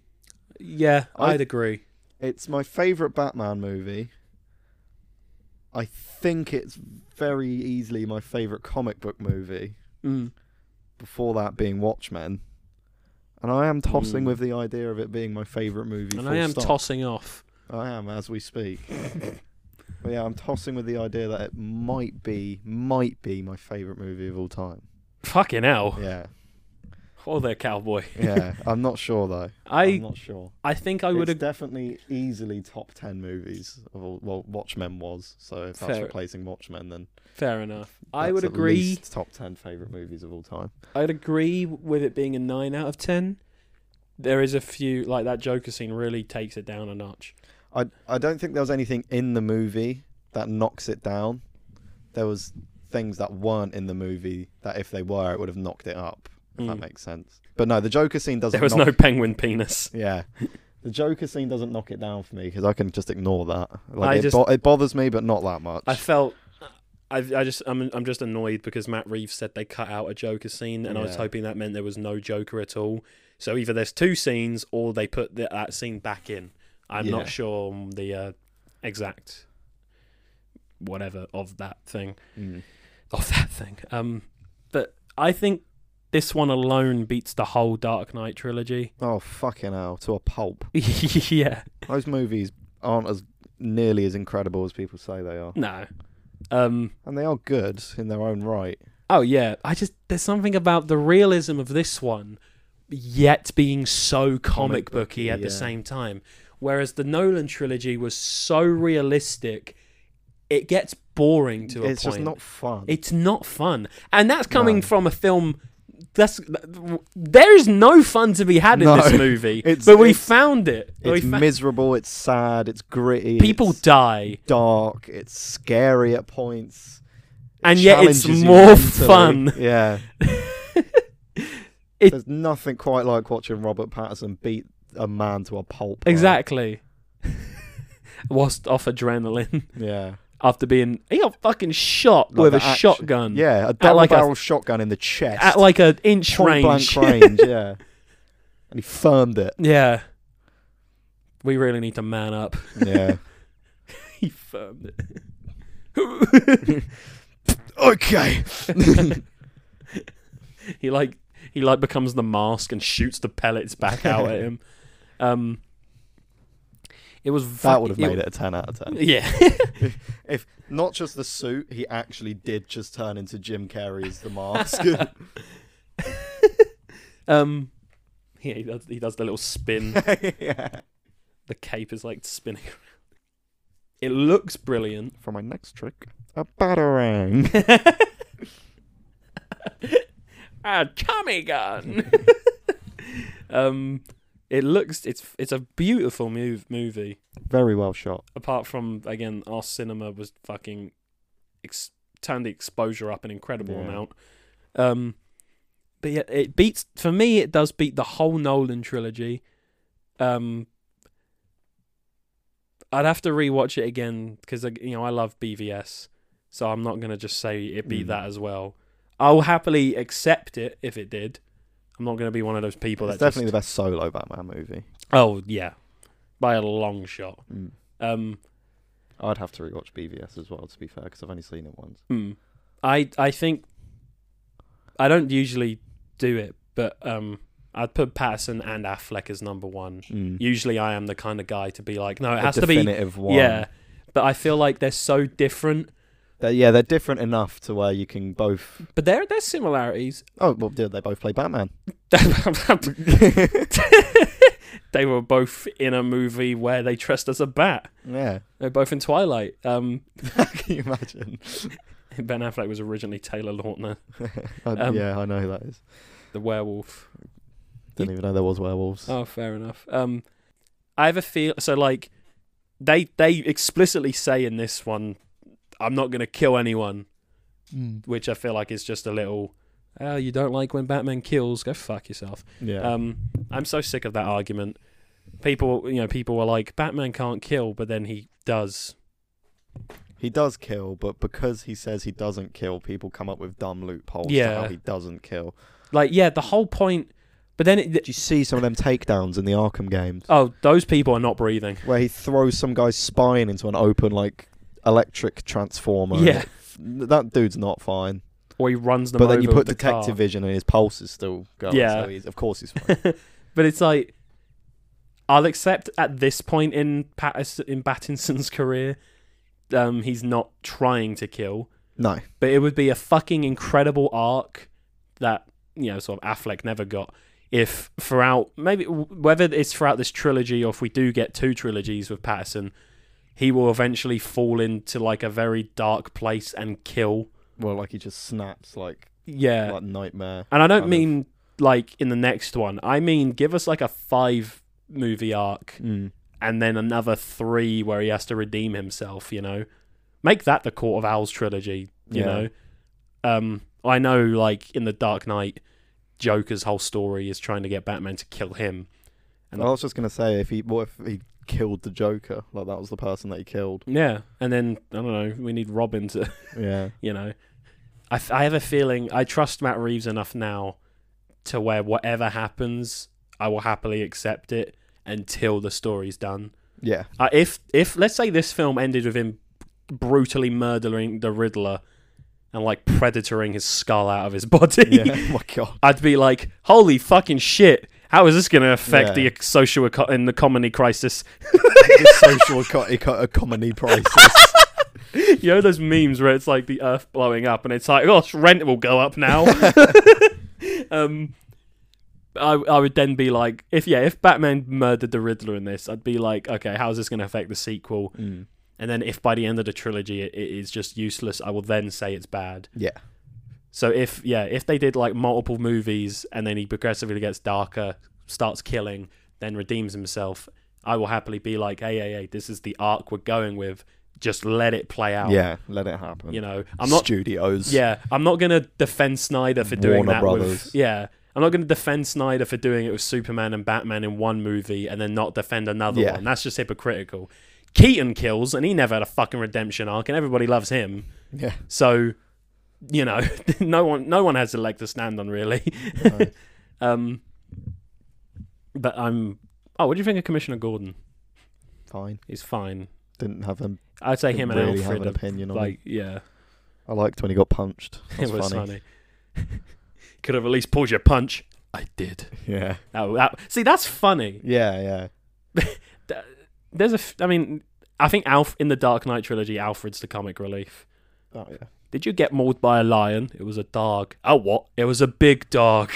[SPEAKER 1] Yeah,
[SPEAKER 2] I-
[SPEAKER 1] I'd agree.
[SPEAKER 2] It's my favorite Batman movie. I think it's very easily my favorite comic book movie.
[SPEAKER 1] Mm.
[SPEAKER 2] Before that, being Watchmen. And I am tossing
[SPEAKER 1] Mm.
[SPEAKER 2] with the idea of it being my favorite movie.
[SPEAKER 1] And
[SPEAKER 2] full
[SPEAKER 1] I am
[SPEAKER 2] stop.
[SPEAKER 1] tossing off.
[SPEAKER 2] I am as we speak. but yeah, I'm tossing with the idea that it might be, might be my favorite movie of all time.
[SPEAKER 1] Fucking hell!
[SPEAKER 2] Yeah,
[SPEAKER 1] Oh, there, cowboy.
[SPEAKER 2] yeah. I'm not sure though. I'm
[SPEAKER 1] I
[SPEAKER 2] not sure.
[SPEAKER 1] I think I would.
[SPEAKER 2] it's
[SPEAKER 1] Ag-
[SPEAKER 2] definitely easily top ten movies of all. Well, Watchmen was so. If that's
[SPEAKER 1] Fair.
[SPEAKER 2] replacing Watchmen, then
[SPEAKER 1] fair enough. I
[SPEAKER 2] that's
[SPEAKER 1] would
[SPEAKER 2] at
[SPEAKER 1] agree.
[SPEAKER 2] least top ten favorite movies of all time.
[SPEAKER 1] I'd agree with it being a nine out of ten. There is a few like that Joker scene really takes it down a notch.
[SPEAKER 2] I I don't think there was anything in the movie that knocks it down. There was things that weren't in the movie that if they were, it would have knocked it up. If that
[SPEAKER 1] Mm.
[SPEAKER 2] makes sense. But no, the Joker scene doesn't.
[SPEAKER 1] There was
[SPEAKER 2] knock-
[SPEAKER 1] no penguin penis.
[SPEAKER 2] Yeah. The Joker scene doesn't knock it down for me because I can just ignore that.
[SPEAKER 1] I
[SPEAKER 2] Like it,
[SPEAKER 1] just-
[SPEAKER 2] bo- it bothers me, but not that much.
[SPEAKER 1] I felt. I, I just I'm I'm just annoyed because Matt Reeves said they cut out a Joker scene and I was
[SPEAKER 2] Yeah.
[SPEAKER 1] hoping that meant there was no Joker at all. So either there's two scenes or they put the, that scene back in. I'm
[SPEAKER 2] Yeah.
[SPEAKER 1] not sure on the uh, exact whatever of that thing
[SPEAKER 2] Mm.
[SPEAKER 1] of that thing. Um, but I think this one alone beats the whole Dark Knight trilogy.
[SPEAKER 2] Oh fucking hell! To a pulp.
[SPEAKER 1] yeah,
[SPEAKER 2] Those movies aren't as nearly as incredible as people say they are,
[SPEAKER 1] no. Um,
[SPEAKER 2] and they are good in their own right.
[SPEAKER 1] Oh yeah, I just there's something about the realism of this one, yet being so comic,
[SPEAKER 2] Comic
[SPEAKER 1] booky
[SPEAKER 2] booky,
[SPEAKER 1] at the
[SPEAKER 2] yeah.
[SPEAKER 1] same time. Whereas the Nolan trilogy was so realistic, it gets boring to a
[SPEAKER 2] it's
[SPEAKER 1] point.
[SPEAKER 2] just not fun.
[SPEAKER 1] It's not fun, and that's coming
[SPEAKER 2] No.
[SPEAKER 1] from a film. That's there is no fun to be had in
[SPEAKER 2] No.
[SPEAKER 1] this movie,
[SPEAKER 2] It's-
[SPEAKER 1] but we
[SPEAKER 2] it's-
[SPEAKER 1] found it. We
[SPEAKER 2] it's
[SPEAKER 1] fa-
[SPEAKER 2] miserable. It's sad. It's gritty.
[SPEAKER 1] Oh, people
[SPEAKER 2] it's
[SPEAKER 1] die,
[SPEAKER 2] dark. It's scary at points. It
[SPEAKER 1] and yet it's
[SPEAKER 2] challenges you
[SPEAKER 1] more
[SPEAKER 2] mentally.
[SPEAKER 1] fun.
[SPEAKER 2] Yeah.
[SPEAKER 1] It-
[SPEAKER 2] There's nothing quite like watching Robert Patterson beat a man to a pulp. right?
[SPEAKER 1] Exactly. Whilst off adrenaline
[SPEAKER 2] Yeah.
[SPEAKER 1] after being he got fucking shot
[SPEAKER 2] Like
[SPEAKER 1] with a
[SPEAKER 2] the action-
[SPEAKER 1] shotgun.
[SPEAKER 2] Yeah, a double
[SPEAKER 1] like a-
[SPEAKER 2] barrel shotgun in the chest.
[SPEAKER 1] At like an inch
[SPEAKER 2] point
[SPEAKER 1] range.
[SPEAKER 2] blank range, yeah. And he firmed it.
[SPEAKER 1] yeah. We really need to man up.
[SPEAKER 2] Yeah.
[SPEAKER 1] he firmed it.
[SPEAKER 2] okay.
[SPEAKER 1] he like he like becomes the mask and shoots the pellets back out at him. Um it was
[SPEAKER 2] That would have made it a 10 out of 10.
[SPEAKER 1] Yeah.
[SPEAKER 2] If not just the suit, he actually did just turn into Jim Carrey's The Mask. yeah,
[SPEAKER 1] Um, yeah, he does, he does the little spin. the cape is like spinning around. It looks brilliant.
[SPEAKER 2] For my next trick, a batarang.
[SPEAKER 1] A chummy gun. um, it looks it's it's a beautiful move, movie.
[SPEAKER 2] Very well shot.
[SPEAKER 1] Apart from again, our cinema was fucking ex- turned the exposure up an incredible
[SPEAKER 2] Yeah.
[SPEAKER 1] amount. Um, but yeah, it beats for me. It does beat the whole Nolan trilogy. Um, I'd have to rewatch it again because you know I love BVS, so I'm not gonna just say it beat
[SPEAKER 2] Mm.
[SPEAKER 1] that as well. I'll happily accept it if it did. I'm not gonna be one of those people
[SPEAKER 2] it's
[SPEAKER 1] that
[SPEAKER 2] definitely
[SPEAKER 1] just,
[SPEAKER 2] the best solo Batman movie.
[SPEAKER 1] oh yeah, by a long shot.
[SPEAKER 2] Mm.
[SPEAKER 1] Um,
[SPEAKER 2] I'd have to rewatch BVS as well, to be fair, because I've only seen it once.
[SPEAKER 1] Hmm. I I think I don't usually do it, but um, I'd put Patterson and Affleck as number one.
[SPEAKER 2] Hmm.
[SPEAKER 1] Usually, I am the kind of guy to be like, no, it has to be,
[SPEAKER 2] definitive one.
[SPEAKER 1] yeah. But I feel like they're so different,
[SPEAKER 2] They're, yeah, they're different enough to where you can both.
[SPEAKER 1] but there there's similarities.
[SPEAKER 2] Oh, well, dude, they both play Batman.
[SPEAKER 1] they were both in a movie where they dressed as a bat.
[SPEAKER 2] Yeah.
[SPEAKER 1] They're both in Twilight. Um,
[SPEAKER 2] can you imagine?
[SPEAKER 1] ben Affleck was originally Taylor Lautner,
[SPEAKER 2] I,
[SPEAKER 1] Um,
[SPEAKER 2] yeah, I know who that is.
[SPEAKER 1] the werewolf.
[SPEAKER 2] Didn't even know there was werewolves.
[SPEAKER 1] Oh, fair enough. Um, I have a feel so like they they explicitly say in this one, "I'm not going to kill anyone,"
[SPEAKER 2] Hmm.
[SPEAKER 1] which I feel like is just a little. Oh, you don't like when Batman kills? Go fuck yourself.
[SPEAKER 2] Yeah.
[SPEAKER 1] Um, I'm so sick of that argument. People, you know, people were like, Batman can't kill, but then he does.
[SPEAKER 2] he does kill, but because he says he doesn't kill, people come up with dumb loopholes to
[SPEAKER 1] Yeah.
[SPEAKER 2] how he doesn't kill.
[SPEAKER 1] Like, yeah, the whole point. But then, it,
[SPEAKER 2] Did you see some of them takedowns in the Arkham games
[SPEAKER 1] oh, those people are not breathing.
[SPEAKER 2] where he throws some guy's spine into an open, like, electric transformer? and
[SPEAKER 1] Yeah.
[SPEAKER 2] it- That dude's not fine.
[SPEAKER 1] Or he runs them
[SPEAKER 2] But then
[SPEAKER 1] over
[SPEAKER 2] you put
[SPEAKER 1] with the car.
[SPEAKER 2] detective vision and his pulse is still going.
[SPEAKER 1] Yeah.
[SPEAKER 2] So he's, of course he's fine.
[SPEAKER 1] but it's like I'll accept at this point in Patterson, in Battinson's career, um, he's not trying to kill,
[SPEAKER 2] no.
[SPEAKER 1] but it would be a fucking incredible arc that you know sort of Affleck never got. If throughout maybe whether it's throughout this trilogy or if we do get two trilogies with Patterson, he will eventually fall into like a very dark place and kill.
[SPEAKER 2] Well, like he just snaps like
[SPEAKER 1] Yeah,
[SPEAKER 2] like nightmare.
[SPEAKER 1] and I don't
[SPEAKER 2] kind of-
[SPEAKER 1] mean like in the next one. I mean give us like a five movie arc and then another three where he has to redeem himself. You know, make that the Court of Owls trilogy. You
[SPEAKER 2] Yeah.
[SPEAKER 1] know, um, I know like in the Dark Knight, Joker's whole story is trying to get Batman to kill him.
[SPEAKER 2] And I was just gonna say, if he what if he killed the Joker? Like that was the person that he killed.
[SPEAKER 1] Yeah, and then I don't know. We need Robin to,
[SPEAKER 2] Yeah.
[SPEAKER 1] you know, I f- I have a feeling I trust Matt Reeves enough now to where whatever happens, I will happily accept it until the story's done.
[SPEAKER 2] Yeah.
[SPEAKER 1] Uh, if if let's say this film ended with him brutally murdering the Riddler and like predatoring his skull out of his body,
[SPEAKER 2] Yeah. oh my god.
[SPEAKER 1] I'd be like, "Holy fucking shit! How is this going to affect
[SPEAKER 2] Yeah.
[SPEAKER 1] the social eco- and the comedy crisis?"
[SPEAKER 2] His social co- eco- a comedy crisis.
[SPEAKER 1] you know those memes where it's like the Earth blowing up, and it's like, "Oh, rent will go up now." um, I I would then be like, if yeah, if Batman murdered the Riddler in this, I'd be like, "Okay, how is this going to affect the sequel?"
[SPEAKER 2] Mm.
[SPEAKER 1] And then if by the end of the trilogy it, it is just useless, I will then say it's bad.
[SPEAKER 2] Yeah.
[SPEAKER 1] So if yeah, if they did like multiple movies and then he progressively gets darker, starts killing, then redeems himself, I will happily be like, hey, hey, hey, this is the arc we're going with. Just let it play out.
[SPEAKER 2] Yeah. Let it happen.
[SPEAKER 1] You know, I'm not.
[SPEAKER 2] Studios.
[SPEAKER 1] Yeah, I'm not gonna defend Snyder for doing
[SPEAKER 2] Warner
[SPEAKER 1] that.
[SPEAKER 2] Brothers.
[SPEAKER 1] With, yeah, I'm not going to defend Snyder for doing it with Superman and Batman in one movie and then not defend another
[SPEAKER 2] Yeah.
[SPEAKER 1] one. That's just hypocritical. Keaton kills, and he never had a fucking redemption arc, and everybody loves him.
[SPEAKER 2] Yeah.
[SPEAKER 1] So, you know, no one no one has a leg to stand on really. um, but I'm. Oh, what do you think of Commissioner Gordon?
[SPEAKER 2] Fine.
[SPEAKER 1] He's fine.
[SPEAKER 2] Didn't have him.
[SPEAKER 1] I'd say him
[SPEAKER 2] Didn't
[SPEAKER 1] and
[SPEAKER 2] really have
[SPEAKER 1] Alfred.
[SPEAKER 2] an
[SPEAKER 1] Are,
[SPEAKER 2] opinion on.
[SPEAKER 1] like,
[SPEAKER 2] Like,
[SPEAKER 1] yeah,
[SPEAKER 2] I liked when he got punched. That
[SPEAKER 1] it was
[SPEAKER 2] funny.
[SPEAKER 1] funny. Could have at least pulled your punch. I did.
[SPEAKER 2] Yeah.
[SPEAKER 1] Oh, that, see, that's funny.
[SPEAKER 2] Yeah. Yeah.
[SPEAKER 1] There's a. f- I mean, I think Alf in the Dark Knight trilogy, Alfred's the comic relief.
[SPEAKER 2] Oh yeah.
[SPEAKER 1] Did you get mauled by a lion? It was a dog. Oh, what? It was a big dog.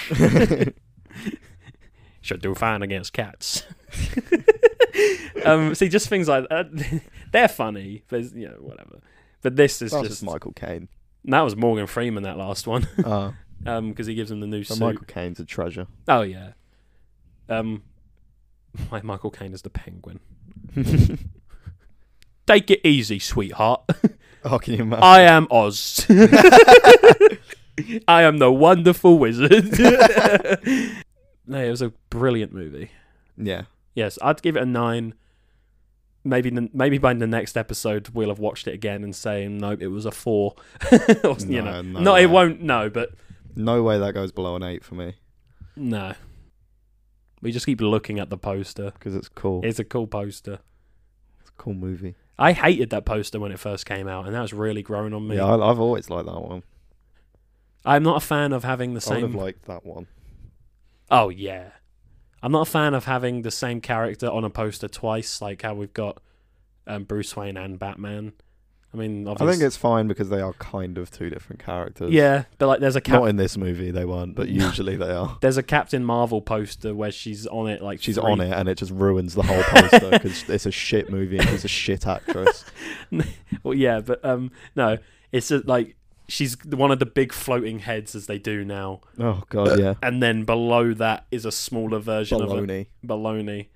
[SPEAKER 1] Should do fine against cats. um, see, just things like that. They're funny. There's, you know, whatever. But this is
[SPEAKER 2] That's
[SPEAKER 1] just.
[SPEAKER 2] just Michael Caine.
[SPEAKER 1] that was Morgan Freeman, that last one.
[SPEAKER 2] Oh,
[SPEAKER 1] Because he gives him the new
[SPEAKER 2] but
[SPEAKER 1] suit.
[SPEAKER 2] Michael Caine's a treasure.
[SPEAKER 1] Oh, yeah. Um, my Michael Caine is the penguin. Take it easy, sweetheart.
[SPEAKER 2] oh, can you imagine?
[SPEAKER 1] I uh, am Oz. I am the wonderful wizard. no, it was a brilliant movie.
[SPEAKER 2] yeah.
[SPEAKER 1] Yes, I'd give it a nine. Maybe the, maybe by the next episode we'll have watched it again and saying nope, it was a four. Or, you know,
[SPEAKER 2] No, no
[SPEAKER 1] no, it
[SPEAKER 2] way.
[SPEAKER 1] won't. No, but
[SPEAKER 2] No way that goes below an eight for me
[SPEAKER 1] no. We just keep looking at the poster.
[SPEAKER 2] because it's cool.
[SPEAKER 1] It's a cool poster.
[SPEAKER 2] It's a cool movie.
[SPEAKER 1] I hated that poster when it first came out, and that was really growing on me.
[SPEAKER 2] Yeah, I, I've always liked that one.
[SPEAKER 1] I'm not a fan of having the
[SPEAKER 2] I would have
[SPEAKER 1] same
[SPEAKER 2] liked that one.
[SPEAKER 1] Oh yeah. I'm not a fan of having the same character on a poster twice, like how we've got um, Bruce Wayne and Batman. I mean,
[SPEAKER 2] I
[SPEAKER 1] obviously,
[SPEAKER 2] think it's fine because they are kind of two different characters.
[SPEAKER 1] yeah, but like there's a
[SPEAKER 2] Not
[SPEAKER 1] cap-
[SPEAKER 2] in this movie they weren't, but usually they are.
[SPEAKER 1] there's a Captain Marvel poster where she's on it, like
[SPEAKER 2] She's
[SPEAKER 1] three-
[SPEAKER 2] on it, and it just ruins the whole poster because it's a shit movie and she's a shit actress.
[SPEAKER 1] Well, yeah, but um, no, it's just, like she's one of the big floating heads as they do now,
[SPEAKER 2] Oh god, yeah,
[SPEAKER 1] and then below that is a smaller version of her-
[SPEAKER 2] baloney.
[SPEAKER 1] Baloney.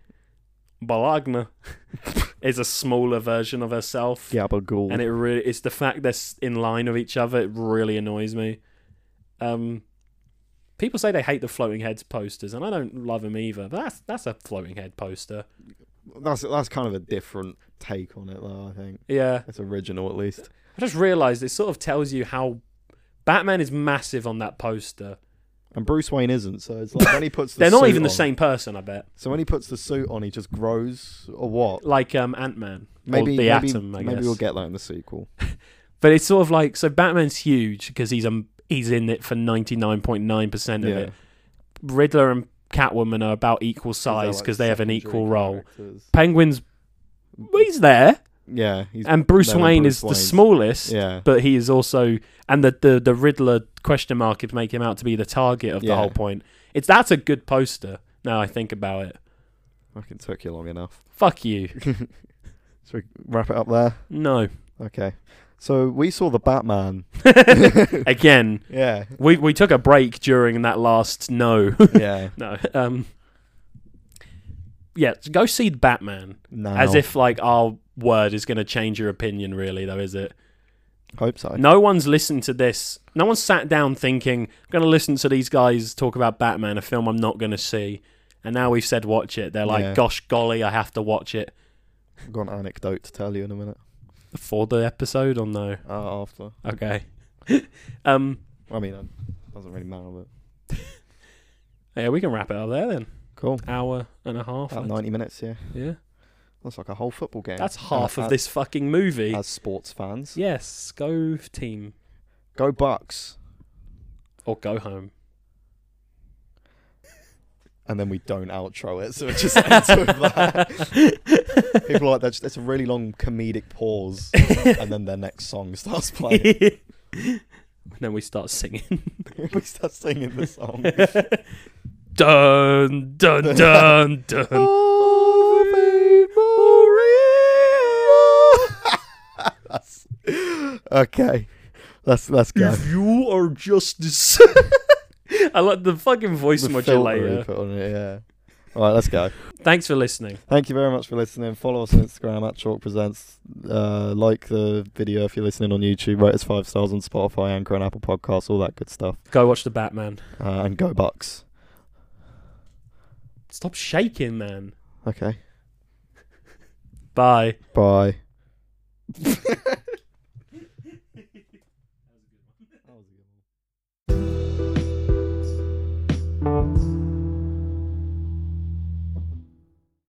[SPEAKER 1] Balagna is a smaller version of herself.
[SPEAKER 2] Gabagool.
[SPEAKER 1] and it really it's the fact they're s- in line with each other it really annoys me um people say they hate the floating heads posters and i don't love them either but that's that's a floating head poster
[SPEAKER 2] that's that's kind of a different take on it, though. I think
[SPEAKER 1] yeah
[SPEAKER 2] it's original at least.
[SPEAKER 1] i just realized it sort of tells you how batman is massive on that poster
[SPEAKER 2] And Bruce Wayne isn't, so it's like when he puts the
[SPEAKER 1] they're not
[SPEAKER 2] suit
[SPEAKER 1] even the
[SPEAKER 2] on-
[SPEAKER 1] same person i bet
[SPEAKER 2] So when he puts the suit on, he just grows or what?
[SPEAKER 1] like um ant-man
[SPEAKER 2] Maybe
[SPEAKER 1] or the
[SPEAKER 2] maybe,
[SPEAKER 1] atom i guess
[SPEAKER 2] maybe we'll get that in the sequel.
[SPEAKER 1] but it's sort of like so batman's huge because he's um he's in it for 99.9% of
[SPEAKER 2] Yeah.
[SPEAKER 1] it riddler and catwoman are about equal
[SPEAKER 2] 'Cause they're,
[SPEAKER 1] size
[SPEAKER 2] like,
[SPEAKER 1] because they have an
[SPEAKER 2] secondary
[SPEAKER 1] equal role
[SPEAKER 2] characters.
[SPEAKER 1] Penguin's well, he's there,
[SPEAKER 2] Yeah, he's
[SPEAKER 1] and Bruce
[SPEAKER 2] Then
[SPEAKER 1] Wayne
[SPEAKER 2] Bruce
[SPEAKER 1] is the
[SPEAKER 2] Wayne's-
[SPEAKER 1] smallest,
[SPEAKER 2] yeah.
[SPEAKER 1] but he is also and the, the the Riddler question mark is make him out to be the target of the
[SPEAKER 2] Yeah.
[SPEAKER 1] whole point. It's that's a good poster. Now I think about it.
[SPEAKER 2] Fucking took you long enough.
[SPEAKER 1] Fuck you.
[SPEAKER 2] So we wrap it up there.
[SPEAKER 1] No.
[SPEAKER 2] Okay. So we saw the Batman.
[SPEAKER 1] Again,
[SPEAKER 2] Yeah.
[SPEAKER 1] we we took a break during that last no.
[SPEAKER 2] Yeah.
[SPEAKER 1] no. Um Yeah, go see Batman.
[SPEAKER 2] No.
[SPEAKER 1] As if like our word is going to change your opinion really though, is it?
[SPEAKER 2] Hope so.
[SPEAKER 1] No one's listened to this. No one's sat down thinking, I'm going to listen to these guys talk about Batman, a film I'm not going to see. And now we've said watch it. They're like,
[SPEAKER 2] Yeah.
[SPEAKER 1] gosh golly, I have to watch it
[SPEAKER 2] I've got an anecdote to tell you in a minute.
[SPEAKER 1] for the episode or no?
[SPEAKER 2] Uh, after.
[SPEAKER 1] Okay. um,
[SPEAKER 2] I mean, it doesn't really matter, but
[SPEAKER 1] yeah, we can wrap it up there then.
[SPEAKER 2] cool.
[SPEAKER 1] Hour and a half.
[SPEAKER 2] About
[SPEAKER 1] that's-
[SPEAKER 2] 90 minutes, yeah.
[SPEAKER 1] Yeah.
[SPEAKER 2] That's like a whole football game.
[SPEAKER 1] That's
[SPEAKER 2] And
[SPEAKER 1] half of
[SPEAKER 2] as-
[SPEAKER 1] this fucking movie.
[SPEAKER 2] As sports fans.
[SPEAKER 1] Yes. Go team
[SPEAKER 2] Go Bucks.
[SPEAKER 1] or go home.
[SPEAKER 2] And then we don't outro it, so it just ends with that. People are like, that's, that's a really long comedic pause, and then their next song starts playing.
[SPEAKER 1] and then we start singing.
[SPEAKER 2] we start singing the song.
[SPEAKER 1] dun dun dun dun.
[SPEAKER 2] That's- okay, let's let's go.
[SPEAKER 1] If you are justice. I like the fucking voice
[SPEAKER 2] The filter we
[SPEAKER 1] modulator.
[SPEAKER 2] put on it, yeah. All right, let's go.
[SPEAKER 1] Thanks for listening.
[SPEAKER 2] Thank you very much for listening. Follow us on Instagram at Chalk Presents. Uh, like the video if you're listening on YouTube. Rate us five stars on Spotify, Anchor, and Apple Podcasts. All that good stuff.
[SPEAKER 1] Go watch the Batman.
[SPEAKER 2] Uh, and go Bucks.
[SPEAKER 1] Stop shaking, man.
[SPEAKER 2] Okay.
[SPEAKER 1] Bye.
[SPEAKER 2] Bye.